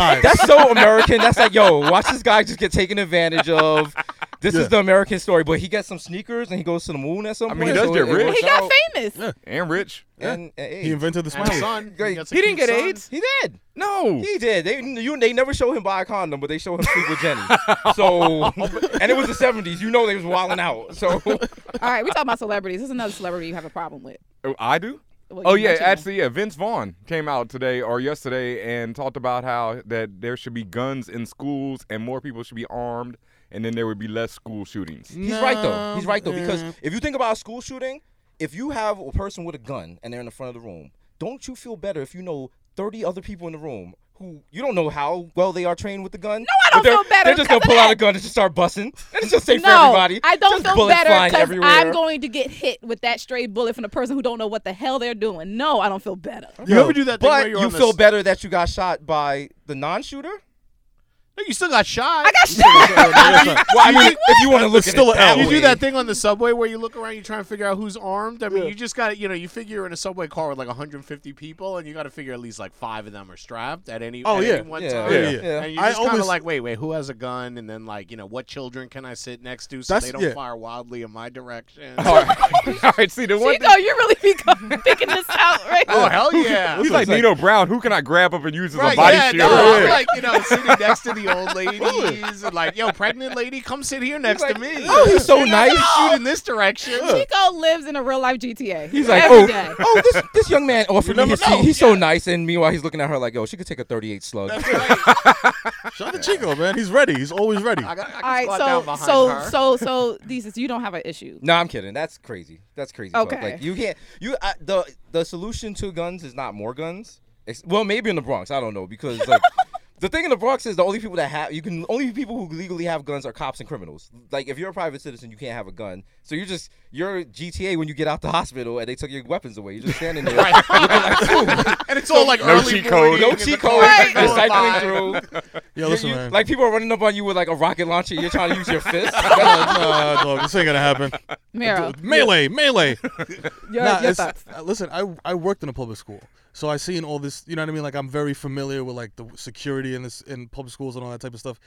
G: so American. That's like, yo, watch this guy just get taken advantage of. This
A: Yeah.
G: is the American story. But he gets some sneakers and he goes to the moon at some
A: I
G: point.
A: mean, he does
G: so
A: get
G: it
A: rich.
G: works
B: He got
G: out.
B: famous.
A: and rich.
G: And, and AIDS.
I: He invented the
G: And
I: smiley.
G: son.
I: He
G: He,
I: gets a
G: didn't
I: cute
G: get
I: son.
G: AIDS. He did.
A: No,
G: he did. They you they never show him buy a condom, but they show him sleep with Jenny. So and it was the seventies. You know they was wilding out. So
B: All right, we talking about celebrities. This is another celebrity you have a problem with.
A: Oh, I do.
B: Well,
A: oh
B: you
A: yeah,
B: mentioned
A: actually, yeah. Vince Vaughn came out today or yesterday and talked about how that there should be guns in schools and more people should be armed, and then there would be less school shootings.
G: He's right though. He's right though because if you think about a school shooting, if you have a person with a gun and they're in the front of the room, don't you feel better if you know thirty other people in the room who you don't know how well they are trained with the gun? No,
B: I don't
G: they're,
B: feel better
G: They're just gonna
B: because
G: pull
B: of
G: out a
B: that.
G: gun and just start busting. And it's just safe
B: no,
G: for everybody.
B: I don't
G: Just
B: feel
G: bullets
B: better
G: flying
B: because
G: everywhere.
B: I'm going to get hit with that stray bullet from the person who don't know what the hell they're doing. No, I don't feel better.
G: Yo,
C: thing
G: but
C: where you're
G: you
C: on the
G: feel
C: s-
G: better that you got shot by the non-shooter?
C: No, you still got shot. I
B: got
C: shot.
G: Well, I mean, if you want to look
I: It's
G: at
I: still
G: it
I: an
G: that
I: L.
G: way.
C: You do that thing on the subway where you look around, you try and figure out who's armed. I mean, you just got to, you know, you figure you're in a subway car with like 150 people, and you got to figure at least like five of them are strapped at any
I: Oh,
C: at
I: yeah.
C: any one
I: Yeah,
C: time.
I: yeah, yeah. Yeah.
C: And you
I: I
C: just kind
I: always-
C: of like, wait, wait, who has a gun? And then like, you know, what children can I sit next to so
I: That's-
C: they don't
I: yeah.
C: fire wildly in my direction?
A: All right, see the one.
B: Chico, you really be co- picking this out right
C: Oh, hell
A: Who-
C: yeah.
A: He's like, Nino Brown. Who can I grab up and use as a
C: Right,
A: body
C: yeah,
A: shield?
C: no, I'm like, you know, sitting next to the old ladies and like, yo, pregnant lady, come sit here next to me.
G: "Oh, he's so
C: You're not gonna
G: nice."
C: Shoot in this direction.
B: Chico lives in a real life GTA.
G: He's like,
B: Every
G: oh,
B: day.
G: oh, this this young man offered me his
B: never know.
G: tea. He's so nice, and meanwhile he's looking at her like, yo, she could take a 38 slug.
I: Shout out to Chico, man. He's ready. He's always ready.
B: All right,
G: squat down
B: so
G: behind
B: so
G: her.
B: so so these you don't have an issue.
G: No, I'm kidding. That's crazy. That's crazy. talk.
B: Okay.
G: Like you can't. You I, the the solution to guns is not more guns. It's, well, maybe in the Bronx, I don't know because like The thing in the Bronx is the only people that have you can only people who legally have guns are cops and criminals. Like if you're a private citizen, you can't have a gun. So you just you're GTA when you get out the hospital and they took your weapons away. You're just standing there,
C: Right.
G: looking like a fool.
C: And it's all, like,
G: no
C: early
G: cheat
C: morning
G: code, no
C: in the
G: cheat
C: car,
G: code,
C: like,
G: just
C: going
G: cycling
C: by.
G: through.
I: Yo,
G: You-
I: listen,
G: you-
I: man.
G: like people are running up on you with like a rocket launcher. You're trying to use your fist.
I: nah, dog, this ain't gonna happen.
B: Mero.
I: Melee, melee.
B: Your- your
I: it's-
B: thoughts.
I: uh, listen, I I worked in a public school, so I seen all this. You know what I mean? Like I'm very familiar with like the security in this in public schools and all that type of stuff.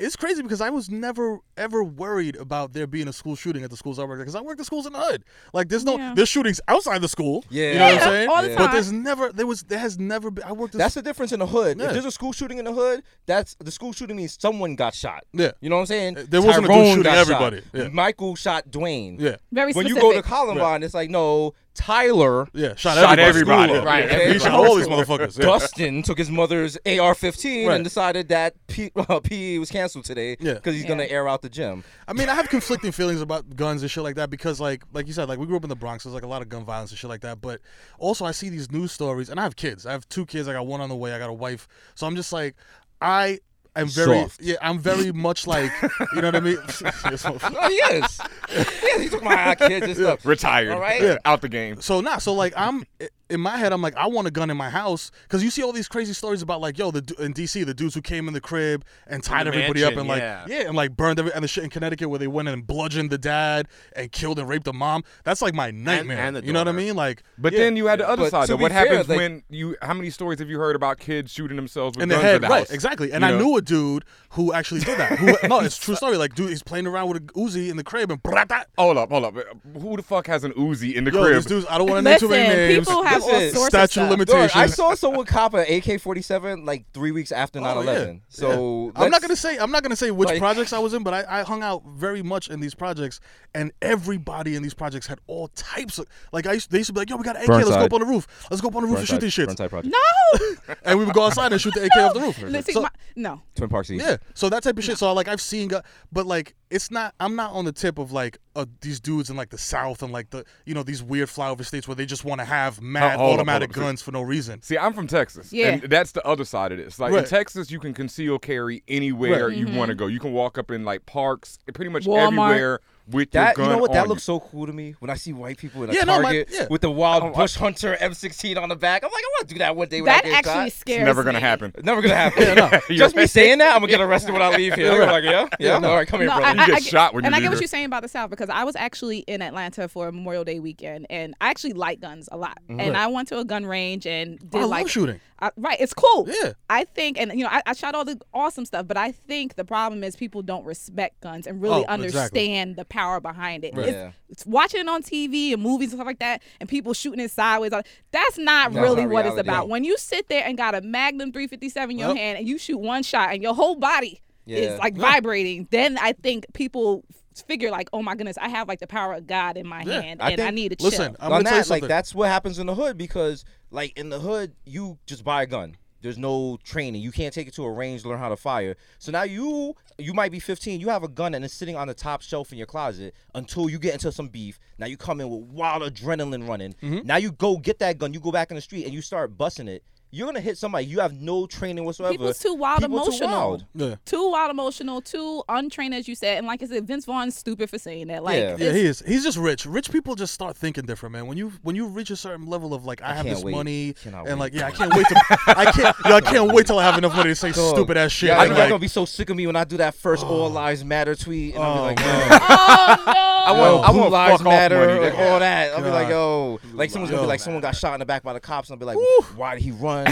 I: It's crazy because I was never ever worried about there being a school shooting at the schools I worked at because I worked at schools in the hood. Like there's no
B: Yeah.
I: there's shootings outside the school.
G: Yeah.
I: you know
G: Yeah,
I: what I'm saying.
G: all the
I: But
G: time.
I: there's never there was there has never been. I worked. At
G: That's the difference in the hood.
I: Yeah.
G: If there's a school shooting in the hood, that's the school shooting means someone got shot.
I: Yeah.
G: You know what I'm saying?
I: there wasn't a dude
G: Tyrone
I: shooting
G: got
I: everybody.
G: shot.
I: Yeah.
G: Michael shot Dwayne.
I: Yeah.
B: Very
G: When you go to
B: specific.
G: Columbine, it's like, no, Tyler
I: Yeah, shot
C: everybody.
G: School up.
C: Right,
G: Yeah,
C: everybody.
I: He shot all these motherfuckers, yeah.
G: Dustin took his mother's AR-15
I: Right.
G: and decided that P- PE was canceled today
I: Yeah.
G: because he's going to air out the gym.
I: I mean, I have conflicting feelings about guns and shit like that because, like, like you said, like we grew up in the Bronx. There's like a lot of gun violence and shit like that. But also, I see these news stories, and I have kids. I have two kids. I got one on the way. I got a wife. So I'm just like, I am very,
G: Soft.
I: yeah, I'm very much like, you know what I mean? Yes, so-
G: No, he is. yeah, he took my kids and stuff.
A: Retired.
G: All right?
I: Yeah.
A: Out the game.
I: So nah, so like I'm in my head, I'm like I want a gun in my house because you see all these crazy stories about like yo the du- in DC the dudes who came in the crib and tied
C: the
I: everybody up
C: mansion,
I: and like
C: yeah.
I: and like burned every and the shit in Connecticut where they went and bludgeoned the dad and killed and raped the mom. That's like my nightmare.
C: and the
I: you know what I
C: daughter.
I: mean? Like,
A: But
I: yeah.
A: then you had the other
G: But
A: side.
G: to
A: Though.
G: be
A: What
G: fair,
A: happens
G: like-
A: when you? How many stories have you heard about kids shooting themselves with
I: in the
A: guns
I: head,
A: at the
I: right?
A: house?
I: Exactly. And
A: You
I: I
A: know?
I: knew a dude who actually did that. Who, no, it's a true story. Like, dude, he's playing around with a Uzi in the crib and brat that.
A: Hold up, hold up. Who the fuck has an Uzi in the
I: Yo,
A: crib?
I: this dude's. I don't want to name too many
B: Listen,
I: names.
B: people have all
G: Listen,
B: sorts of
I: statute of
B: stuff.
I: limitations.
G: Dog, I saw someone cop an AK-47 like three weeks after 9/11. So
I: Oh, I'm not
G: let's-
I: gonna say I'm not gonna say which
G: Like-
I: projects I was in, but I, I hung out very much in these projects, and everybody in these projects had all types of like I used, they used to be like, yo, we got an AK, let's go
G: Burnside.
I: up on the roof, let's go up on the roof and shoot these shits,
G: Burnside Project.
B: No.
I: and we would go outside and shoot the AK off the roof.
B: Let's see,
I: So-
B: my, no.
G: Twin Parks East.
I: yeah, so that type of shit. So like I've seen, gu- but like it's not. I'm not on the tip of like uh, these dudes in like the South and like the you know these weird flyover states where they just want to have mad
A: hold up, hold
I: automatic
A: up.
I: guns for no reason.
A: See, I'm from Texas.
B: Yeah.
A: And that's the other side of this. Like in
I: Right.
A: Texas, you can conceal carry anywhere
I: Right.
A: you want to
G: Mm-hmm.
A: go. You can walk up in like parks, pretty much
B: Walmart.
A: everywhere with
G: That
A: your
G: you
A: gun
G: know what that
A: on
G: looks so cool to me when I see white people in a
I: Yeah, no, my-
G: Target
I: yeah.
G: with the wild bush hunter M16 on the back. I'm like, I want to do that one day. When I
B: Oh, That
G: get
B: actually
G: shot.
A: you.
B: scares
A: It's never gonna
B: me.
A: happen.
G: never gonna happen.
A: You're
G: Just me
A: right.
G: saying that, I'm gonna get arrested when I leave here. I'm like, yeah, yeah.
I: Yeah, no.
G: All right, come here,
B: No,
G: brother.
B: I,
A: You get
B: I
A: shot when
B: And
A: you
B: I
A: do
B: get what
A: that.
B: you're saying about the South because I was actually in Atlanta for Memorial Day weekend, and I actually like guns a lot.
A: Mm-hmm.
B: And I went to a gun range and did
I: I love
B: like
I: shooting.
B: I- right, it's cool.
I: Yeah.
B: I think, and you know, I, I shot all the awesome stuff, but I think the problem is people don't respect guns and really
I: Oh, exactly.
B: understand the power behind it.
I: Right.
B: It's,
G: Yeah.
B: it's watching it on TV and movies and stuff like that, and people shooting it sideways. all- That's not
G: No,
B: really
G: it's not
B: what it's
G: reality.
B: about.
G: No.
B: When you sit there and got a Magnum 357 in your
I: Yep.
B: hand and you shoot one shot and your whole body
G: Yeah.
B: is like vibrating, then I think people f- figure like, oh my goodness, I have like the power of God in my
I: Yeah,
B: hand,
G: I
B: and I
G: think-
B: need to chill.
I: Listen, I'm
G: on
I: gonna tell you
G: that,
I: something.
G: like that's what happens in the hood because, like in the hood, you just buy a gun. There's no training. You can't take it to a range, learn how to fire. So now you you might be 15. You have a gun and it's sitting on the top shelf in your closet until you get into some beef. Now you come in with wild adrenaline running.
I: Mm-hmm.
G: Now you go get that gun. You go back in the street and you start busting it. You're gonna hit somebody. You have no training whatsoever.
B: People's too wild
G: People too
B: emotional.
G: wild.
I: Yeah.
B: Too wild emotional, too untrained as you said. And like I said, Vince Vaughn's stupid for saying that. Like
G: Yeah.
I: Yeah, he is. He's just rich. Rich people just start thinking different, man. When you when you reach a certain level of like, I, have
G: can't
I: this
G: wait.
I: money,
G: Cannot
I: and
G: wait.
I: like, yeah, I can't wait to, I can't, yo, I can't wait till I have enough money to say stupid ass shit.
G: Yeah, I
I: and,
G: know
I: like,
G: gonna be so sick of me when I do that first All Lives Matter tweet, and I'll be like, man.
B: oh no.
G: I want, I
A: Blue
G: want
A: lives
G: lives
A: matter,
G: matter,
A: like,
G: like all that. I'll be like,
I: God.
G: yo, like someone's gonna
I: Yo.
G: be like, someone got shot in the back by the cops, and I'll be like, why did he run?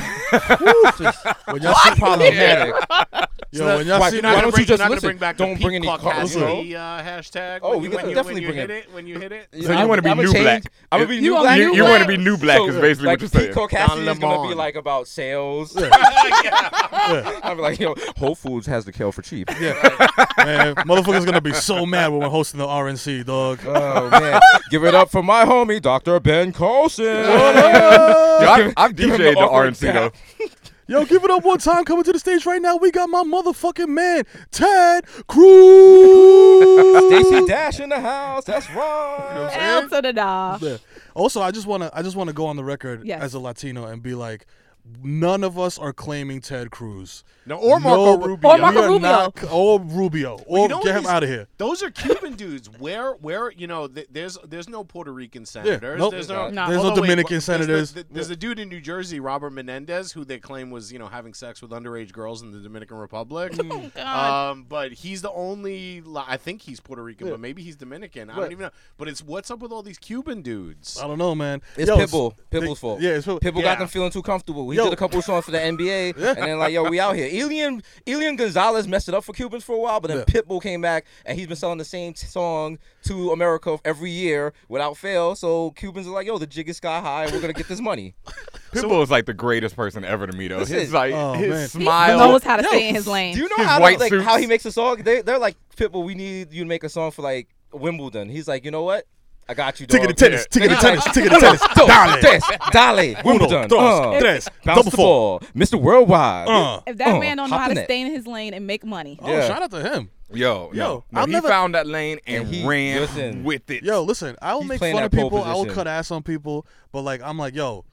I: when y'all see,
G: Problematic.
I: yo, when y'all
G: Why-
I: see,
C: Not
G: why
I: that-
C: gonna
G: don't
C: bring,
G: you just
C: not gonna
G: listen?
C: bring back
G: Don't
C: the
G: bring any
C: peacock
G: car-
C: Casualty, uh, hashtag.
G: Oh,
C: when
G: we
C: you,
G: can
C: when you-
G: definitely
C: when you
G: bring
C: hit
G: it.
C: it. When you hit it,
A: So you want to be
G: I'm
A: new black?
G: I'm gonna be
B: You
G: new
B: want
G: black.
B: new
A: You, want to
B: black?
A: be new black is basically
G: like,
A: what you're saying.
G: Peacock Cassidy
C: Don
G: is gonna be
C: Lemon.
G: like about sales. I'll be like, yo, Whole Foods has the kale for cheap.
I: man, motherfuckers gonna be so mad when we're hosting the RNC, dog.
G: Oh man, give it up for my homie, Dr. Ben Carlson.
A: Yo, I- I've
G: give him the
A: DJ'd the
G: awkward
A: RNC though.
I: Yo, give it up one time. Coming to the stage right now, we got my motherfucking man, Ted Cruz.
G: Stacy Dash in the house. That's right.
B: L to the dog.
I: Yeah. Also, I just wanna I just wanna go on the record
B: Yes.
I: as a Latino and be like, None of us are claiming Ted Cruz.
C: No, or Marco Rubio.
I: Or
C: Or Marco
I: Rubio.
C: Rubio.
I: or Rubio.
C: Well,
I: Or
C: you know
I: get
C: what
I: him
C: is-
I: out of here.
C: Those are Cuban dudes. Where, where, you know, th- there's there's no Puerto Rican senators.
I: nope.
C: There's no,
I: There's not. There's no
C: Although, wait,
I: Dominican
C: there's the-
I: senators.
C: th- there's a dude in New Jersey, Robert Menendez, who they claim was, you know, having sex with underage girls in the Dominican Republic.
B: Oh, God.
C: Um, but he's the only. li- I think he's Puerto Rican,
I: Yeah.
C: but maybe he's Dominican. I
I: Right.
C: don't even know. But it's what's up with all these Cuban dudes?
I: I don't know, man.
G: It's
I: Yo,
G: Pitbull.
I: they-
G: Pitbull's fault.
I: Yeah, it's Pitbull.
G: Pitbull
I: Yeah.
G: got them feeling too comfortable. He
I: Yo.
G: did a couple of songs for the NBA, and then like, yo, we out here. Elian Elian Gonzalez messed it up for Cubans for a while, but then Pitbull came back, and he's been selling the same t- song to America every year without fail. So Cubans are like, yo, the jig is sky high. We're gonna get this money.
A: Pitbull is like the greatest person ever to me, though.
G: Listen.
A: His like
G: Oh,
A: his
G: man. He
A: smile.
B: knows how to
G: Yo,
B: stay in his lane.
G: Do you know
A: His
G: how, to,
A: white
G: like, how
A: suits.
G: he makes a song? They, they're like, Pitbull, we need you to make a song for like Wimbledon. He's like, you know what? I got you, dog.
I: Ticket to tennis, ticket to
G: And
I: tennis,
G: he's like,
I: ticket to tennis.
G: Dos,
I: Dale.
G: tres, dale,
I: Uno,
G: Wimbledon,
I: dos,
G: uh,
I: tres,
G: bounce the
I: double four.
G: ball, Mr. Worldwide.
I: Uh,
B: If that
G: uh,
B: man don't know
G: hop
B: how
G: in
B: to
G: it.
B: stay in his lane and make money,
I: Oh, shout out to him.
A: Yo,
I: Yo,
A: yo,
I: I'll
A: he
I: never-
A: found that lane and,
G: And he-
A: ran
G: listen.
A: with it.
I: Yo, listen, I will
G: He's
I: make
G: playing
I: fun of
G: that pole
I: people. I will
G: position.
I: cut ass on people, but like I'm like, yo,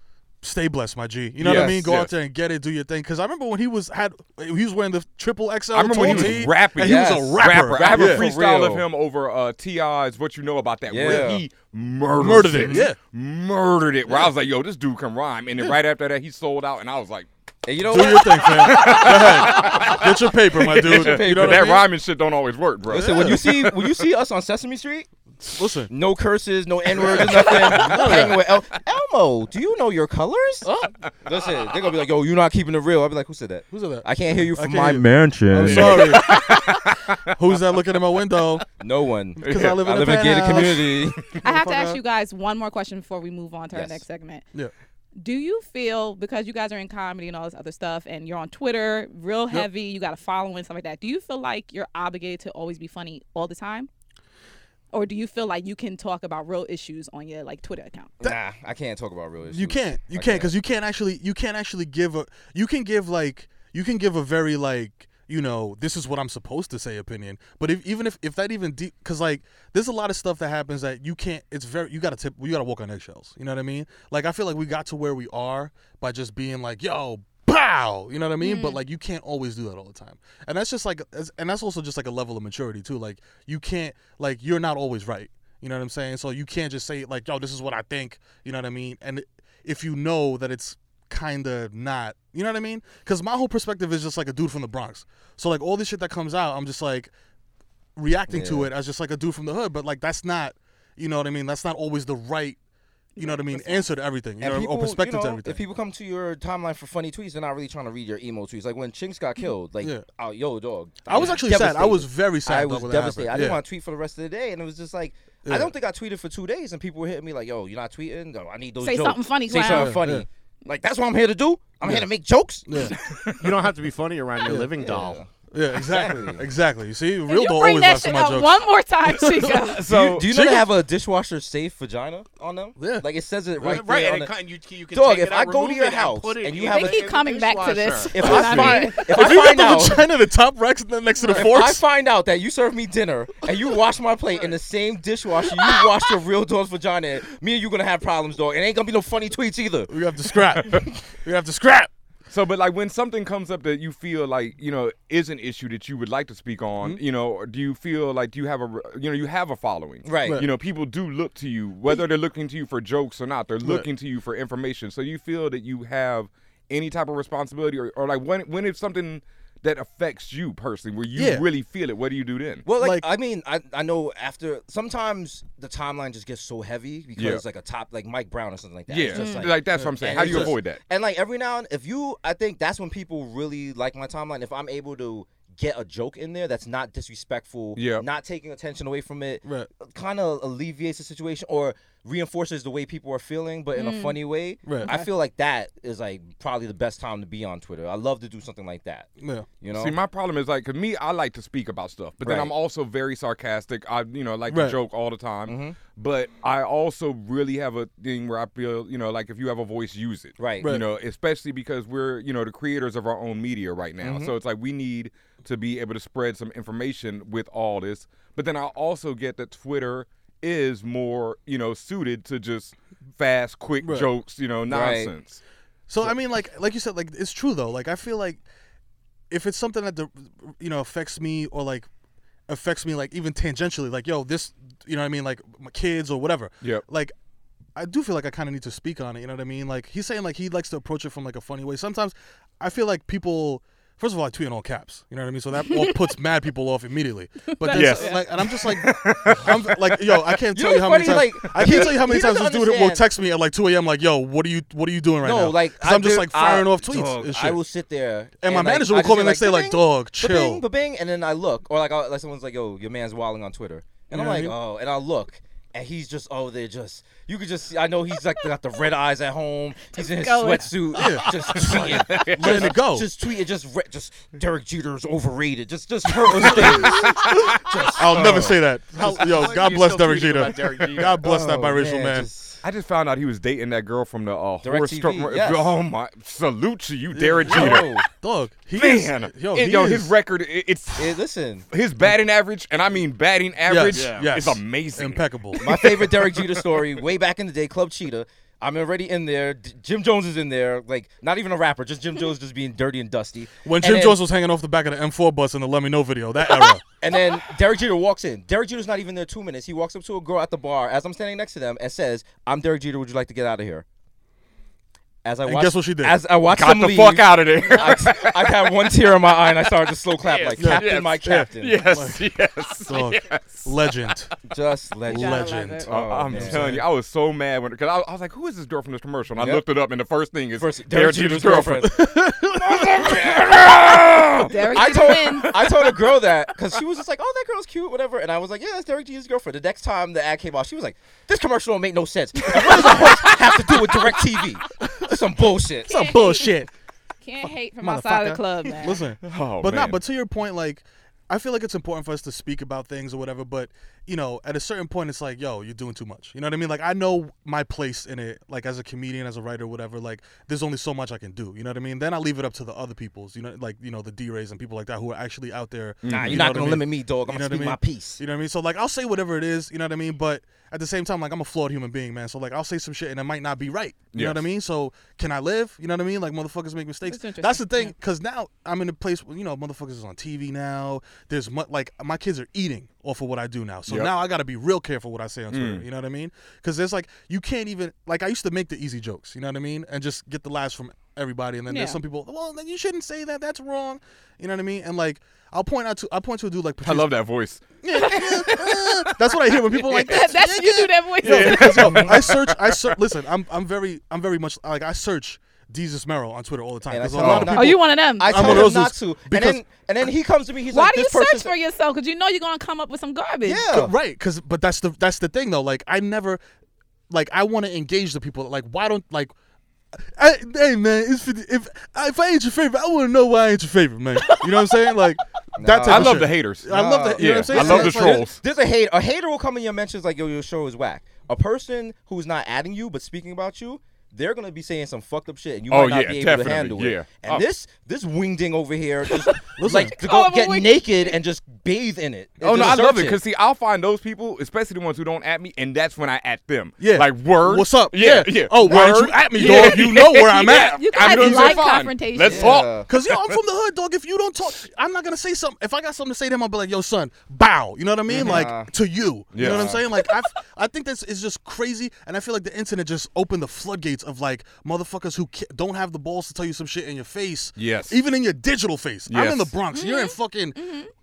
I: stay blessed, my G. You know what I
A: Yes,
I: mean? Go out
A: yes.
I: there and get it, do your thing. Because I remember when he was had he was wearing the triple XL.
A: I remember when he
I: tall
A: was
I: tee,
A: rapping.
I: and he was a
G: Yes.
I: rapper.
A: I have
I: Yeah.
A: a freestyle of
G: real.
A: him over uh, T.I.'s What You Know About That, where
G: Yeah.
A: he murdered,
I: Murdered it, yeah.
A: Murdered it. Where I was like, yo, this dude can rhyme. And then right after that, he sold out, and I was like,
G: And you know
I: Do
G: what?
I: your thing, fam. Go ahead. Get your paper, my dude.
G: your paper.
I: You know
A: but
I: what I
A: that
I: mean?
A: rhyming shit don't always work, bro.
G: Listen, when you see when you see us on Sesame Street,
I: Listen,
G: no curses, no N words, nothing. Hanging with El- Elmo, do you know your colors? Oh. Listen, they're gonna be like, yo, you're not keeping it real. I'll be like, who said that?
I: who's that?
G: I can't hear you
I: I
G: from
I: can't
G: my
I: hear you.
G: mansion.
I: I'm sorry. who's that looking at my window?
G: No one.
I: 'Cause I live in a
G: gated
I: penthouse.
G: community.
B: I have to ask
I: Motherfucker.
B: you guys one more question before we move on to our
G: Yes.
B: next segment.
I: Yeah.
B: Do you feel because you guys are in comedy and all this other stuff, and you're on Twitter real heavy, you got a following, stuff like that? Do you feel like you're obligated to always be funny all the time, or do you feel like you can talk about real issues on your like Twitter account?
G: nah, I can't talk about real issues.
I: You can't. You
G: I
I: can't because you can't actually. You can't actually give a. You can give like. You can give a very like. You know, this is what I'm supposed to say opinion. But if even if if that even deep, because like there's a lot of stuff that happens that you can't. It's very you gotta tip. You gotta walk on eggshells. You know what I mean? Like I feel like we got to where we are by just being like, yo. Pow, you know what I mean, but like you can't always do that all the time, and that's just like, that's- and that's also just like a level of maturity too. Like you can't, like you're not always right. You know what I'm saying? So you can't just say like, "Yo, this is what I think." You know what I mean? And if you know that it's kind of not, you know what I mean? Because my whole perspective is just like a dude from the Bronx. So like all this shit that comes out, I'm just like reacting to it as just like a dude from the hood. But like that's not, you know what I mean? That's not always the right, you know what I mean? Answer to everything, you
G: And
I: know, or
G: people, you
I: perspective
G: know,
I: to
G: If
I: everything.
G: people come to your timeline for funny tweets, they're not really trying to read your emo tweets. Like when Chinks got killed, like,
I: Mm-hmm. Yeah.
G: oh, yo, dog.
I: I was actually sad. I
G: devastated.
I: was very sad.
G: I
I: about
G: was
I: when that
G: devastated. I
I: happened.
G: didn't
I: Yeah.
G: want to tweet for the rest of the day, and it was just like
I: Yeah.
G: I don't think I tweeted for two days, and people were hitting me like, "Yo, you're not tweeting? No, I need those
B: Say
G: jokes.
B: something funny,
G: Say
B: clown."
G: something
B: Yeah,
G: funny.
I: yeah.
G: Like that's what I'm here to do. I'm here to make jokes.
C: You don't have to be funny around your living doll.
I: Yeah, exactly,
G: Exactly.
I: exactly. You see,
B: Can
I: real
B: you
I: dog
B: bring
I: always
B: that
I: laughs at
B: shit
I: my
B: up
I: jokes.
B: one more time, Chico?
A: so
G: do you know they have a dishwasher safe vagina on them?
I: Yeah.
G: Like it says it right,
C: Right,
G: there on
C: and, it
G: the-
C: cut- you, you can
G: Dog,
C: take it
G: if
C: out,
G: I go to
C: remove
G: your
C: it, and
G: house
C: put it
G: and you
C: in
G: have
B: they
G: a-
C: the-
B: keep coming back to this.
C: dishwasher.
G: If
B: You know
G: I
B: what I
G: find
B: mean?
G: if
I: If
G: I
I: you get
G: find
I: the
G: out
I: vagina, the top racks, and then next to the
G: if I
I: forks.
G: find out that you served me dinner and you wash my plate in the same dishwasher you washed your real dog's vagina, in, me and you gonna have problems, dog. It ain't gonna be no funny tweets either.
I: We have to scrap. we have to scrap.
A: So, but like when something comes up that you feel like you know is an issue that you would like to speak on,
G: Mm-hmm.
A: you know, or do you feel like you have a you know you have a following,
G: Right. Right.
A: You know, people do look to you, whether they're looking to you for jokes or not, they're looking to you for information. So you feel that you have any type of responsibility, or, or like when when it's something that affects you personally, where you
I: Yeah.
A: really feel it, what do you do then?
G: Well, like,
I: Like-
G: I mean, I, I know after sometimes the timeline just gets so heavy because
A: Yeah.
G: like a top like Mike Brown or something like that.
A: yeah, Mm.
G: It's just
A: like,
G: like, mm.
A: that's what I'm saying.
G: and
A: How do
G: it's
A: you
G: just-
A: avoid that?
G: And like every now and if you, I think that's when people really like my timeline. If I'm able to get a joke in there that's not disrespectful,
A: Yeah.
G: not taking attention away from it,
I: Right.
G: kind of alleviates the situation or reinforces the way people are feeling, but in a funny way.
I: Right.
G: I feel like that is like probably the best time to be on Twitter. I love to do something like that.
I: Yeah.
G: You know,
A: See, my problem is like, 'cause me, I like to speak about stuff, but then
G: Right.
A: I'm also very sarcastic. I, you know, like
I: Right.
A: to joke all the time,
G: Mm-hmm.
A: but I also really have a thing where I feel, you know, like if you have a voice, use it.
G: Right.
A: You
I: Right.
A: know, especially because we're, you know, the creators of our own media right now.
G: Mm-hmm.
A: So it's like we need to be able to spread some information with all this. But then I also get that Twitter is more, you know, suited to just fast, quick jokes, you know, nonsense.
I: So I mean, like like you said, like it's true though. Like I feel like if it's something that the you know affects me or like affects me like even tangentially, like yo, this you know what I mean, like my kids or whatever.
A: Yep.
I: Like I do feel like I kind of need to speak on it. You know what I mean? Like he's saying like he likes to approach it from like a funny way. Sometimes I feel like people. First of all, I tweet in all caps. You know what I mean? So that all puts mad people off immediately. But then,
D: Yes.
I: like, and I'm just like, I'm like, yo, I can't
G: You
I: tell
G: know
I: you how many
G: what's
I: times.
G: funny?
I: I
G: Like,
I: can't tell you how many
G: he
I: times this
G: doesn't
I: dude will
G: understand.
I: text me at like 2 a.m. Like, yo, what are you, what are you doing right now?
G: no, like
I: 'Cause I'm just
G: do-
I: like firing
G: I-
I: off tweets.
G: dog,
I: and shit.
G: I will sit there,
I: And, my
G: like,
I: manager
G: I
I: will
G: just
I: call me
G: hear,
I: and say like,
G: "Ba-bing,
I: dog,
G: ba-bing,
I: chill.
G: ba-bing," and then I look, or like, I'll, like someone's like, "Yo, your man's wilding on Twitter," and I'm
I: You know what I
G: like, "Oh," and I look. And he's just oh they're just you could just see I know he's like got the red eyes at home he's in his
I: Going.
G: sweatsuit
I: Yeah.
G: just
I: Just like,
G: tweeting
I: letting it go.
G: just tweeting just re- just Derek Jeter's overrated just just hurting things just,
I: I'll never
G: uh,
I: say that.
G: just-
I: Yo,
G: Like,
I: God
G: you're
I: bless
G: still
I: Derek
G: tweeting
I: Jeter.
G: about Derek Jeter.
I: God bless that
G: Oh,
I: biracial
G: man,
I: man.
A: I just found out he was dating that girl from the uh,
I: DirecTV,
A: horse truck.
I: yes.
A: Oh my! Salute to you, Derek
I: Yo,
A: Jeter.
I: dog, he is-
A: man,
I: yo,
A: it-
I: he
A: yo,
I: is-
A: his record. it- it's
G: listen,
A: his batting average, and I mean batting average,
G: Yeah.
A: is
G: Yes.
A: amazing,
I: impeccable.
G: My favorite Derek Jeter story way back in the day, Club Cheetah. I'm already in there. D- Jim Jones is in there. Like, not even a rapper, just Jim Jones just being dirty and dusty.
I: When
G: And
I: Jim
G: then-
I: Jones was hanging off the back of the M4 bus in the Let Me Know video, that era.
G: And then Derek Jeter walks in. Derek Jeter's not even there two minutes. He walks up to a girl at the bar as I'm standing next to them and says, I'm Derek Jeter. Would you like to get out of here? As I
I: And
G: watched,
I: guess what she did?
G: As I watched
I: Got
G: them
I: the
G: leave,
I: fuck outta there.
G: I, I had one tear in my eye and I started to slow clap like,
I: Yes,
G: Captain,
I: yes,
G: my
I: yes,
G: captain.
I: yes, yes, Dog, yes. legend.
G: Just legend.
I: Legend.
G: Oh,
A: Uh, I'm telling you, I was so mad when because I, I was like, "Who is this girl from this commercial?" And I
G: Yep.
A: looked it up, and the first thing is
G: First,
A: Derek
G: Derek
A: Jeter's
G: Jeter's
A: girlfriend.
G: Derek I
A: Jeter
G: told I told a girl that because she was just like, "Oh, that girl's cute, whatever," and I was like, "Yeah, that's Derek Jeter's girlfriend." The next time the ad came out, she was like, "This commercial don't make no sense. And what does a horse have to do with Direct TV? Some bullshit.
I: Some Oh, bullshit."
B: Can't hate from outside of the
I: Motherfucker.
B: club, man.
I: Listen,
A: Oh,
I: but
A: man.
I: not. But to your point, like, I feel like it's important for us to speak about things or whatever. But you know, at a certain point, it's like, yo, you're doing too much. You know what I mean? Like, I know my place in it. Like, as a comedian, as a writer, whatever. Like, there's only so much I can do. You know what I mean? Then I leave it up to the other people's. You know, like you know the D Rays and people like that who are actually out there.
G: Nah,
I: you
G: you're
I: know
G: not
I: what I
G: gonna
I: mean?
G: limit me, dog. I'm gonna
I: You know what I
G: speak my
I: mean?
G: piece.
I: You know what I mean? So like, I'll say whatever it is. You know what I mean? But at the same time, like, I'm a flawed human being, man. So like, I'll say some shit and it might not be right. You know what I
A: Yes.
I: mean? So can I live? You know what I mean? Like motherfuckers make mistakes.
A: That's interesting,
I: That's the thing, because now I'm in a place where you know motherfuckers is on TV now. There's mu- like my kids are eating off of what I do now, so
A: Yep.
I: now I got to be real careful what I say on Twitter.
G: Mm.
I: You know what I mean? Because there's like you can't even like I used to make the easy jokes. You know what I mean? And just get the laughs from everybody. And then there's
F: Yeah.
I: some people, well, then you shouldn't say that. That's wrong. You know what I mean? And like I'll point out to I point to a dude like
A: I
I: Patrice-
A: love that voice.
I: that's what I hear when people are like
B: That's- you do that voice.
I: Yo, because, yo, I search. I search. Listen, I'm I'm very I'm very much like I search Jesus Merrill on Twitter all the time.
G: And I
I: There's a
G: tell
I: lot
G: him
I: of
G: not-
I: people,
B: Oh, you one of them.
G: I
I: I'm
G: told
I: one of
G: him
I: those
G: not
I: dudes
G: to, and
I: because-
G: then and then he comes to me. He's
B: Why
G: like,
B: do you
G: "This
B: search
G: person's
B: for yourself? Because you know you're gonna come up with some garbage.
I: C- right because but that's the that's the thing though like i never like i want to engage the people like why don't like I, hey man, it's 50, if uh, if I ain't your favorite, I want to know why I ain't your favorite, man. You know what I'm saying? Like that.
A: Nah.
I: Type
A: I
I: of
A: love
I: shit.
A: the haters.
I: I love that. You know what I'm saying?
A: I love the
I: It's like-
A: trolls.
G: There's a hate. A hater will come in your mentions like, "Yo, your show is whack." A person who's not adding you but speaking about you, they're gonna be saying some fucked up shit, and you
A: Oh,
G: might not
A: yeah,
G: be able
A: definitely,
G: to handle it.
A: yeah.
G: And
A: Oh.
G: this this wingding over here, just, like to
A: Oh,
G: go
A: I'm a
G: get
A: wing-
G: naked and just bathe in it.
A: Oh
G: and
A: no, I
G: just
A: love it
G: search
A: because see, I'll find those people, especially the ones who don't at me, and that's when I at them.
I: Yeah.
A: like word.
I: What's up?
A: Yeah,
I: Yeah.
A: yeah.
I: Oh, why ain't
A: Word.
I: you at me,
A: Yeah.
I: dog? You know where I'm
A: Yeah.
I: at. You
A: I'm
I: guys
A: doing
I: like
A: fine.
I: confrontation.
A: Let's
I: Yeah.
A: talk.
I: Cause yo, I'm from the hood, dog. If you don't talk, I'm not gonna say something. If I got something to say to him, I'll be like, "Yo, son, bow." You know what I mean?
G: Mhm. Nah.
I: Like to you. You know what I'm
G: Yeah.
I: saying? Like I, I think that's is just crazy, and I feel like the internet just opened the floodgates of like motherfuckers who ca- don't have the balls to tell you some shit in your face.
A: Yes.
I: Even in your digital face. I'm
A: Yes.
I: in the Bronx. You're in fucking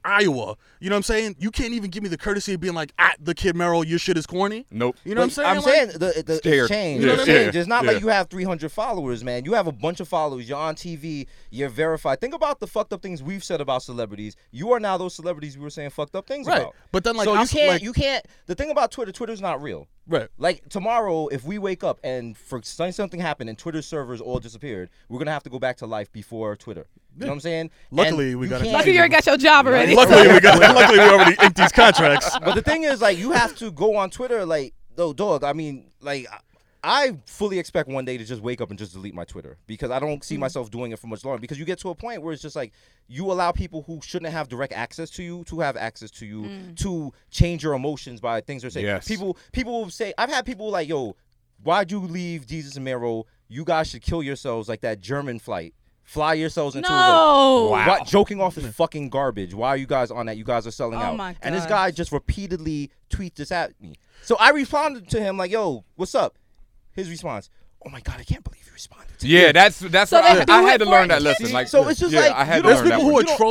I: Iowa. You know what I'm saying? You can't even give me the courtesy of being like, "At the kid Merrill, your shit is corny."
A: Nope.
I: You know what I'm saying?
G: I'm
I: Like-
G: saying the, the
I: Scared.
G: it's changed.
I: Yeah,
G: It's
I: yeah,
G: changed. It's not
I: yeah.
G: like you have 300 followers, man. You have a bunch of followers. You're on TV. You're verified. Think about the fucked up things we've said about celebrities. You are now those celebrities we were saying fucked up things
I: Right.
G: about.
I: But then, like,
G: so
I: I'm
G: you
I: s-
G: can't.
I: like-
G: you can't. The thing about Twitter, Twitter's not real.
I: Right.
G: Like tomorrow, if we wake up and for some- something happened and Twitter servers all disappeared, we're gonna have to go back to life before Twitter. You know what I'm saying?
I: Luckily,
G: And
I: we
G: you
I: got a
G: can't-
B: Lucky you already got your job already.
I: Luckily, we got. luckily, we already inked these contracts.
G: but the thing is, like, you have to go on Twitter, like, though, dog. I mean, like, I- I fully expect one day to just wake up and just delete my Twitter because I don't see
K: Mhm.
G: myself doing it for much longer. Because you get to a point where it's just like you allow people who shouldn't have direct access to you to have access to you
K: Mm.
G: to change your emotions by things they're saying.
A: Yes.
G: People, people will say, I've had people like, yo, why'd you leave Jesus and Mero? you guys should kill yourselves like that German flight. Fly yourselves into
B: No.
G: a lake.
B: Wow.
G: What- joking off is fucking garbage. Why are you guys on that? You guys are selling
B: Oh
G: out.
B: my
G: And this
B: gosh.
G: guy just repeatedly tweet this at me. So I responded to him like, "Yo, what's up?" His response, "Oh my god, I can't believe you responded." to
A: Yeah,
G: this."
A: that's that's what I, I had to learn that lesson. Like,
G: so it's just
A: yeah,
G: like
A: I had
G: you
A: to
G: don't-
A: learn that one.
G: you don't- you know what I'm saying? So I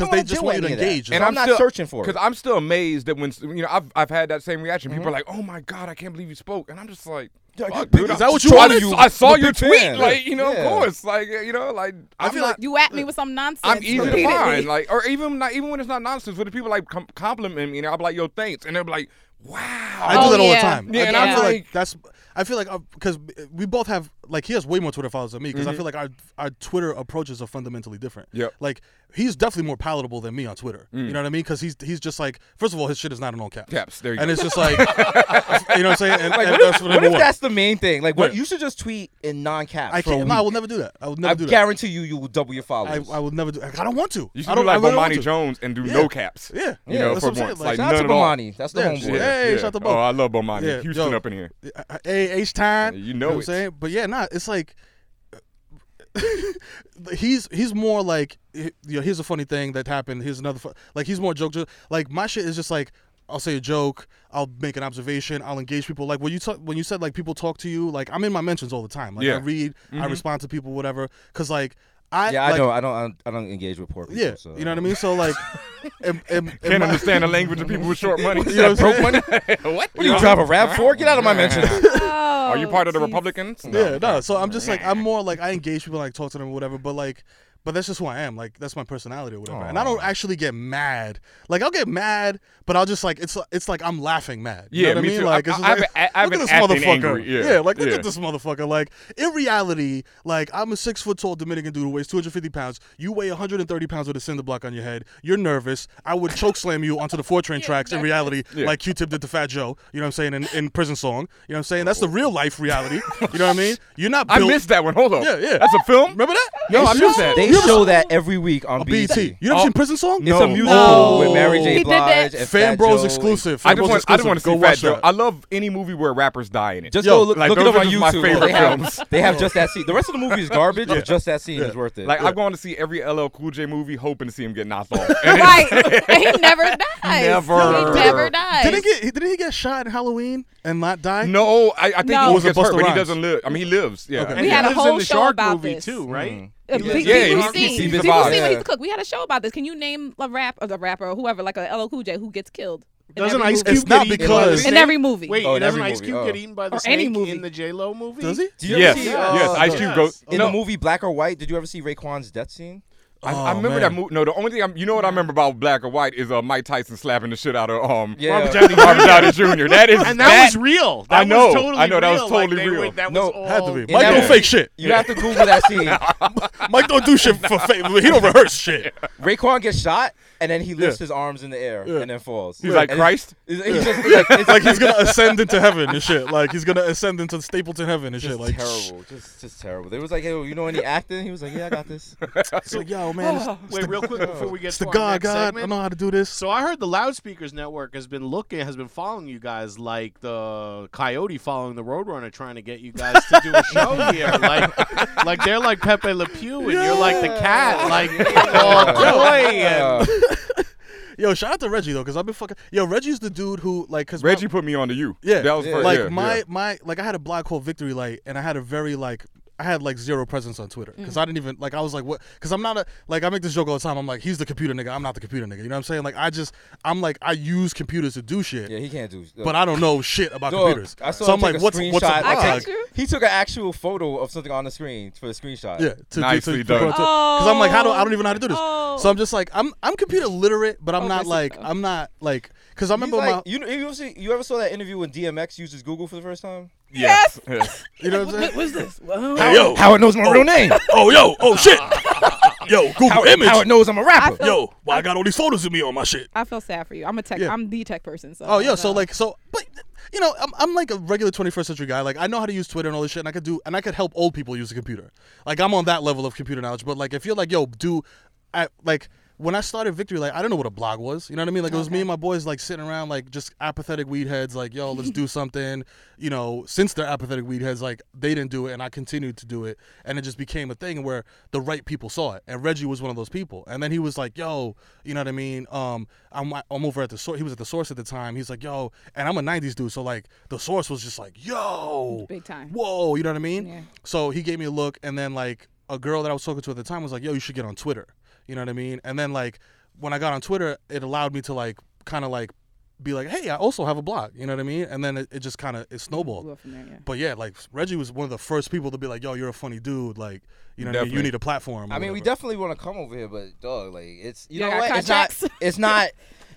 G: don't wanna do any of that. And I'm, not
A: still,
G: searching for it.
A: because I'm still amazed that when you know I've I've had that same reaction. People are like, "Oh my god, I can't believe you spoke," and I'm just like.
G: you're
A: "Fuck,
G: big-
A: dude,
G: is
A: I was
G: that what you
A: trying
G: are?
A: to-
G: You
A: I saw
G: big
A: your
G: fan.
A: tweet, like you know,
G: Yeah.
A: of course, like you know, like I'm
B: feel
A: not-
B: like you at me with some nonsense.
A: I'm easy to
B: repeatedly.
A: find, like, or even not even when it's not nonsense. When the people like com- compliment me, and I'll be like, "Yo, thanks," and they'll be like, "Wow."
I: I do that all the time.
A: Oh, Yeah,
I: I,
A: and
I: I
A: I'm
I: feel
A: like,
I: like that's. I feel like because we both have like he has way more Twitter followers than me because I
A: Mhm.
I: feel like our our Twitter approaches are fundamentally different.
A: Yep.
I: Like he's definitely more palatable than me on Twitter.
A: Mm.
I: You know what I mean? Because he's he's just like first of all his shit is not in all caps.
A: Caps, there you
I: and
A: go.
I: it's just like you know what I'm saying. And,
G: Like,
I: and
G: what if,
I: that's
G: what
I: number
G: if
I: one.
G: that's the main thing? Like, what
I: Yeah.
G: you should just tweet in non-caps.
I: I
G: for a
I: can't. No, I
G: week.
I: will never do that. I will never
G: I
I: do that.
G: guarantee you, you will double your
I: I,
G: followers.
I: I would never do. I don't want to.
A: You should
I: I
A: do
I: don't
A: like
I: I really don't want
A: Bomani
I: to.
A: Jones and do
I: Yeah.
A: no caps.
I: Yeah.
A: you
I: Yeah,
A: know,
I: that's
A: for
I: what I'm saying.
A: once,
I: Like,
A: like,
I: shout out
A: none
I: to
A: at all.
I: Bomani. That's the
A: Yeah,
I: homeboy.
A: yeah,
I: Hey,
A: yeah.
I: shout out to
A: Oh,
I: Bo.
A: I love Bomani.
I: Yeah,
A: Houston
I: yo.
A: up in here.
I: Uh, A H time.
A: you know
I: what I'm
A: it.
I: saying? But yeah, nah, it's like he's he's more like you know, here's a funny thing that happened. Here's another fu- like he's more joke. Like my shit is just like I'll say a joke, I'll make an observation, I'll engage people. Like when you talk, when you said like people talk to you, like I'm in my mentions all the time. Like
G: Yeah.
I: I read, I
A: Mm-hmm.
G: Mhm.
I: respond to people, whatever. Cause like I
G: yeah, I
I: like,
G: don't, I don't, I don't, I don't engage with poor people.
I: Yeah,
G: so.
I: you know what I mean. So like, am, am, am
A: Can't
I: I-
A: understand the language of people with short money.
I: You know what I'm
A: Broke money.
I: saying?
A: What?
G: What do you drive a rap for? Get out of my mention.
B: Oh,
A: Are you part of the Republicans?
I: Yeah, no. So I'm just like I'm more like I engage people, like talk to them, or whatever. But like, but that's just who I am. Like that's my personality or whatever. And I don't actually get mad. Like I'll get mad, but I'll just like it's it's like I'm laughing mad. You
A: Yeah,
I: know what
A: me
I: I mean?
A: too.
I: Like
A: I-
I: it's just
A: I- I've
I: like,
A: been- I've
I: look
A: been
I: at this
A: acting
I: motherfucker.
A: angry, yeah,
I: like look
A: yeah.
I: at this motherfucker. Like in reality, like I'm a six foot tall Dominican dude who weighs 250 pounds. You weigh 130 pounds with a cinder block on your head. You're nervous. I would choke slam you onto the four train tracks in reality,
A: Yeah.
I: like Q-Tip did to Fat Joe. You know what I'm saying? In, in prison song. You know what I'm saying? That's the real life reality. You know what I mean? You're not.
A: Oh. I
I: Built-
A: missed that one. Hold on.
I: Yeah, yeah.
A: That's a film.
I: Remember that?
A: No, I missed that.
G: They
A: You ever-
G: show that every week on
I: BET. You never
A: Oh.
I: seen Prison Song?
G: It's a musical with Mary J. Blige. and
I: Fan
G: Fat
I: Bros
G: Joe.
I: exclusive.
A: I just
I: Fan Bros
A: want. I just want to
I: exclusive. Go
A: see Fat
I: watch
A: Joe.
I: that.
A: I love any movie where rappers die in it.
G: Just go look,
A: like,
G: look it
A: those
G: up on
A: are just
G: YouTube.
A: My
G: they
A: favorite
G: have,
A: films.
G: They have just that scene. The rest of the movie is garbage, but just that scene is worth it.
A: Like I'm going to see every LL Cool J movie, hoping to see him get knocked off.
B: right. And he never dies.
A: Never.
B: He never dies.
I: Didn't he get? he- Didn't he get shot in Halloween and not die?
A: No, I, I think
B: No.
A: he
B: Or
A: was
I: was it
A: gets hurt,
I: Busta
A: but he
I: Rhymes?
A: doesn't live. I mean, he lives. Yeah,
I: Okay.
B: we
A: Yeah.
B: had a
K: lives in
B: whole
K: the
B: show
K: shark
B: about
K: movie
B: this.
K: too, right?
B: Uh,
A: He
B: pe-
A: lives-
B: people
A: yeah, he-
B: see,
A: he- he's
B: people
A: survived.
B: see what
A: Yeah.
B: he's cooked. We had a show about this. Can you name a rap, a rapper or whoever, like a LL Cool J, who gets killed? in
K: Doesn't
B: every
K: Ice
B: movie?
I: It's
K: Cube
I: not
K: get eaten by
I: because-
K: the
I: In
K: snake?
B: every movie.
K: Wait,
G: Oh, in
K: doesn't
G: every
K: Ice
G: movie,
K: Cube
G: oh.
K: get eaten by the
B: Or
K: snake
B: any movie.
K: in the J Lo movie?
I: Does he?
G: Did you
A: Yes,
G: ever see, uh,
A: yes. Ice Cube
K: yes.
A: goes.
G: in
A: no,
G: the movie Black or White? Did you ever see Raekwon's death scene?
A: I, I
I: Oh,
A: remember
I: man.
A: that movie. No, the only thing I'm, you know what I remember about Black or White is uh, Mike Tyson slapping the shit out of um
G: Yeah.
A: Robert Downey, Robert Downey Jr. That is
K: And that, was real. That
A: I know,
K: Was totally
A: I know, that was
K: real. Like,
A: totally
K: they were-
A: real.
K: that
G: No,
K: was all,
I: Had to be.
G: In
I: Mike
G: that
I: don't
G: movie.
I: fake shit.
G: You have to Google that scene.
I: Mike don't do shit for fake. He don't rehearse shit.
G: Raekwon gets shot, and then he lifts his arms in the air and then falls.
A: He's like
G: And
A: Christ.
G: It's, it's, it's just, it's like, it's
I: Like he's gonna ascend into heaven and shit. Like he's gonna ascend into Stapleton heaven and shit.
G: just
I: Like
G: terrible. Just, just terrible. They was like, "Yo, you know any acting?" He was like, "Yeah, I got this."
I: It's like, yo, man, it's, it's
K: Wait,
I: the,
K: real quick before we get
I: it's the
K: to our
I: God,
K: next
I: God. I
K: segment.
I: know how to do this.
K: So I heard the Loudspeakers Network has been looking, has been following you guys like the coyote following the Roadrunner, trying to get you guys to do a show here. Like, like they're like Pepe Le Pew, and you're like the cat, like all joy. And,
I: Yo, shout out to Reggie though, because I've been fucking. Yo, Reggie's the dude who like, cause my-
A: Reggie put me on to you.
I: Yeah,
A: that was
G: Yeah.
A: first.
I: like
A: yeah,
I: my
A: yeah.
I: my like I had a black hole victory light, and I had a very like I had like zero presence on
G: Mm.
I: Twitter because I didn't even like I was like what because I'm not a like I make this joke all the time. I'm like he's the computer nigga. I'm not the computer nigga. You know what I'm saying? Like I just I'm like I use computers to do shit,
G: Yeah, he can't do. uh,
I: but I don't know shit about
G: Dog,
I: computers.
G: I saw
I: so
G: him
I: I'm
G: take
I: like
G: a
I: what's
G: screenshot.
I: what's uh, a
G: I
I: blog?
B: text you?
G: He took an actual photo of something on the screen for the screenshot.
I: Yeah, to,
A: Nicely done.
I: Because I'm like, how do I don't
B: Oh.
I: even know how to do this.
B: Oh.
I: So I'm just like, I'm I'm computer literate, but I'm
B: Oh,
I: not
B: that's
I: like
B: it, though.
I: I'm not like because I
G: He's
I: remember
G: like,
I: my
G: you, know, you, ever see, you ever saw that interview when DMX uses Google for the first time?
A: yes. yes.
I: you know what I'm saying.
B: What's this? Well,
I: Hey, yo,
G: How it knows my real name.
I: oh yo, oh shit, yo Google image.
G: How it knows I'm a
B: I
G: rapper.
B: feel,
I: Yo, why I got all these photos of me on my shit?
B: I feel sad for you. I'm a tech.
I: Yeah.
B: I'm the tech person. So uh,
I: Oh, yeah.
B: I
I: So
B: know.
I: like, so but you know, I'm, I'm like a regular 21st century guy. Like I know how to use Twitter and all this shit, and I could do and I could help old people use a computer. Like I'm on that level of computer knowledge. But like, if you're like, yo, do, I like. when I started Victory, like I didn't know what a blog was. You know what I mean? Like it was me and my boys like sitting around like just apathetic weed heads, like, yo, let's do something. You know, since they're apathetic weed heads, like they didn't do it and I continued to do it. And it just became a thing where the right people saw it. And Reggie was one of those people. And then he was like, yo, you know what I mean? Um, I'm I'm over at the source he was at the source at the time. He's like, yo, and I'm a nineties dude, so like the source was just like, yo
B: Big time.
I: Whoa, you know what I mean?
B: Yeah.
I: So he gave me a look, and then like a girl that I was talking to at the time was like, "Yo, you should get on Twitter." You know what I mean? And then like when I got on Twitter, it allowed me to like kind of like be like, "Hey, I also have a blog." You know what I mean? And then it, it just kind of it snowballed.
B: Blew up from there, yeah.
I: But yeah, like Reggie was one of the first people to be like, "Yo, you're a funny dude." Like you know, what I mean? you
G: Definitely.
I: need a platform. or
G: I mean, we
I: whatever.
G: definitely want to come over here, but dog, like it's you
B: Y'all
G: know
B: got
G: what? It's not,
B: contracts?
G: it's not.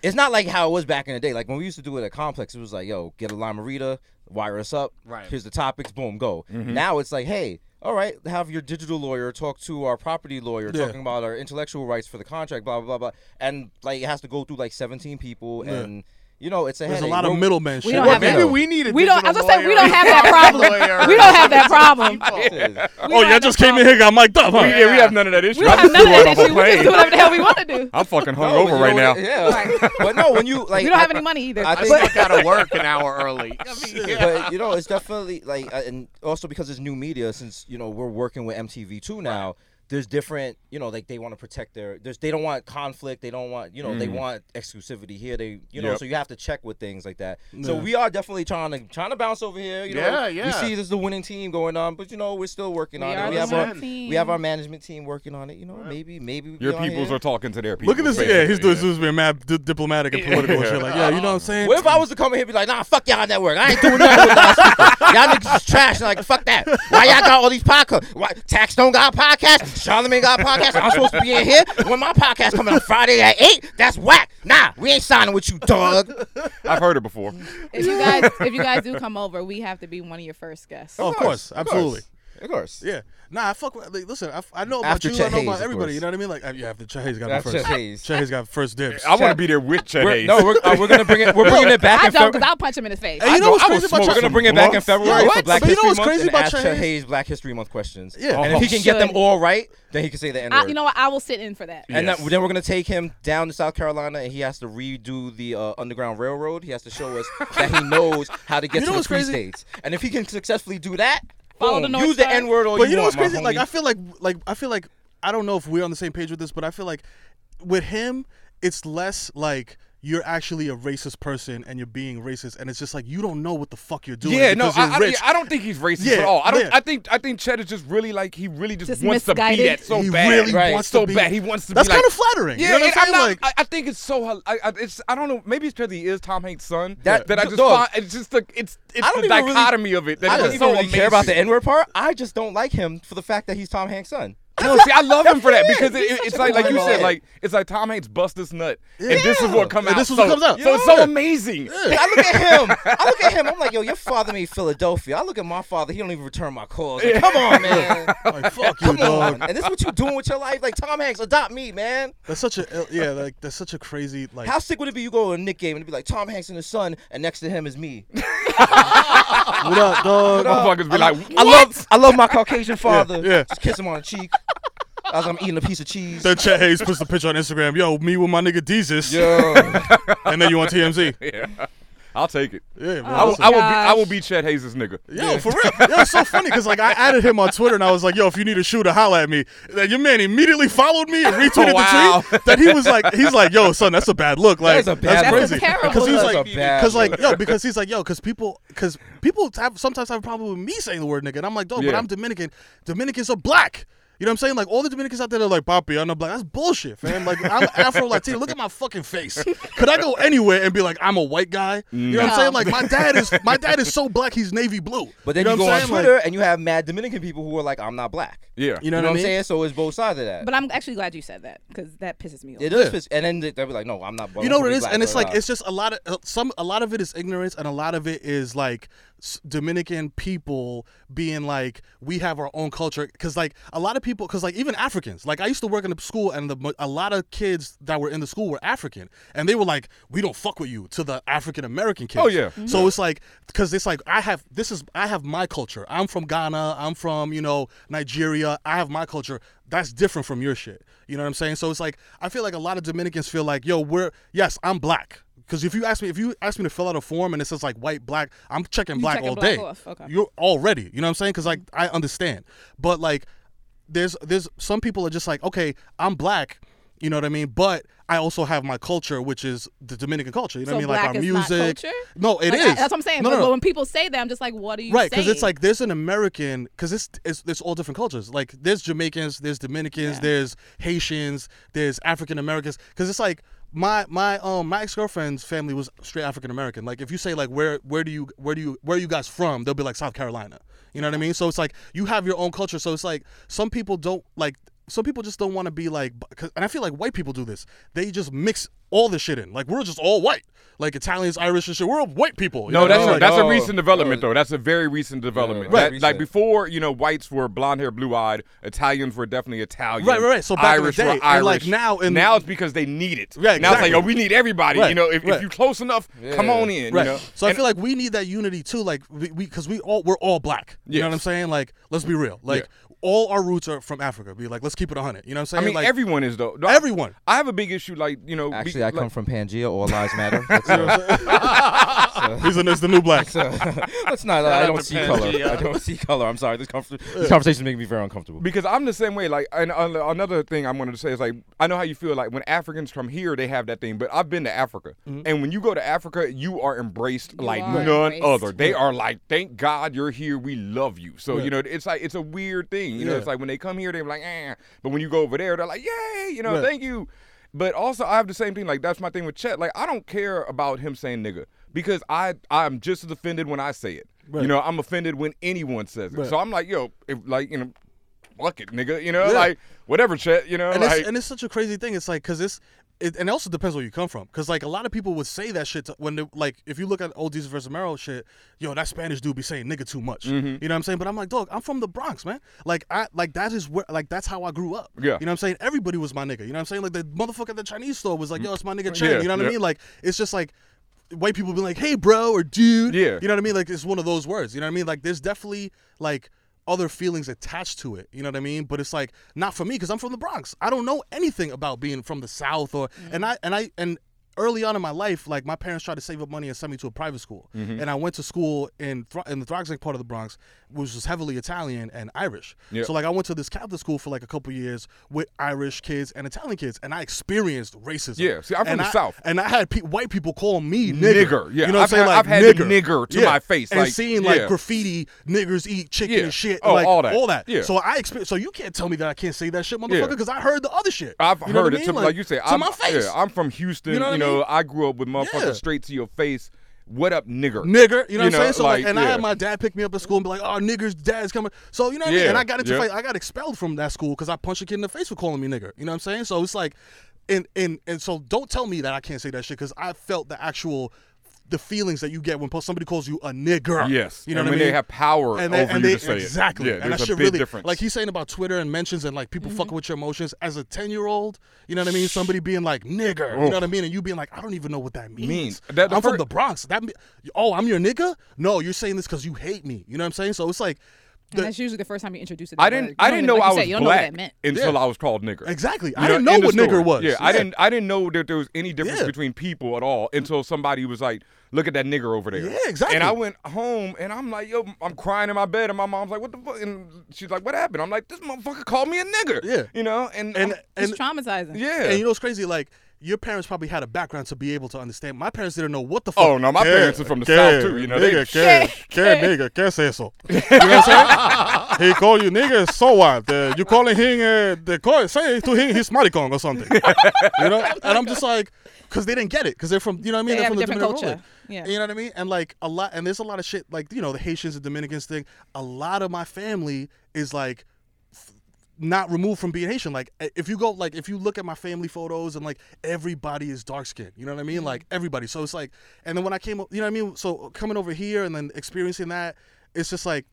G: It's not like how it was back in the day. Like when we used to do it at Complex, it was like, yo, get a Lamarita, wire us up.
C: Right.
G: Here's the topics. Boom, go.
I: Mm-hmm.
G: Now it's like, hey. All right, have your digital lawyer talk to our property lawyer,
I: Yeah.
G: talking about our intellectual rights for the contract, blah blah blah blah, and like it has to go through like 17 people,
I: Yeah.
G: and you know it's a
I: There's a
G: headache.
I: lot of
G: We're-
I: middlemen
B: We
I: shit.
B: don't have
G: maybe
B: that.
G: we
C: need a
B: We don't. I was
C: digital
B: gonna say we
C: lawyer.
B: don't have that problem. we don't have that problem. We
I: oh
B: don't
I: yeah, I
B: have
I: just
B: that
I: came in here, got mic'd up, huh?
A: We, yeah, we have none of that issue.
B: We
A: I
B: don't have
A: just
B: none of
A: threw
B: that
A: up a
B: issue. We just
A: plane.
B: do whatever the hell we want to do.
A: I'm fucking
G: No,
A: hungover
G: but you
A: right
G: know
A: now.
G: what- Yeah, but no, when you like,
B: We don't have any money either.
G: I
C: I
G: think-
C: snuck out of work an hour early. I mean, yeah.
G: but you know, it's definitely like, uh, and also because it's new media. Since you know we're working with MTV too now, there's different. You know, like they want to protect their. There's they don't want conflict. They don't want you know they want exclusivity here. They you know
A: Mm. Yep.
G: so you have to check with things like that. So we are definitely trying to trying to bounce over here. You know,
C: Yeah,
G: We
C: yeah.
G: see this is the winning team going on, but you know we're still working
B: We
G: on
B: are
G: it. We
B: the
G: have our
B: winning team.
G: we have our management team working on it. You know, maybe maybe we
A: Your
G: be on
A: peoples
G: here.
A: are talking to their people.
I: Look at this. Yeah, he's doing this being mad di- diplomatic and political and shit. Like, yeah, you know what I'm saying?
G: What if I was to come in here and be like, nah, fuck y'all network. I ain't doing nothing with y'all people. Y'all niggas is trash. And like, fuck that. Why y'all got all these podcasts? Why Tax don't got a podcast? Charlemagne got a podcast. I'm supposed to be in here. When my podcast coming on Friday at 8, that's whack. Nah, we ain't signing with you, dog.
A: I've heard it before.
B: If you guys, if you guys do come over, we have to be one of your first guests.
I: Oh, of course, absolutely.
G: Of course.
I: Yeah. Nah, I fuck with. Like, listen, I, f- I know about
G: After
I: you. I
G: Chet
I: know
G: Hayes,
I: about
G: of
I: everybody.
G: course.
I: You know what I mean? Like, uh, yeah, after Chet Hayes got
G: After
I: the first.
G: Chet Hayes.
I: Chet Hayes got first dibs.
A: I want to be there with Chet Hayes.
G: we're, uh, we're gonna bring it. We're bringing it
B: I don't, because I'll punch him in his face.
I: Hey, you know
A: I
I: what's
A: will
I: crazy about
A: smoke
I: Chet?
A: some blunts.
I: Yeah, what? But you know what's crazy about Chet Hayes?
G: Black History Month questions.
I: Yeah.
G: and if he can get them
B: Should.
G: all right, then he can say the N
B: I, you know what? I will sit in for that.
G: And then, then we're gonna take him down to South Carolina, and he has to redo the uh, Underground Railroad. He has to show us that he knows how to get
I: You know
G: to the
I: what's
G: free
I: crazy?
G: states. And if he can successfully do that,
B: Follow the
G: boom,
B: North
G: use the
B: Star.
G: N word all
I: But
G: you,
I: you know what's
G: want, my
I: crazy? Like,
G: homie.
I: I feel like, like, I feel like, I don't know if we're on the same page with this, but I feel like, with him, it's less like. You're actually a racist person, and you're being racist, and it's just like you don't know what the fuck you're doing.
A: Yeah, no,
I: because
A: I,
I: you're
A: I,
I: rich.
A: yeah, I don't think he's racist
I: Yeah,
A: at all. I don't.
I: yeah.
A: I think I think Chet is just really like he really just,
B: Just
A: wants to be
B: misguided.
A: that so
I: he
A: bad.
I: really
G: Right.
I: wants
A: so
I: to be,
A: bad. He wants to
I: That's
A: be like
I: kind of flattering.
A: Yeah,
I: you know what
A: and
I: I'm saying?
A: not-
I: like,
A: I, I think it's so. hel- I, I, it's, I don't know. Maybe it's because he is Tom Hanks' son
G: That-
A: that, I just
G: dog.
A: find it's just the it's it's
G: I don't
A: the
G: even really-
A: dichotomy of it that
G: I
A: is
G: don't
A: just
G: even
A: so
G: really
A: amazing.
G: care about the N word part. I just don't like him for the fact that he's Tom Hanks' son.
A: No, see, I love him for that because it,
G: He's
A: it-
G: such
A: it's
G: a
A: like like you
G: cornball.
A: said, like it's like Tom Hanks bust this nut, and this is what comes
I: And
A: out.
I: this is
A: so,
I: what comes out.
A: So it's so
I: Yeah.
A: amazing.
G: I look at him. I look at him. I'm like, yo, your father made Philadelphia. I look at my father. He don't even return my calls. Like, Come on, man.
I: like, fuck you,
G: Come on.
I: dog.
G: And this is what you doing with your life? Like Tom Hanks, adopt me, man.
I: That's such a ill- yeah, like that's such a crazy like.
G: How sick would it be you go to a Nick game and it'd be like Tom Hanks and his son, and next to him is me.
I: what up, dog?
A: Motherfuckers be like,
G: I love I love my Caucasian father.
I: yeah.
G: Just kiss him on the cheek as I'm eating a piece of cheese.
I: Then Chet Hayes puts the picture on Instagram. Yo, me with my nigga Jesus,
G: Yo.
I: and then you on TMZ. Yeah,
A: I'll take it.
I: bro.
A: I will,
I: listen.
A: I will be I
B: Oh Gosh.
A: will be Chet Hayes' nigga.
I: Yo, for real. Yo, it's so funny because like I added him on Twitter and I was like, yo, if you need a shooter, holla at me. Then your man immediately followed me and retweeted
A: Wow.
I: the tweet. Then he was like, he's like, yo, son, that's a bad look. Like
G: is a bad
B: look.
I: crazy.
B: That's a terrible
I: Because he was
G: look.
I: like,
G: That's a bad
I: because like,
G: look.
I: yo, because he's like, yo, because people, because people have sometimes have a problem with me saying the word nigga, and I'm like, dog, but
A: Yeah.
I: I'm Dominican. Dominicans are black. You know what I'm saying? Like all the Dominicans out there are like, Papi, and I'm like, that's bullshit, fam. Like I'm Afro Latino. Look at my fucking face. Could I go anywhere and be like, I'm a white guy? You know what I'm
B: No.
I: saying? Like my dad is my dad is so black he's navy blue.
G: But then you,
I: know what
G: go
I: I'm
G: on
I: saying? Like-
G: Twitter and you have mad Dominican people who are like, I'm not black.
A: Yeah.
I: you
G: You know,
I: know what I
G: what
I: mean?
G: I'm saying? So it's both sides of that.
B: But I'm actually glad you said that because that pisses me off.
G: it does piss- and then they- they'll be like, no, I'm not.
I: You know what it is,
G: black,
I: and it's
G: blah,
I: like
G: blah.
I: it's just a lot of uh, some. A lot of it is ignorance, and a lot of it is like s- Dominican people being like, we have our own culture. Because like a lot of people, because like even Africans, like I used to work in a school, and the, mo- a lot of kids that were in the school were African, and they were like, "We don't fuck with you" to the African American kids.
A: Oh, yeah.
I: So
A: Mhm.
I: it's like, because it's like I have this is I have my culture. I'm from Ghana. I'm from you know Nigeria. I have my culture. That's different from your shit. You know what I'm saying? So it's like I feel like a lot of Dominicans feel like, "Yo, we're yes, I'm black." Because if you ask me, if you ask me to fill out a form and it says like white, black, I'm checking
B: You
I: black
B: checking
I: all
B: black
I: day.
B: off, okay. Mm-hmm.
I: You're already, you know what I'm saying? Because like I understand, but like there's there's some people are just like, okay, I'm black, you know what I mean? But I also have my culture, which is the Dominican culture. You know
B: so
I: what I mean?
B: black
I: like
B: is
I: our music.
B: Not culture?
I: No, it is.
B: Like, I- that's what I'm saying.
I: No,
B: but,
I: no, no.
B: but when people say that, I'm just like, what are you
I: Right,
B: because
I: because it's like there's an American, because it's, it's it's all different cultures. Like there's Jamaicans, there's Dominicans, there's Haitians, there's African Americans. Because it's like my my um my ex girlfriend's family was straight African American. Like if you say like where where do you where do you where are you guys from? They'll be like South Carolina. You know what I mean? So it's like you have your own culture. So it's like some people don't like some people just don't want to be like b- 'cause- and i feel like white people do this they just mix all the shit in like we're just all white like italians irish and shit we're all white people you
A: No,
I: know what I
A: that's
I: mean?
A: a,
I: Like- oh,
A: that's a recent development though. That's a very recent development.
I: Right.
A: That- like before, you know, whites were blonde hair, blue eyed. Italians were definitely Italian.
I: Right, right, right. So back in the
A: Irish
I: day,
A: were
I: and,
A: Irish.
I: like, now in-
A: now it's because they need it.
I: Yeah,
A: Now it's like,
I: exactly.
A: yo, we need everybody.
I: Right,
A: You know, if,
I: right.
A: if you close enough, come on in.
I: Right.
A: You know?
I: So I feel like we need that unity too. Like we because we, all we're all black. You know what I'm saying? Like let's be real. Like all our roots are from Africa. Be like let's keep it hundred. You know what I'm saying?
A: I mean,
I: like,
A: everyone is though.
I: Everyone.
A: I have a big issue, like you know. be-
G: Actually, I
A: like-
G: come from Pangea. All lives matter. That's,
A: You know what
G: uh,
I: He's in this the new black.
G: So, that's not.
A: Shout
G: I
A: out
G: don't
A: to
G: see color.
A: Pangea.
G: I don't see color. I'm sorry. This, conf- this conversation is making me very uncomfortable.
A: Because I'm the same way. Like, and uh, another thing I'm going to say is like, I know how you feel. Like when Africans come here, they have that thing. But I've been to Africa,
D: Mm-hmm.
A: and when you go to Africa, you are embraced like
D: are
A: none
D: embraced.
A: other. They
D: Yeah.
A: are like, thank God you're here. We love you. So
D: Yeah.
A: you know, it's like it's a weird thing. You know,
D: Yeah.
A: it's like when they come here, they're like, eh. But when you go over there, they're like, yay. You know,
D: Right.
A: thank you. But also, I have the same thing. Like that's my thing with Chet. Like I don't care about him saying nigga because I I'm just as offended when I say it.
D: Right.
A: You know, I'm offended when anyone says it.
D: Right.
A: So I'm like, yo, if like you know, fuck it, nigga. You know,
I: Yeah.
A: like whatever, Chet. You know,
I: and,
A: like
I: it's, and it's such a crazy thing. It's like because it's it, and it also depends where you come from. Because like a lot of people would say that shit to, when they, like if you look at old Diesel versus Mero shit, yo, that Spanish dude be saying nigga too much.
D: Mm-hmm.
I: You know what I'm saying? But I'm like, dog, I'm from the Bronx, man. Like I like that is where like that's how I grew up.
D: Yeah.
I: You know what I'm saying? Everybody was my nigga. You know what I'm saying? Like the motherfucker at the Chinese store was like, yo, it's my nigga Chen.
D: Yeah,
I: you know what
D: yeah.
I: I mean? Like it's just like. White people be like, "Hey, bro," or "Dude,"
D: Yeah.
I: you know what I mean. Like it's one of those words, you know what I mean. Like there's definitely like other feelings attached to it. You know what I mean? But it's like not for me because I'm from the Bronx. I don't know anything about being from the South or and I and I and early on in my life, like my parents tried to save up money and send me to a private school,
D: Mhm.
I: and I went to school in Thro- in the Throxneck part of the Bronx, which was heavily Italian and Irish.
D: Yeah.
I: So like I went to this Catholic school for like a couple years with Irish kids and Italian kids, and I experienced racism.
A: Yeah, see, I'm from
I: And
A: the
I: I-
A: South.
I: and I had pe- white people call me nigger.
A: Nigger, yeah.
I: you know what I'm
A: I've
I: saying?
A: had-
I: like
A: I've had the nigger to
I: yeah.
A: my face,
I: and
A: like,
I: seeing like
A: yeah.
I: graffiti, niggers eat chicken
A: Yeah.
I: and shit,
A: Oh,
I: like
A: all that. Yeah.
I: So I experience. So you can't tell me that I can't say that shit, motherfucker,
A: Yeah.
I: because I heard the other shit.
A: I've
I: You know
A: heard
I: what I
A: it to
I: mean?
A: like, you say.
I: to
A: I'm,
I: my face.
A: Yeah, I'm from Houston.
I: You
A: You
I: know
A: know,
I: what
A: I,
I: I mean?
A: grew up with motherfuckers
I: Yeah.
A: straight to your face. What up, nigger?
I: Nigger, you know what I'm saying? So like, and I
A: yeah.
I: had my dad pick me up at school and be like, "Oh, niggers, dad's coming." So you know what I mean?
A: Yeah,
I: And I got into
A: yeah.
I: fight. I got expelled from that school because I punched a kid in the face for calling me nigger. You know what I'm saying? So it's like, and and and so don't tell me that I can't say that shit because I felt the actual, the feelings that you get when somebody calls you a nigger.
A: Yes.
I: you know
A: And
I: what I
A: when
I: mean.
A: they have power
I: and they,
A: over
I: and
A: you
I: they,
A: to say it.
I: exactly.
A: Yeah,
I: and that
A: there's a
I: shit
A: big
I: really
A: difference.
I: like he's saying about Twitter and mentions and like people
A: Mm-hmm.
I: fucking with your emotions as a ten year old. You know what I mean? Somebody being like nigger. You
A: Oof.
I: know what I mean? And you being like, I don't even know what that means.
A: Means. That- the
I: I'm from
A: fir-
I: the Bronx. That me- oh, I'm your nigga? No, you're saying this because you hate me. You know what I'm saying? So it's like
B: And that's usually the first time you introduce it. to
A: I
B: the
A: didn't.
B: word. You
A: I
B: don't
A: didn't know
B: even- like
A: I
B: you
A: was
B: said, you don't know what
A: black
B: that meant.
A: until
I: Yeah.
A: I was called nigger.
I: Exactly. I
A: You
I: didn't know
A: in the
I: what nigger
A: store.
I: was.
A: Yeah, I
I: Yeah.
A: didn't. I didn't know that there was any difference
I: Yeah.
A: between people at all until somebody was like, "Look at that nigger over there."
I: Yeah, exactly.
A: And I went home and I'm like, "Yo, I'm crying in my bed," and my mom's like, "What the fuck?" And she's like, "What happened?" I'm like, "This motherfucker called me a nigger."
I: Yeah.
A: you know, and
I: and
A: I'm-
I: and
B: traumatizing.
A: Yeah.
I: and you know what's crazy? Like your parents probably had a background to be able to understand. My parents didn't know what the fuck.
A: Oh, no, my
I: Yeah.
A: parents are from the South, too, you know, they-
I: nigga, que, que nigga, que es eso? You know what I'm saying? He call you nigga, so what? Uh, you calling him, uh, the call, say to him he's maricon or something. you know? And I'm just like, because they didn't get it, because they're from, you know what I mean?
B: They have
I: are from
B: a
I: the
B: different
I: Dominican
B: culture.
I: Republic.
B: Yeah.
I: You know what I mean? And like a lot, and there's a lot of shit, like, you know, the Haitians and Dominicans thing. A lot of my family is like, not removed from being Haitian. Like i- if you go like if you look at my family photos and like everybody is dark skinned. You know what I
B: Mm.
I: mean? Like everybody. So it's like and then when I came o- you know what I mean? So uh, coming over here and then experiencing that, it's just like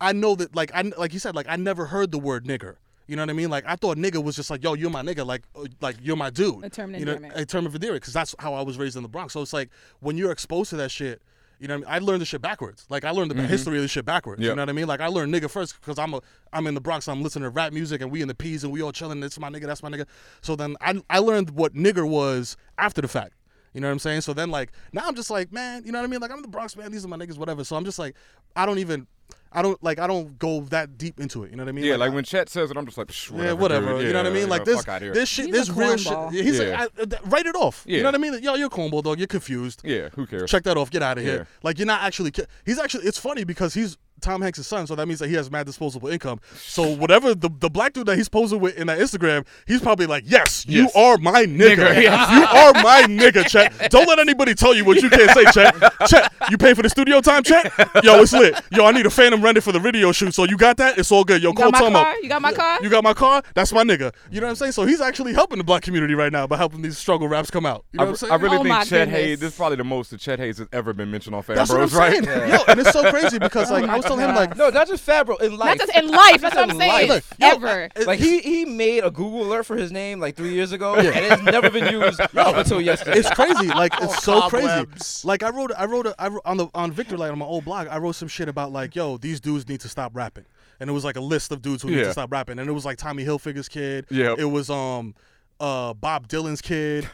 I: I know that like I n- like you said, like I never heard the word nigger. You know what I mean? Like I thought nigga was just like yo, you're my nigga, like uh, like you're my dude.
B: A term of
I: you know,
B: endearment.
I: A term of endearment, because that's how I was raised in the Bronx. So it's like when you're exposed to that shit. You know, what I, mean? I learned the shit backwards. Like I learned the
A: Mm-hmm.
C: Mhm.
I: history of this shit backwards.
C: Yeah.
I: You know what I mean? Like I learned nigga first because I'm a I'm in the Bronx. I'm listening to rap music and we in the P's and we all chilling. It's my nigga. That's my nigga. So then I I learned what nigger was after the fact. You know what I'm saying? So then like now I'm just like man. You know what I mean? Like I'm in the Bronx man. These are my niggas. Whatever. So I'm just like I don't even I don't like I don't go that deep into it. You know what I mean?
A: yeah, like when Chet says it, I'm just like, "Psh,
I: "Ah." yeah,
A: whatever,
I: whatever.
A: dude,
I: you know what I
A: yeah,
I: mean? Like this,
A: fuck outta here."
I: this shit, this real shit. Yeah, He's
A: Yeah.
I: like, I, uh, th- write it off.
A: Yeah.
I: You know what I mean? Yo, you're a cornball dog. You're confused.
A: Yeah, who cares?
I: Check that off. Get out of
A: Yeah.
I: here. Like you're not actually. Ca- he's actually. It's funny because he's Tom Hanks' son, so that means that he has mad disposable income. So whatever the the black dude that he's posing with in that Instagram, he's probably like, yes,
D: Yes.
I: you are my nigga.
D: Nigga, yeah.
I: You are my nigga, Chet. Don't let anybody tell you what you can't say, Chet. Chet, you pay for the studio time, Chet? Yo, it's lit. Yo, I need a phantom rented for the video shoot. So you got that? It's all good. Yo,
B: You got
I: call
B: my
I: Tom up.
B: car? You got my car?
I: You got my car? That's my nigga. You know what I'm saying? So he's actually helping the black community right now by helping these struggle raps come out. You know
A: I,
I: what I'm saying?
A: I
B: Oh
A: really think Chet Hayes. This is probably the most that Chet Hayes has ever been mentioned on Fan
I: That's what
A: Bros,
I: I'm
A: right?
I: saying. Yo, and it's so crazy because
B: Oh
I: like I was telling him like
G: no, not just Fabro in life.
B: just in life, that's
G: Just
B: what
G: in
B: I'm saying.
G: life.
B: Look, yo, Ever. I-
G: Like he he made a Google alert for his name like three years ago,
I: Yeah.
G: and it's never been used up until yesterday.
I: It's crazy. Like
G: Oh,
I: it's so crazy.
G: cobwebs.
I: Like I wrote, I wrote, a, I wrote on the on Victor Light on my old blog. I wrote some shit about like, yo, these dudes need to stop rapping, and it was like a list of dudes who need
A: Yeah.
I: to stop rapping, and it was like Tommy Hilfiger's kid.
A: Yep.
I: It was um, uh, Bob Dylan's kid.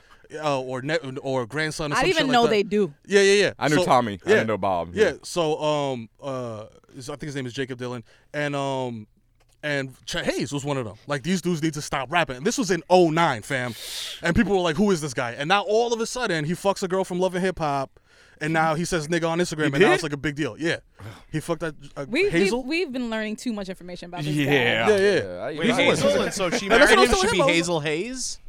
I: Uh, or net or grandson. Or
B: I
I: some
B: didn't
I: shit
B: even
I: like
B: know
I: that.
B: they do.
I: Yeah, yeah, yeah.
A: I knew Tommy. I didn't know Bob.
I: Yeah.
A: Yeah.
I: So um uh, his- I think his name is Jacob Dylan, and um. And Chet Hayes was one of them. Like these dudes need to stop rapping. And this was in 09, fam. And people were like, "Who is this guy?" And now all of a sudden, he fucks a girl from Love and Hip Hop, and now he says "nigga" on Instagram, and now
A: did?
I: it's like a big deal. Yeah, he fucked that uh,
B: We, we,
I: Hazel.
B: we've been learning too much information about this
I: yeah.
B: guy.
I: yeah,
G: Yeah,
I: yeah,
G: I-
C: Wait,
G: Hazel
C: Hazel,
G: is-
C: and so she
I: And that's
C: married
I: what I was
C: him. Should
I: telling
C: be
I: him, I was-
C: Hazel Hayes.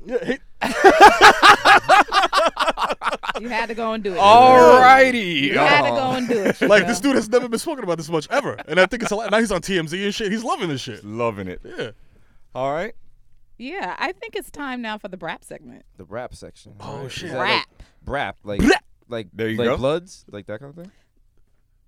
B: You had to go and do it.
A: Alrighty.
B: You had to go and do it.
I: Like
B: Chico.
I: this dude has never been spoken about this much ever, and I think it's a lot. Now he's on TMZ and shit. He's loving this shit.
A: Oh, Loving it.
I: Yeah.
A: All right.
B: Yeah, I think it's time now for the brap segment.
G: The rap section.
I: Oh,
G: Is
I: shit.
G: that, like, Rap. Like like
A: There you
G: like
A: go.
G: Bloods, like that kind of thing.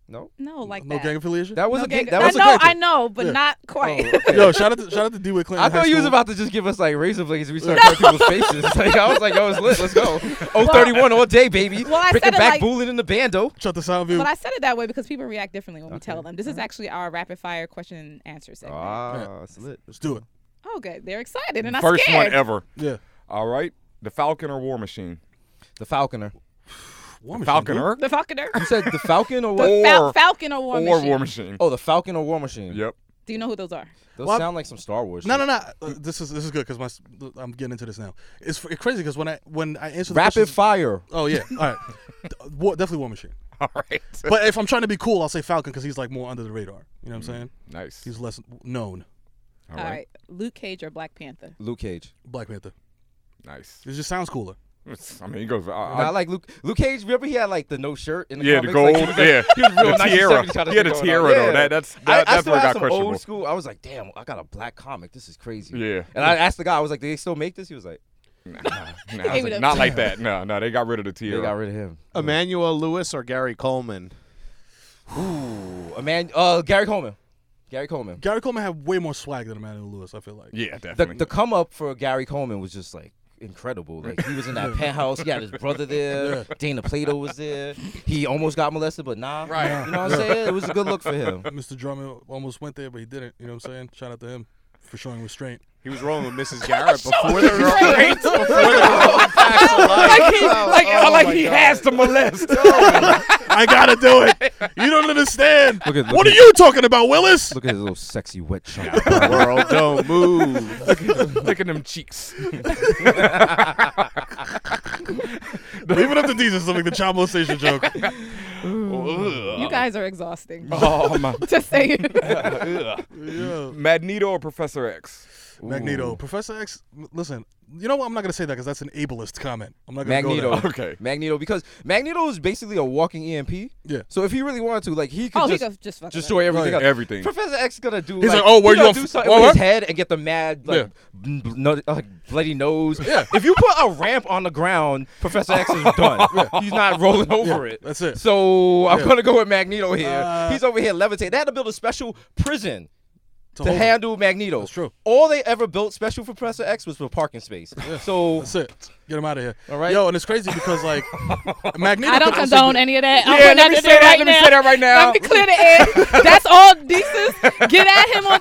G: No.
B: No, like
I: No
B: that.
I: gang affiliation.
G: That was
B: No
G: a gang.
B: gang-
G: That was
B: I
G: a
B: know,
G: gang
B: I
G: thing.
B: know, but
I: Yeah.
B: not quite.
G: Oh, okay.
I: Yo, shout out to shout out to D. Way Clinton.
G: I thought you was about to just give us like razor blades. We started cutting people's faces. Like I was like, yo, it's lit. Let's go. 031 all day, baby.
B: Well, I
G: Bring
B: said
G: it
B: it
G: back,
B: like-
G: Boolin in the bando.
I: shut the sound view.
B: But I said it that way because people react differently when we tell them. This is actually our rapid fire question and answer segment.
G: Ah, it's lit.
I: Let's do it.
B: oh, good. They're excited and I'm
A: First
B: scared.
A: one ever.
I: Yeah.
A: All right. The Falcon or War Machine?
G: The Falconer.
I: War Machine, dude.
A: Falconer
B: The Falconer.
G: You said the Falcon or
B: The
G: what?
B: Fal-
A: Or-
B: Falcon or War
A: or
B: Machine.
A: War Machine?
G: Oh, the Falcon or War Machine.
A: Yep.
B: Do you know who those are?
G: Those
I: Well,
G: sound like some Star Wars.
I: No,
G: shit.
I: no, no. Uh, this is this is good because my s- I'm getting into this now. It's, fr- it's crazy because when I when I answer the
G: Rapid
I: questions-
G: fire.
I: Oh yeah, all right. D- War, definitely War Machine.
A: All right.
I: But if I'm trying to be cool, I'll say Falcon because he's like more under the radar. You know what I'm saying?
A: nice.
I: He's less known.
A: All
B: All
A: right.
B: right. Luke Cage or Black Panther?
G: Luke Cage.
I: Black Panther.
A: Nice.
I: It just sounds cooler.
A: It's- I mean, he goes. I,
G: Nah, I like Luke. Luke Cage. Remember he had like the no shirt in the
A: yeah, the gold.
G: comics? Like, he was, like,
A: yeah,
G: he was real
A: the
G: 1970s
A: tiara.
G: kinda
A: He had a
G: shit going on.
A: tiara though.
G: Yeah.
A: That, that's
G: I,
A: that,
G: I
A: that's
G: still
A: where it got
G: have some
A: questionable.
G: old school. I was like, damn, I got a black comic. This is crazy.
A: Yeah.
G: And I asked the guy. I was like, they still make this? He was like,
A: Nah, nah, I was
B: Gave it
A: like,
B: up.
A: not like that. No, no, they got rid of the
G: they got
A: tiara.
G: rid of him.
C: Emmanuel Lewis or Gary Coleman?
G: Ooh, a man. Uh, Gary Coleman. Gary Coleman.
I: Gary Coleman had way more swag than Emmanuel Lewis. I feel like.
A: Yeah,
G: The,
A: definitely.
G: the come up for Gary Coleman was just like incredible. Like he was in that penthouse. He had his brother there. Dana Plato was there. He almost got molested, but nah.
C: Right.
G: You know what I'm saying? It was a good look for him.
I: Mr. Drummond almost went there, but he didn't. You know what I'm saying? Shout out to him for showing restraint.
C: He was rolling with Mrs. Garrett before they were great.
A: like he,
L: Oh,
A: like, like he has to molest.
I: I gotta do it. You don't understand.
G: Look at- look
I: what
G: at-
I: are you talking about, Willis?
G: Look at his little sexy wet chunk.
C: World don't move.
A: Look at them cheeks.
I: Leave it up to Jesus to make the child molestation joke.
B: you guys are exhausting.
A: Oh my.
B: Just saying.
I: Yeah.
A: Magneto or Professor X?
I: Magneto, Professor X. m- Listen, you know what? I'm not gonna say that because that's an ableist comment. I'm not gonna
G: Magneto.
I: go there.
A: Okay.
G: Magneto, because Magneto is basically a walking EMP.
I: Yeah.
G: So if he really wanted to, like, he could
B: oh, he
G: just
B: could just fuck it up.
G: destroy everything. else.
A: Everything.
G: Professor X is gonna do.
I: He's
G: like,
I: like, oh, where
G: he
I: you
G: gonna
I: at?
G: do something
I: Oh,
G: with
I: what?
G: his head and get the mad like, bl- bl- no- like, bloody nose. Yeah. If you put a ramp on the ground, Professor X is done. He's not rolling over it.
I: that's it.
G: So I'm
I: Yeah.
G: gonna go with Magneto here.
I: Uh,
G: He's over here levitating. They had to build a special prison to,
C: hold it.
G: handle Magneto. That's true. All they ever built special for Professor X was for parking space. So
I: that's it. Get him out of here.
G: All right.
I: Yo, and it's crazy because like Magneto.
B: I don't
I: could also
B: condone
I: be-
B: any of that.
G: Yeah,
B: I'm
G: let me say that, let me say that right now.
B: Let me clear the air. That's all Desus. Get at him on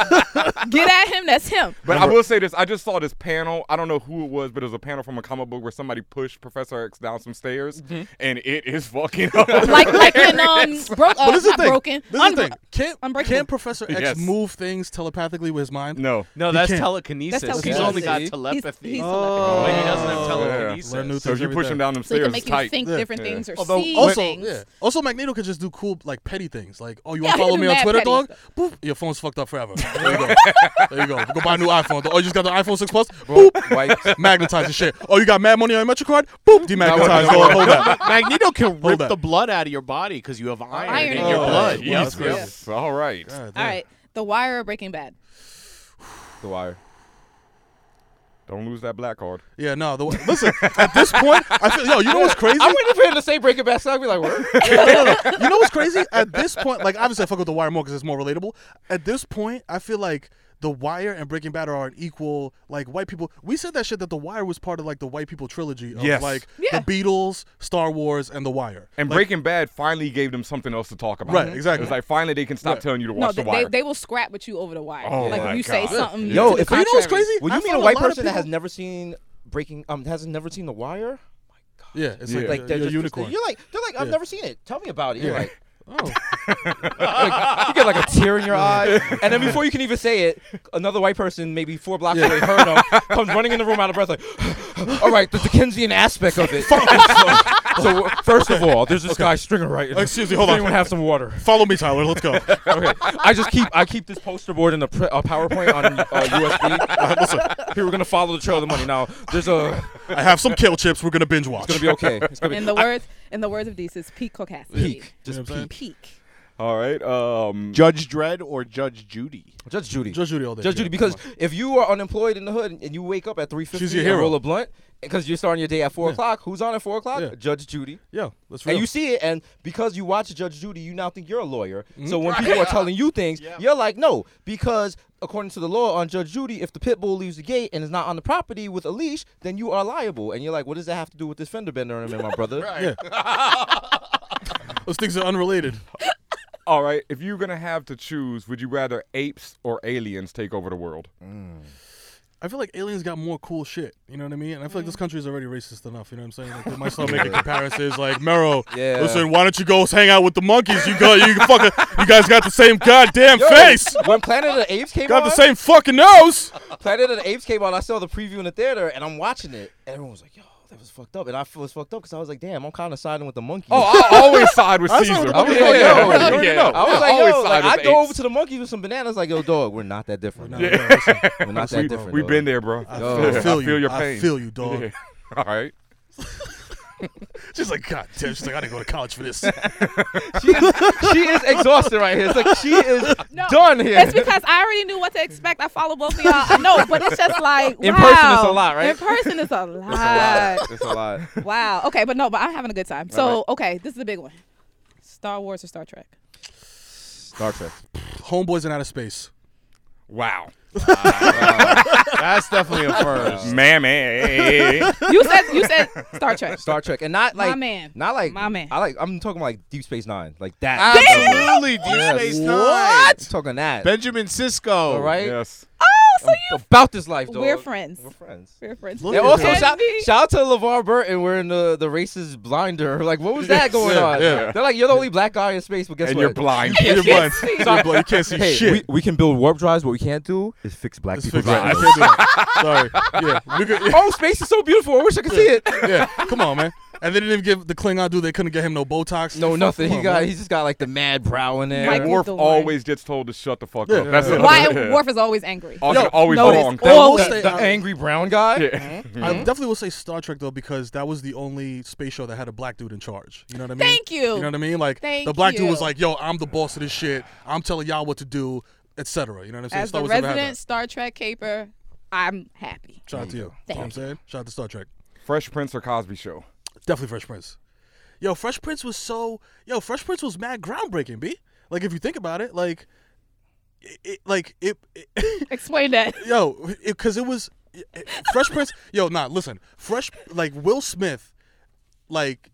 B: Twitter. Get at him. That's him.
A: But I will say this: I just saw this panel. I don't know who it was, but it was a panel from a comic book where somebody pushed Professor X down some stairs, and it is fucking
B: like like when um bro- uh,
I: But this is
B: not
I: the thing.
B: broken.
I: This is the
B: Unbro-
I: thing. Can't,
B: Unbreakable.
I: can't Professor X
A: Yes.
I: move things telepathically with his mind?
A: No.
I: He
L: No, that's
I: can't.
L: telekinesis.
B: That's
L: He's
B: telekinesis.
L: only got
B: He's-
L: telepathy.
B: he's
L: oh. But he doesn't have telekinesis.
I: Learn new
A: So if
I: things
A: you
I: every
A: push
I: day.
A: him down them
B: So he can
A: stairs,
B: make
A: it's
B: you
A: tight.
B: think Yeah. different things or
I: Although
B: see
I: also,
B: things.
I: Yeah. Also, Magneto could just do cool like petty things. Like, oh, you
B: Yeah,
I: want
B: he
I: to follow
B: do
I: me on
B: mad
I: Twitter,
B: petty
I: dog? Boop. Your phone's fucked up forever. There you go. there you go. Go buy a new iPhone. Oh, you just got the iPhone six plus. Boop. Magnetize the shit. Oh, you got mad money on your MetroCard. Boop. Demagnetize. Hold hold that.
L: Magneto can
I: Hold
L: rip
I: that.
L: the blood out of your body because you have iron,
B: Iron Oh.
L: in
B: in
L: your
B: your
L: blood.
A: Jesus.
L: Yeah,
A: All right.
B: All right. The Wire or Breaking Bad?
A: The wire. Don't lose that black card.
I: Yeah, no. The, listen, at this point, I feel, yo, you know what's crazy?
G: I'm waiting for him to say Breaking Bad. So I'd be like, what?
I: you know what's crazy? At this point, like obviously I fuck with The Wire more because it's more relatable. At this point, I feel like The Wire and Breaking Bad are an equal. Like white people, we said that shit that The Wire was part of like the white people trilogy of
A: Yes.
I: like the Beatles, Star Wars, and The Wire.
A: And
I: Like,
A: Breaking Bad finally gave them something else to talk about.
I: Right, exactly.
A: It's like finally they can stop
I: Right.
A: telling you to
B: No,
A: watch
B: they,
A: The
B: they,
A: Wire.
B: they will scrap with you over the wire.
A: Oh
B: like
A: my
B: if you say
A: God.
B: something.
G: Yo,
B: to the
G: if you know what's
B: contrary.
G: crazy, when you
I: I
G: meet a
I: found a
G: white
I: lot of
G: person that has
I: people-
G: never seen Breaking, um, has never seen The Wire,
I: yeah, it's like,
A: Yeah.
I: like
G: like they're
I: a
G: just
I: unicorn.
G: You're like, they're like, I've
I: Yeah.
G: never seen it. Tell me about it. You're
I: Yeah.
G: like,
I: oh,
G: like, you get like a tear in your eye, and then before you can even say it, another white person, maybe four blocks away, heard him, comes running in the room out of breath, like, "All right, the Dickensian aspect of it." so, so first of all, there's this guy Stringer, right?
I: Excuse me, hold on.
G: Anyone have some water?
I: follow me, Tyler. Let's go.
G: Okay, I just keep I keep this poster board and a, pre- a PowerPoint on uh, USB. Uh, Here we're gonna follow the trail of the money. Now there's a
I: I have some kale chips. We're gonna binge watch.
G: it's gonna be okay. It's gonna be
B: In the words, in the words of Desus, peak caucasity.
G: peak, just
I: what I'm saying?
G: peak.
B: Peak.
A: All right. Um,
L: Judge Dredd or Judge Judy?
G: Judge Judy.
I: Judge Judy all day.
G: Judge
I: yeah.
G: Judy, because if you are unemployed in the hood and you wake up at three
I: She's your
G: fifty and roll
I: hero.
G: a blunt, because you're starting your day at four o'clock, who's on at four o'clock?
I: Yeah.
G: Judge Judy.
I: yeah, that's real.
G: And you see it, and because you watch Judge Judy, you now think you're a lawyer.
A: Mm-hmm.
G: So when people are telling you things, you're like, no, because according to the law on Judge Judy, if the pit bull leaves the gate and is not on the property with a leash, then you are liable. And you're like, what does that have to do with this fender bender on him, my brother?
I: Those things are unrelated.
A: all right. If you're gonna have to choose, would you rather apes or aliens take over the world?
I: I feel like aliens got more cool shit. You know what I mean? And I feel like this country is already racist enough. You know what I'm saying? Like they might start making comparisons. Like Mero,
G: Yeah.
I: listen, why don't you go hang out with the monkeys? You got you fucking, you guys got the same goddamn face.
G: When Planet of the Apes came
I: Got
G: on,
I: the same fucking nose.
G: Planet of the Apes came out. I saw the preview in the theater, and I'm watching it. And everyone was like, yo, that was fucked up. And I was fucked up because I was like, damn, I'm kind of siding with the monkey.
A: Oh, I always side with
I: That's not
A: Caesar.
I: what the-
G: I was like,
I: Yeah,
G: yo,
I: you already
A: yeah.
I: know.
G: I was like,
A: always
G: yo,
A: side
G: like,
A: with
G: I go
A: apes.
G: over to the monkeys with some bananas, like, yo, dog, we're not that different.
I: No, no, listen,
G: We're not that different.
A: We've
G: dog.
A: been there, bro.
I: I
A: I
I: feel, I feel you.
A: your
I: I
A: pain.
I: feel you, dog.
A: Yeah. All right.
I: She's like, God damn. She's like, I didn't go to college for this. That's
G: She is, she is exhausted right here. It's like she is
B: No,
G: done here.
B: It's because I already knew what to expect. I follow both of y'all. No, but it's just like
G: In
B: wow.
G: person, it's a lot, right?
B: In person, it's a lot.
G: it's a lot.
B: wow. Okay, but no, but I'm having a good time. So okay, this is a big one. Star Wars or Star Trek?
G: Star Trek.
I: Homeboys in outer space.
A: Wow.
L: That's definitely a first.
A: Mammy.
B: You said you said Star Trek.
G: Star Trek, and not
B: My
G: like
B: man.
G: not like
B: My man.
G: I like. I'm talking about like Deep Space Nine, like that.
L: Absolutely, Deep
G: Yes.
L: Space Nine.
G: What? I'm talking that.
L: Benjamin Sisko.
G: all right.
A: Yes.
B: Oh, so you
G: About this life, dog.
B: we're friends.
G: We're friends.
B: We're friends.
I: Look
G: And
I: at
G: also
I: that.
G: shout,
B: Envy.
G: shout out to LeVar Burton wearing the the racist blinder. Like, what was that going on?
I: yeah.
G: They're like, you're the only black guy in space, but guess
A: And
G: what?
A: you're blind.
I: You're blind. You're blind. You can't see
G: Hey,
I: shit.
G: we, we can build warp drives. What we can't do is fix black
I: Let's
G: people's
I: fix it. I
G: eyes.
I: can't do that. Sorry. Yeah. We could,
G: oh, space is so beautiful. I wish I could see it.
I: yeah. Come on, man. And they didn't even give the Klingon dude. They couldn't get him no Botox.
G: No,
I: Fuck,
G: nothing.
I: come
G: He
I: on,
G: got.
I: man.
G: He's just got like the mad brow in there.
B: Mike
A: Worf
B: Dorn.
A: always gets told to shut the fuck
I: Yeah.
A: up. That's
I: Yeah.
B: Why
A: Yeah.
B: Worf is always angry.
A: Always- always
B: notice.
A: wrong.
I: That will
B: Always.
I: stay-
G: the angry brown guy.
A: Yeah.
I: I
B: Mm-hmm.
I: definitely will say Star Trek though because that was the only space show that had a black dude in charge. You know what I mean?
B: Thank you.
I: You know what I mean? Like
B: Thank
I: the black dude was
B: you.
I: like, "Yo, I'm the boss of this shit. I'm telling y'all what to do, etc." You know what I'm saying?
B: As
I: Star
B: the
I: Wars never had
B: resident Star Trek caper, I'm happy.
I: that. Shout out to you. You know what I'm saying? Shout out to Star Trek.
A: Fresh Prince or Cosby Show?
I: Definitely Fresh Prince. Yo, Fresh Prince was so yo. Fresh Prince was mad groundbreaking, b. Like if you think about it, like it, like it,
B: Explain that.
I: Yo, because it, was it- Fresh Prince. Yo, nah, listen. Fresh like Will Smith, like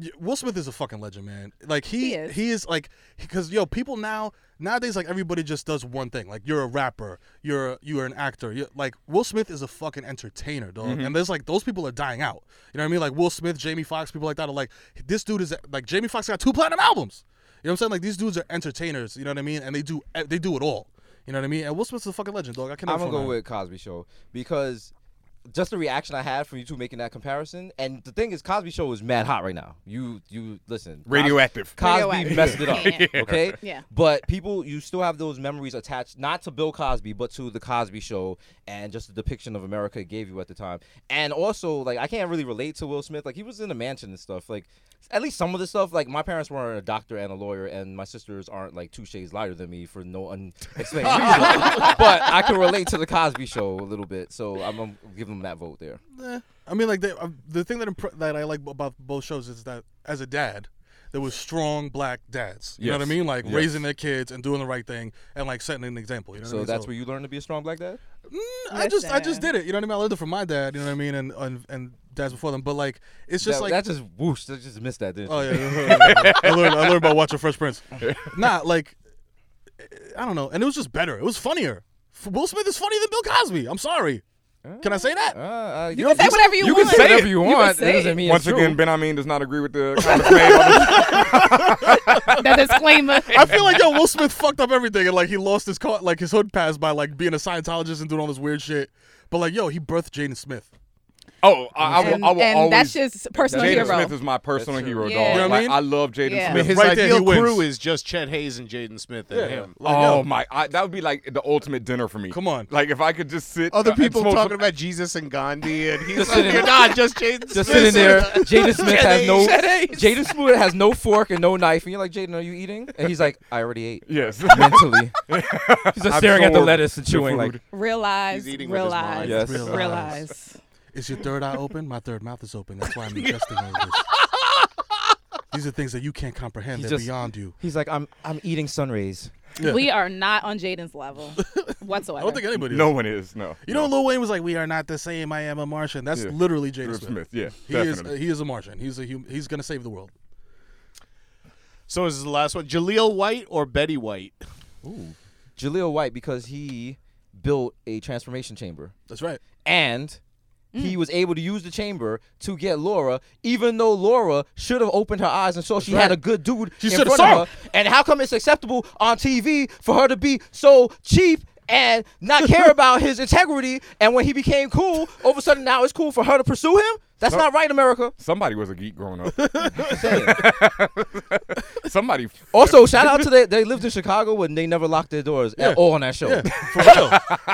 I: y- Will Smith is a fucking legend, man. Like he he is, like because yo people now nowadays like everybody just does one thing. Like you're a rapper, you're you're an actor. You're, like Will Smith is a fucking entertainer, dog.
G: Mm-hmm.
L: Mhm.
I: And there's like those people are dying out. You know what I mean? Like Will Smith, Jamie Foxx, people like that are like this dude is like Jamie Foxx got two platinum albums. You know what I'm saying? Like these dudes are entertainers. You know what I mean? And they do e, they do it all. You know what I mean? And Will Smith's a fucking legend, dog. I
G: I'm
I: cannot.
G: gonna go with Cosby Show because just the reaction I had from you two making that comparison, and the thing is, Cosby Show is mad hot right now. You you listen, Cos-
A: Radioactive.
G: Cosby
A: Radioactive.
G: messed it up,
A: Yeah. Yeah.
G: okay?
A: Yeah.
G: But people, you still have those memories attached, not to Bill Cosby, but to the Cosby Show and just the depiction of America it gave you at the time. And also, like, I can't really relate to Will Smith. Like, he was in the mansion and stuff. Like, at least some of the stuff. Like, my parents weren't a doctor and a lawyer, and my sisters aren't like two shades lighter than me for no unexplained reason. but I can relate to the Cosby Show a little bit, so I'm gonna give them that vote there.
I: Eh. I mean, like they, uh, the thing that impre- that I like about both shows is that as a dad, there was strong black dads. You know what I
G: Yes.
I: mean? Like
G: Yes.
I: raising their kids and doing the right thing and like setting an example. You know what I
G: So
I: mean?
G: that's where you learned to be a strong black dad.
I: I just I just did it. You know what I mean? I learned it from my dad. You know what I mean? And and, and dads before them. But like it's just
G: That-
I: like
G: that just whoosh. I just missed that. Didn't
I: Oh
G: you?
I: yeah, I learned I learned by watching Fresh Prince. Nah, like eh, I don't know, and it was just better. It was funnier. F- Will Smith is funnier than Bill Cosby. I'm sorry.
G: Eh,
I: Can I say that?
G: Uh, you can say whatever you
A: can
G: want.
A: say whatever
G: it.
A: you
G: You can
A: want.
G: say That doesn't it. mean it's
A: Once
G: true.
A: again, Ben Amin does not agree with the comments made on
B: That disclaimer.
I: I feel like yo Will Smith fucked up everything and like he lost his car like his hood pass by like being a Scientologist and doing all this weird shit. But like yo, he birthed Jaden Smith.
A: Oh, I, I will,
B: And-
A: I will
B: and
A: always.
B: that's just personal
A: Jaden
B: hero.
A: Smith is my personal hero, dog.
B: Yeah. You know what I
A: Like,
B: mean?
A: I love Jaden
B: Yeah.
A: Smith.
L: His
A: Right there,
L: ideal
A: he wins.
L: crew is just Chet Hayes and Jaden Smith and him.
A: oh my! I, that would be like the ultimate dinner for me. Come
I: on!
A: Like if I could just sit.
L: Other
A: uh, and
L: people
A: smoke
L: talking
A: some-
L: about Jesus and Gandhi, and he's
A: Just
L: like,
A: sitting-
L: "You're not just Jaden."
G: Just
L: Smith.
G: sitting there, Jaden
L: Chet
G: Smith has no
L: Hayes.
G: Jaden Smith has no fork and no knife, and you're like, Jaden, are you eating? And he's like, I already ate.
A: Yes,
G: mentally, he's just staring at the
A: Absorb
G: lettuce and
A: the
G: chewing.
A: food.
G: Like,
B: Realize,
L: He's eating with his
B: realize,
G: mind. Yes.
B: realize.
I: Is your third eye open? My third mouth is open. That's why I'm adjusting all this. These are things that you can't comprehend.
G: he's
I: They're
G: just
I: beyond you.
G: He's like, I'm I'm eating sun rays.
B: We are not on Jaden's level whatsoever.
I: I don't think anybody.
A: No
I: is.
A: one is. No.
I: You know, Lil Wayne was like, "We are not the same. I am a Martian." That's
A: Yeah.
I: literally Jaden
A: Jaden
I: Smith.
A: Smith, yeah,
I: he is. uh,
A: definitely.
I: he is a Martian. He's a. Hum- he's gonna save the world.
L: So is this the last one, Jaleel White or Betty White?
G: Ooh. Jaleel White because he built a transformation chamber.
I: That's right.
G: And
I: Mm.
G: he was able to use the chamber to get Laura, even though Laura should have opened her eyes and saw she had
I: right.
G: a good dude
I: She
G: in
I: should
G: front
I: have
G: of
I: saw
G: her. And how come it's acceptable on TV for her to be so cheap? And not care about his integrity, and when he became cool, all of a sudden now it's cool for her to pursue him. That's
A: Some-
G: not right, America.
A: Somebody was a geek growing up. Somebody.
G: Also, shout out to they, they lived in Chicago when they never locked their doors
A: Yeah.
G: at all on that show.
A: Yeah,
G: for real.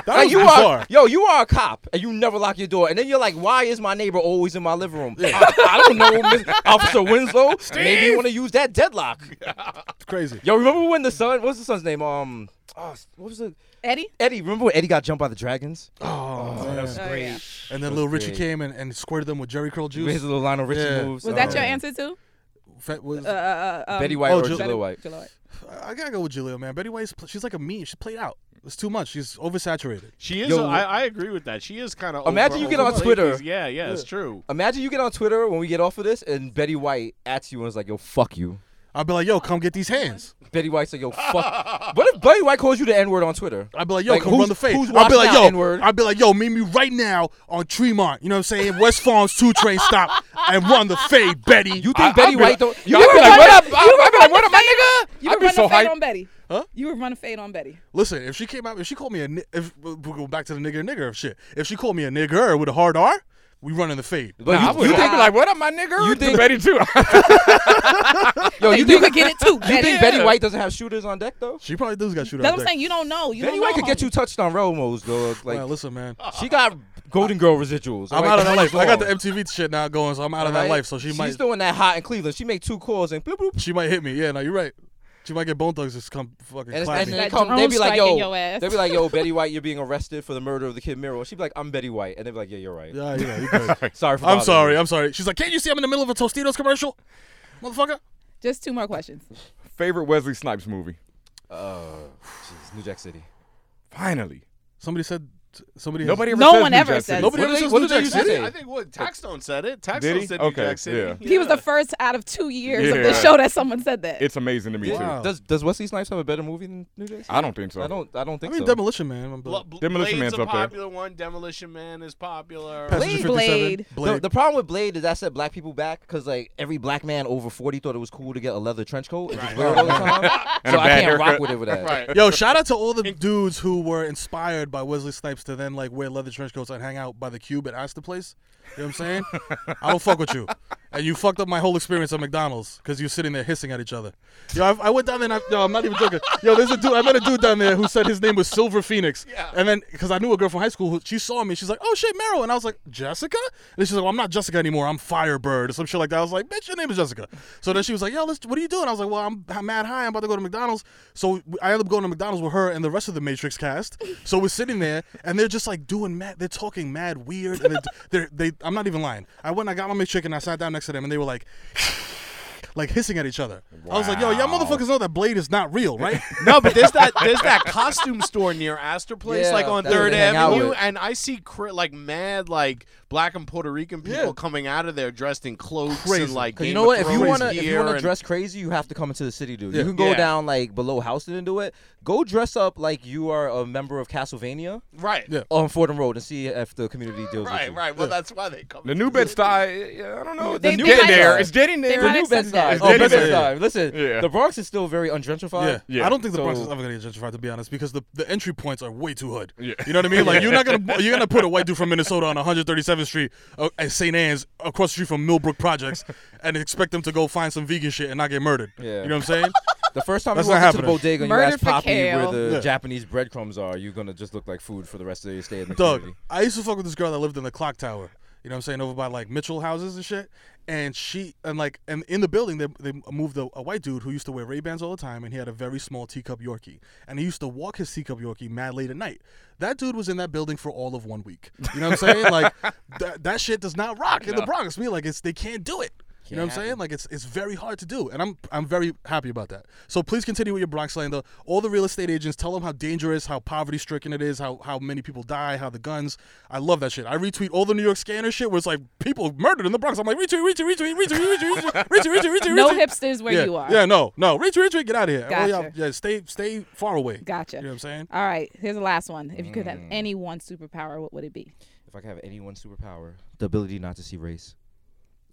A: was
G: you
A: bizarre.
G: are, yo, you are a cop and you never lock your door, and then you're like, why is my neighbor always in my living room? I, I don't know, Miss Officer Winslow. Maybe you want to use that deadlock.
I: It's crazy.
G: Yo, remember when the son? What's the son's name? Um, oh, what was it?
B: Eddie.
G: Eddie. Remember when Eddie got jumped by the dragons?
I: Oh,
G: man.
I: that was
B: Oh,
I: great.
B: yeah.
I: And then
G: That
I: Lil
G: was
I: Richie
G: great.
I: came and, and squirted them with Jerry Curl juice.
G: his little Lionel Richie moves. Um,
B: Was that your answer too?
I: Fat was-
B: Uh, uh, uh, um,
G: Betty White
I: Oh,
G: or
I: Jal-
G: Jaleel White?
I: I gotta go with Jaleel, man. Betty White's pl- she's like a meme. She's played out. It's too much. She's oversaturated.
L: She is.
G: Yo,
L: a- I I agree with that. She is kind of.
G: Imagine you get on Twitter.
L: Yeah, yeah, it's true.
G: Imagine you get on Twitter when we get off of this, and Betty White at you and is like, "Yo, fuck you."
I: I'll be like, "Yo, come get these hands."
G: Betty White's like, "Yo, fuck." what if Betty White calls you the N word on Twitter?
I: I'd be like, yo, come
G: who's-
I: run the fade.
G: Who's
I: I'd be like, yo,
G: N-word?
I: I'd be like, yo, meet me right now on Tremont. You know what I'm saying? West Farms two train stop and run the fade, Betty. You
G: think Betty White don't-
B: You
G: I'd
B: were
G: be like,
B: running,
G: what up?
B: you
G: I'd
B: were
G: be like,
B: running
G: what up, my
B: fade-
G: nigga?
B: You
G: I'd
B: were
G: be
B: running
G: so
B: fade
G: hyped.
B: on Betty.
I: Huh?
B: You were running fade on Betty.
I: Listen, if she came out, if she called me a, ni- if uh, we go back to the nigger nigger shit, if she called me a nigger with a hard R, we run in the fade.
G: But Nah, you- I would've- you think-
A: I'd be like, what up, my nigga?
G: You
A: You think
G: think-
A: Betty too?
G: Yo, Oh, you,
B: You
G: think
B: could get it too,
G: You
B: Betty.
G: think Betty White doesn't have shooters on deck though?
I: She probably does got shooters.
B: That's what I'm saying. You don't know. You
G: Betty
B: don't
G: White
B: know,
G: could get
B: homie.
G: you touched on railroads, though. Like,
I: Man, listen, man.
G: she got Golden Girl residuals.
I: I'm
G: alright?
I: out of
G: Come
I: that life. I got
G: on.
I: the MTV shit now going, so I'm out of that
G: Alright?
I: life. So she
G: She's
I: might
G: doing that hot in Cleveland. She made two calls and bloop bloop.
I: she might hit me. Yeah, no, you're right. She might get bone thugs just come fucking
G: And, it's-
I: clap
G: and
I: me.
G: they come, they be
B: drone
G: like,
B: strike in
G: yo,
B: your ass.
G: they be like, yo, Betty White, you're being arrested for the murder of the kid Miro. She'd be like, I'm Betty White, and they be like, yeah, you're right.
I: Yeah, you know, you good.
G: Sorry for
I: I'm
G: bothering
I: sorry.
G: you.
I: I'm sorry. She's like, can't you see I'm in the middle of a Tostitos commercial, motherfucker?
B: Just two more questions.
A: Favorite Wesley Snipes movie?
G: Oh, jeez, New Jack City.
A: Finally.
I: Somebody said. Somebody.
G: Nobody
I: has,
G: ever No says one New ever Jack says City. What
I: Nobody ever
G: did they-
I: says
G: what did
I: New
G: they
I: Jack
G: used
I: City.
G: to
C: I think what Taxstone said it.
A: Did
C: Taxstone
A: he?
C: said New
A: Okay,
C: Jack City.
A: yeah.
B: He was the first out of two years of the
A: Yeah.
B: show that someone said that.
A: It's amazing to me too.
G: Does Does Wesley Snipes have a better movie than New Jack City?
A: I don't think so.
G: I don't. I don't think
I: I mean,
G: so.
I: Demolition Man. I'm-
C: Bl- Bl-
A: Demolition
C: Blade's
A: Man's
C: a
A: up there.
C: popular one. Demolition Man is popular.
G: Blade.
I: Blade.
G: The, the problem with Blade is that set black people back because like every black man over forty thought it was cool to get a leather trench coat and
C: Oh,
G: just wear it all the time.
I: And
G: so
I: a
G: I
I: bad
G: can't rock
I: haircut.
G: with it with that.
I: Yo, shout out to all the dudes who were inspired by Wesley Snipes to then like wear leather trench coats and hang out by the cube at Astor Place. You know what I'm saying? I don't fuck with you. And you fucked up my whole experience at McDonald's because you're sitting there hissing at each other. Yo, I, I went down there and I, yo, I'm not even joking. Yo, there's a dude, I met a dude down there who said his name was Silver Phoenix. And then, because I knew a girl from high school, who, she saw me. She's like, oh shit, Meryl. And I was like, Jessica? And then she's like, well, I'm not Jessica anymore. I'm Firebird or some shit like that. I was like, bitch, your name is Jessica. So then she was like, yo, let's, what are you doing? I was like, well, I'm, I'm mad high. I'm about to go to McDonald's. So I ended up going to McDonald's with her and the rest of the Matrix cast. So we're sitting there and they're just like doing mad, they're talking mad weird. And they're, they're, they, I'm not even lying. I went, and I got my McChicken, I sat down next to them and they were like, like hissing at each other. I was like, yo, y'all motherfuckers know that Blade is not real, right?
C: no, but there's that there's that costume store near Astor Place,
I: Yeah,
C: like on
I: that's where
C: Third
I: they hang out
C: Avenue,
I: with.
C: and I see cr- like mad like black and Puerto Rican people coming out of there dressed in cloaks and like
G: 'Cause
C: Game
G: you know what?
C: Of
G: If you
C: Thrones
G: wanna if you
C: gear
G: wanna
C: and-
G: dress crazy, you have to come into the city, dude.
C: Yeah.
G: You can go
C: Yeah.
G: down like below Houston and do it. Go dress up like you are a member of Castlevania,
C: Right. Yeah.
G: On Fordham Road and see if the community deals with
C: right,
G: you.
C: right. Well, that's why they come.
A: The new bed style. I don't know.
G: The
A: It's
G: new
A: getting
G: Bed-Stuy.
A: there. It's getting there.
G: The new bed style.
A: It's
G: Oh,
A: getting
G: bed
A: there.
G: style. Listen,
A: Yeah.
G: the Bronx is still very ungentrified.
I: Yeah. I don't think the Bronx is
G: So-
I: ever gonna get gentrified to be honest, because the, the entry points are way too hood. You know what I mean? Like you're not gonna you're gonna put a white dude from Minnesota on 137th Street uh, at St. Anne's across the street from Millbrook Projects and expect them to go find some vegan shit and not get murdered.
G: Yeah.
I: You know what I'm saying?
G: The first time
I: That's
G: you
I: not
G: walk into the
I: happening.
G: bodega and you
I: Murder
G: ask
I: for
G: Poppy where
I: kale.
G: the
I: Yeah.
G: Japanese breadcrumbs are, you're gonna just look like food for the rest of your stay in the
I: Doug,
G: community.
I: I used to fuck with this girl that lived in the clock tower. You know what I'm saying? Over by like Mitchell houses and shit. And she and like and in the building they, they moved a, a white dude who used to wear Ray Bans all the time and he had a very small teacup Yorkie. And he used to walk his teacup Yorkie mad late at night. That dude was in that building for all of one week. You know what I'm saying? like that that shit does not rock in the
L: No.
I: Bronx. Me like it's they can't do it. You know what I'm
L: Can't
I: saying? Like it's it's very hard to do, and I'm I'm very happy about that. So please continue with your Bronx slander. All the real estate agents tell them how dangerous, how poverty stricken it is, how how many people die, how the guns. I love that shit. I retweet all the New York scanner shit where it's like people murdered in the Bronx. I'm like retweet, retweet, retweet, retweet, retweet, retweet, retweet, retweet, retweet.
B: No hipsters where
I: yeah,
B: you are.
I: Yeah, no, no, retweet, retweet, get out of here. All
B: Gotcha.
I: y'all- yeah, stay stay far away.
B: Gotcha.
I: You know what I'm saying?
B: All right, here's the last one. If you could have
G: Mm.
B: any one superpower, what would it be?
G: If I could have any one superpower, the ability not to see race.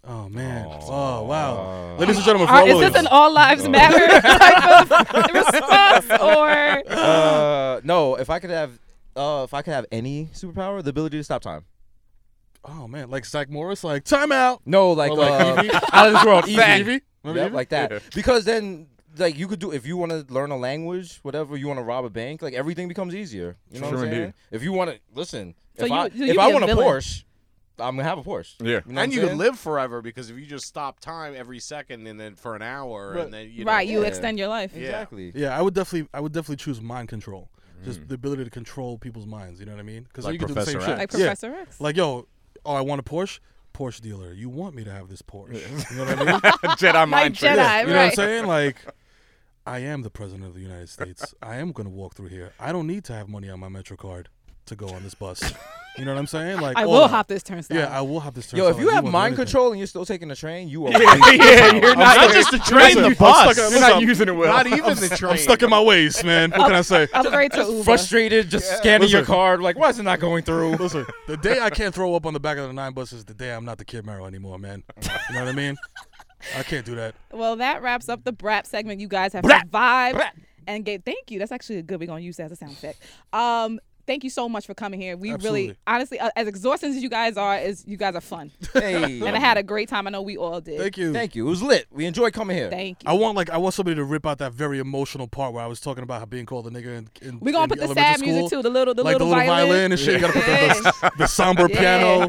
I: Oh man. Oh, wow.
G: Uh,
I: Ladies and gentlemen, for
B: Are-
I: all
B: is
I: of
B: this an
I: you.
B: all lives matter type of response, or
G: Uh, no, if I could have, uh, if I could have any superpower, the ability to stop time.
I: Oh man, like Zach Morris, like time out.
G: No, like,
I: Or
G: uh,
I: like E Evie?
G: out of this world, easy.
I: Fact. Evie? E Remember
G: Yep,
I: Evie?
G: like that.
I: Yeah.
G: Because then, like, you could do if you want to learn a language, whatever you want to rob a bank, like everything becomes easier. You know
A: Sure
G: what I'm
A: indeed.
G: saying? If you want to listen,
C: So
G: if
C: you
G: I
C: would- so
G: if
C: you'd
G: I
C: be a
G: want a
C: villain.
G: Porsche, I'm gonna have a Porsche.
A: Yeah.
G: know
C: and
G: what
C: you
G: I'm
C: could
G: saying?
C: live forever because if you just stop time every second and then for an hour
B: Right.
C: and then you
B: Right,
C: know,
B: you extend your life. Exactly.
I: Yeah, I would definitely, I would definitely choose mind control. Just the ability to control people's minds. You know what I mean? Because
C: Like
I: you can do the same
C: Professor
I: shit.
C: X.
B: Like
I: Yeah.
B: Professor X.
I: Like yo, oh, I want a Porsche. Porsche dealer, you want me to have this Porsche? You know what I mean?
A: Jedi Like mind trick. Jedi,
I: You know what I'm
A: right.
I: saying? Like, I am the president of the United States. I am gonna walk through here. I don't need to have money on my Metro card to go on this bus. You know what I'm saying? Like,
B: I
I: oh,
B: will hop this turnstile.
I: Yeah, I will hop this
G: Yo,
I: turnstile.
G: if you
I: Like,
G: have
I: won't do
G: mind
I: anything.
G: control and you're still taking the train, you are.
I: Yeah,
G: wasting
I: yeah,
G: time.
I: you're
G: I'm
I: not
G: sorry.
I: just the train, the
G: I'm
I: bus.
G: stuck-
I: You're not using it well.
G: I'm-
I: Not e- even
G: I'm
I: the
G: stuck-
I: train. ways, man. What can I say?
B: Upgrade to Uber.
G: Frustrated, just scanning your
I: Listen.
G: card, like why is it not going through?
I: Listen, the day I can't throw up on the back of the nine bus is the day I'm not the kid Merrill anymore, man. You know what I mean? I can't do that.
B: Well, that wraps up the BRAP segment. You guys have
I: Brap.
B: survived and get. Thank you. That's actually good. We're gonna use that as a sound effect. Um, thank you so much for coming here. We really,
I: Absolutely.
B: honestly, uh, as exhausting as you guys are, is you guys are fun.
G: Hey.
B: and I had a great time. I know we all did.
I: Thank you.
G: Thank you. It was lit. We enjoyed coming here.
B: Thank you.
I: I want like I want somebody to rip out that very emotional part where I was talking about how being called a nigga in, in
B: We gonna
I: in
B: put the
I: elementary
B: sad music
I: school.
B: too, the little- the
I: like
B: little
I: the little violin,
B: violin.
I: and shit. You gotta put the, the, the somber piano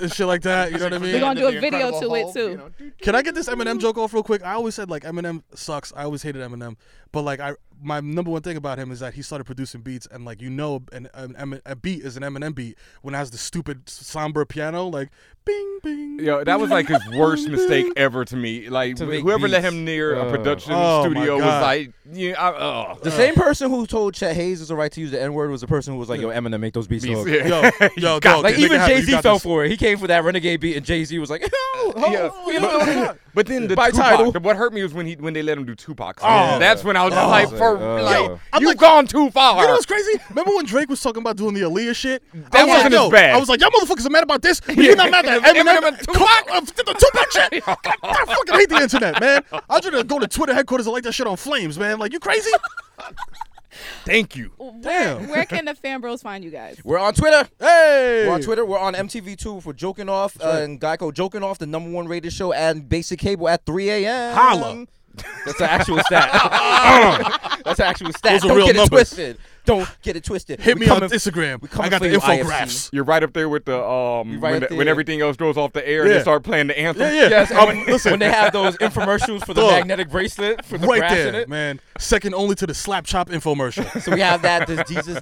I: and shit like that. You know what I mean?
B: We're gonna do a video to it too.
I: Can I get this Eminem joke off real quick? I always said like Eminem sucks. I always hated Eminem, but like I my number one thing about him is that he started producing beats, and like you know, an, an, M- a beat is an Eminem beat when it has the stupid somber piano, like bing bing.
A: Yo, that was like his worst mistake ever to me. Like
I: To
A: wh-
I: make
A: whoever let
I: beats.
A: him near a
I: Ugh.
A: production
I: Oh, my
A: studio was
I: God.
A: like, yeah, I, oh.
G: The same person who told Chet Hayes is the right to use the N word was the person who was like, "Yo, Eminem, make those beats."
A: Beats,
G: dog."
A: yeah. Yo, yo,
G: You got
A: dog,
G: like
A: make it
G: even
A: happen,
G: Jay
A: you
G: Z
A: got
G: fell
A: this.
G: for it. He came for that Renegade beat, and Jay Z was like, "Oh, oh,
A: Yeah.
G: you know,
A: But, but then the
G: By
A: Tupac,
G: title.
A: what hurt me was when he when they let him do Tupac.
I: Oh.
A: that's when I was just
I: Oh.
A: like, for
I: Yo,
A: like,
I: I'm
A: you've
I: like-
A: gone too far.
I: You know what's crazy? Remember when Drake was talking about doing the Aaliyah shit?
A: That
I: I was
A: wasn't
I: like,
A: as
I: yo,
A: bad.
I: I was like, y'all motherfuckers are mad about this, but you're not mad at
A: Eminem
I: Eminem. and Tupac, uh, the Tupac shit. God, I fucking hate the internet, man. I try to go to Twitter headquarters and light that shit on flames, man. Like, you crazy?
A: Thank you.
B: Where, where can the fan bros find you guys?
G: We're on Twitter. Hey, we're on Twitter. We're on MTV2 for Joking Off uh, and Geico Joking Off, the number one rated show, and Basic Cable at 3 a.m.
I: Holla.
G: That's an actual stat. That's an actual stat.
I: Those are
G: Don't
I: real
G: get
I: numbers.
G: it twisted. Don't get it twisted.
I: Hit
G: We
I: me on
G: coming-
I: Instagram.
G: we coming
I: I got
G: for
I: the
G: you, IFC.
I: infographics.
A: You're right up there with the um
G: right
A: when,
G: up
A: the-
G: there.
A: when everything else goes off the air and
G: Yeah.
A: they start playing the anthem.
I: Yeah, yeah.
G: Yes, and
I: Um,
G: when,
I: listen.
G: when they have those infomercials for the
I: Look.
G: magnetic bracelet for the
I: right
G: brass
I: there,
G: in it.
I: man. Second only to the slap chop infomercial.
G: So we have that. There's Jesus,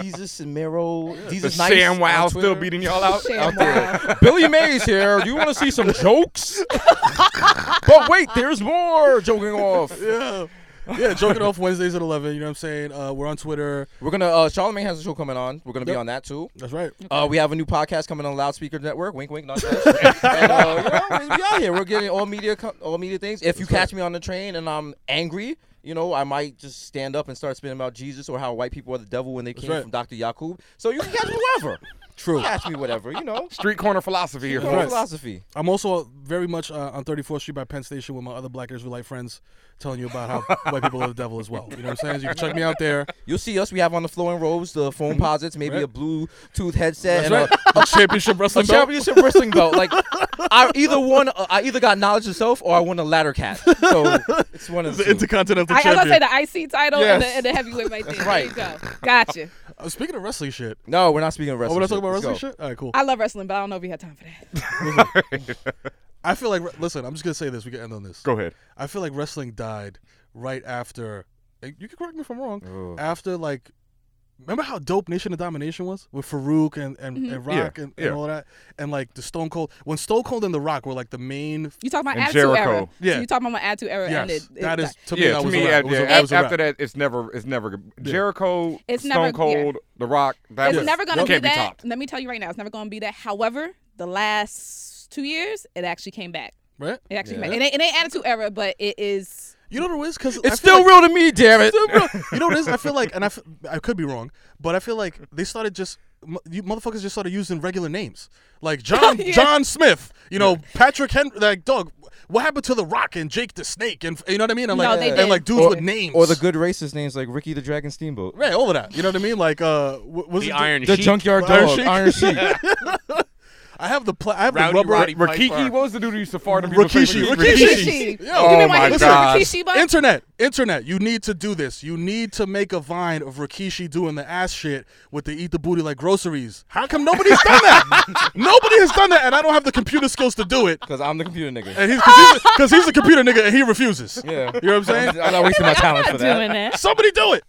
G: Jesus and Mero. Jesus
A: The
G: nice
A: ShamWow
G: on
A: still
G: Twitter.
A: beating y'all out?
G: out there. Billy Mays here. Do you want to see some jokes? but wait, there's more joking off.
I: Yeah. Yeah, joking off Wednesdays at eleven. You know what I'm saying? Uh, we're on Twitter.
G: We're gonna uh Charlemagne has a show coming on. We're gonna be
I: Yep.
G: on that too.
I: That's right.
G: Uh we have a new podcast coming on Loudspeaker Network. Wink wink, not And uh you know, we we out here. We're getting all media co- all media things. If you catch me on the train and I'm angry, you know, I might just stand up and start spinning about Jesus or how white people are the devil when they came
I: right.
G: from Dr. Yakub. So you can catch me wherever.
I: True.
G: Catch me whatever, you know.
A: Street corner philosophy here.
G: Street corner
A: folks.
G: philosophy.
I: I'm also very much uh, on 34th Street by Penn Station with my other Black Israelite friends, telling you about how white people are the devil as well. You know what I'm saying? You can check me out there.
G: You'll see us. We have on the flowing robes, the foam posits, maybe
I: Mm-hmm. Right.
G: a Bluetooth headset, and
I: That's right.
G: a,
I: A championship
G: a
I: wrestling belt.
G: championship wrestling belt. Like, I either won, uh, I either got knowledge of self, or I won a ladder cat. So it's one of the, two.
B: I,
I: Intercontinental
B: I was
I: Champion.
B: gonna say the IC title and, the,
G: Yes.
B: and the heavyweight right there.
G: right.
B: There you go. Gotcha.
I: Uh, speaking of wrestling shit.
G: No, we're not speaking of wrestling.
I: Oh, we're not
G: shit.
I: talking about
G: Let's
I: wrestling
G: go.
I: shit? All right, cool.
B: I love wrestling, but I don't know if we had time for that.
I: I feel like listen, I'm just gonna say this. We can end on this.
A: Go ahead.
I: I feel like wrestling died right after. eh, You can correct me if I'm wrong.
A: Oh.
I: After like, remember how dope Nation of Domination was with Farouk and and,
B: Mhm.
I: and Rock
A: Yeah,
I: and, and
A: yeah.
I: all that, and like the Stone Cold when Stone Cold and the Rock were like the main.
B: You talking about
A: And
B: attitude era?
A: Jericho.
I: Yeah.
B: So you talking about my attitude era? And
I: Yes.
B: it, it,
I: That is- to me,
A: yeah,
I: that
A: to
I: was a
A: me,
I: wrap.
A: a-
I: It was a-
A: yeah,
I: that was a
A: after
I: wrap.
A: that, it's never, it's never. good.
I: Yeah.
A: Jericho,
B: It's
A: Stone
B: never- yeah.
A: Cold, The Rock. That
B: it's
A: was-
B: never gonna be
A: can't
B: that.
A: be topped.
B: Let me tell you right now, it's never gonna be that. However, the last two years, it actually came back.
I: Right?
B: It actually
I: Yeah.
B: came back. It ain't, it ain't attitude era, but it is.
I: You know what it is? Because
G: It's still real to me, damn it.
I: you know what it is? I feel like, and I, f- I could be wrong, but I feel like they started just. m- You motherfuckers just started using regular names like John
L: Yeah.
I: John Smith, you know Patrick Henry. Like dog, what happened to The Rock and Jake the Snake and you know what I mean? And like and like dudes
G: or,
I: with names
G: or the good racist names like Ricky the Dragon Steamboat.
I: right all of that. You know what I mean? Like uh, wh- was
G: The
I: it
G: Iron The Sheik. Junkyard
I: Iron
G: Dog,
I: Sheik?
G: Iron Sheik.
I: I have the pla- I have
A: Rowdy
I: the rubber
A: Roddy Piper. What was the dude who used to fart? people say
I: Rikishi,
A: Rikishi?
I: Rikishi.
A: Rikishi. Oh You mean my my his God. Rikishi
B: butt?
I: Internet, internet. You need to do this. You need to make a vine of Rikishi doing the ass shit with the eat the booty like groceries. How come nobody's done that? Nobody has done that, and I don't have the computer skills to do it.
G: Because I'm the computer nigga.
I: And he's because he's, a computer nigga, and he refuses.
G: Yeah.
I: you know what I'm saying?
G: I'm not wasting my talent for that.
I: Somebody do it.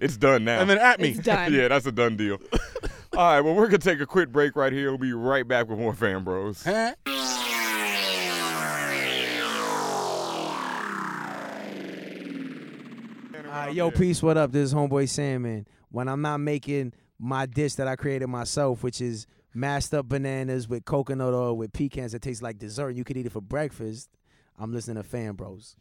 A: It's done now.
I: And then at me. It's done.
A: yeah, that's a done deal. All right, well, we're gonna take a quick break right here. We'll be right back with more fan bros.
M: Uh, yo, peace. What up? This is homeboy Sandman. When I'm not making my dish that I created myself, which is mashed up bananas with coconut oil with pecans that tastes like dessert, and you could eat it for breakfast. I'm listening to Fan Bros.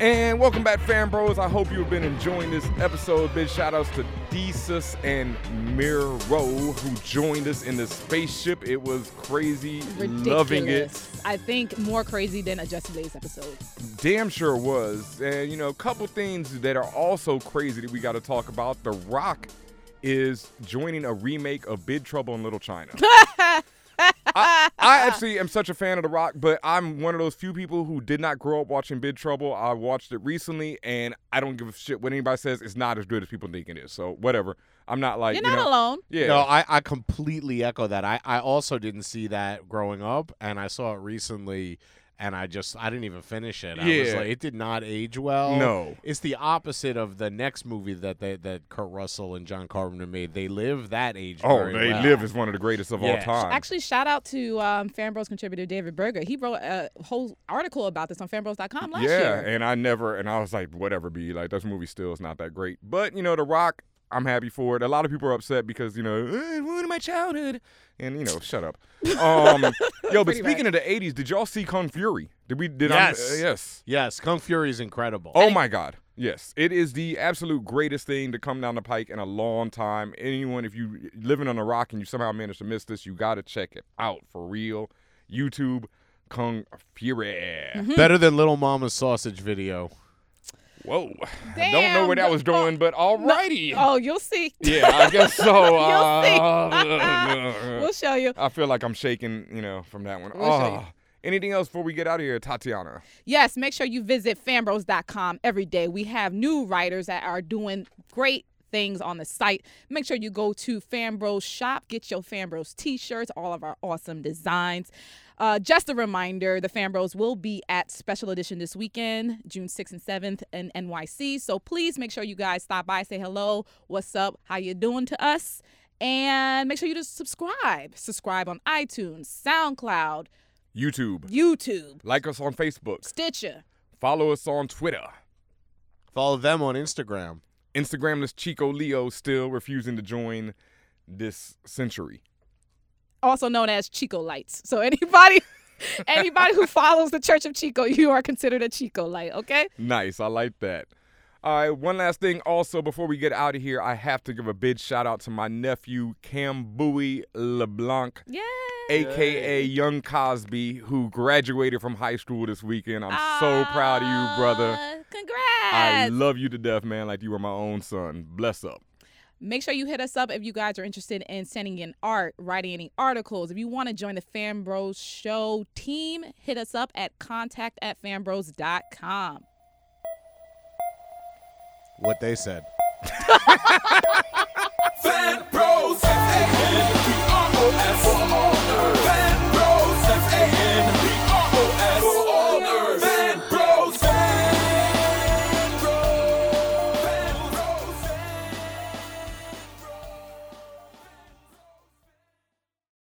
A: And welcome back, fan bros. I hope you've been enjoying this episode. Big shout outs to Desus and Miro who joined us in the spaceship. It was crazy, loving it.
B: ridiculous. I think more crazy than a Jesse Blaze episode.
A: Damn sure was. And you know, a couple things that are also crazy that we got to talk about. The Rock is joining a remake of Big Trouble in Little China. I, I actually am such a fan of The Rock, but I'm one of those few people who did not grow up watching Big Trouble. I watched it recently, and I don't give a shit what anybody says. It's not as good as people think it is. So whatever. I'm not like you know- Yeah.
C: No, I, I completely echo that. I, I also didn't see that growing up, and I saw it recently, and I just I didn't even finish it. I was
A: Yeah.
C: like, it did not age well.
A: No.
C: it's the opposite of the next movie that they, that Kurt Russell and John Carpenter made. They live that age.
A: Oh,
C: very
A: They
C: well.
A: Live is one of the greatest of all
C: Yeah.
A: time.
B: Actually, shout out to um, Fanbros contributor David Berger. He wrote a whole article about this on fanbros.com last
A: yeah,
B: year.
A: and I never, and I was like, whatever, be like, this movie still is not that great. But you know, The Rock, I'm happy for it. A lot of people are upset because you know, "Eh, it ruined my childhood, and you know, shut up. Um, yo, but
C: Pretty
A: speaking of the '80s, did y'all see Kung Fury? Did we? Did
C: yes,
A: I? uh, yes.
C: yes. Kung Fury is incredible.
A: Oh my God. Yes, it is the absolute greatest thing to come down the pike in a long time. Anyone, if you living on a rock and you somehow managed to miss this, you got to check it out for real. YouTube, Kung Fury.
C: Better than Little Mama's sausage video.
A: Whoa. Don't know where that was going, but alrighty.
B: Oh, you'll see.
A: Yeah, I guess so. Uh,
B: We'll show you.
A: I feel like I'm shaking, you know, from that one.
B: We'll show you.
A: oh. Anything else before we get out of here, Tatiana?
B: Yes, make sure you visit fanbros.com every day. We have new writers that are doing great things on the site. Make sure you go to Fanbros shop, get your Fanbros t-shirts, all of our awesome designs. Uh, just a reminder, the Fanbros will be at Special Edition this weekend, June 6th and 7th in NYC. So please make sure you guys stop by, say hello, what's up, how you doing to us, and make sure you just subscribe. Subscribe on iTunes, SoundCloud,
A: YouTube.
B: YouTube,
A: Like us on Facebook.
B: Stitcher.
A: Follow us on Twitter.
C: Follow them on Instagram.
A: Instagramless Chico Leo still refusing to join this century.
B: also known as Chico Lights. So anybody anybody who follows the Church of Chico, you are considered a Chico Light, okay?
A: Nice. I like that. All right. One last thing. Also, before we get out of here, I have to give a big shout out to my nephew, Cam Bowie LeBlanc.
B: Yeah.
A: AKA Young Cosby, who graduated from high school this weekend. I'm so proud of you, brother.
B: Congrats.
A: I love you to death, man, like you were my own son. Bless up.
B: Make sure you hit us up if you guys are interested in sending in art, writing any articles. If you want to join the Fan Bros Show team, hit us up at contact at fanbros.com.
C: What they said.
D: Fan Bros.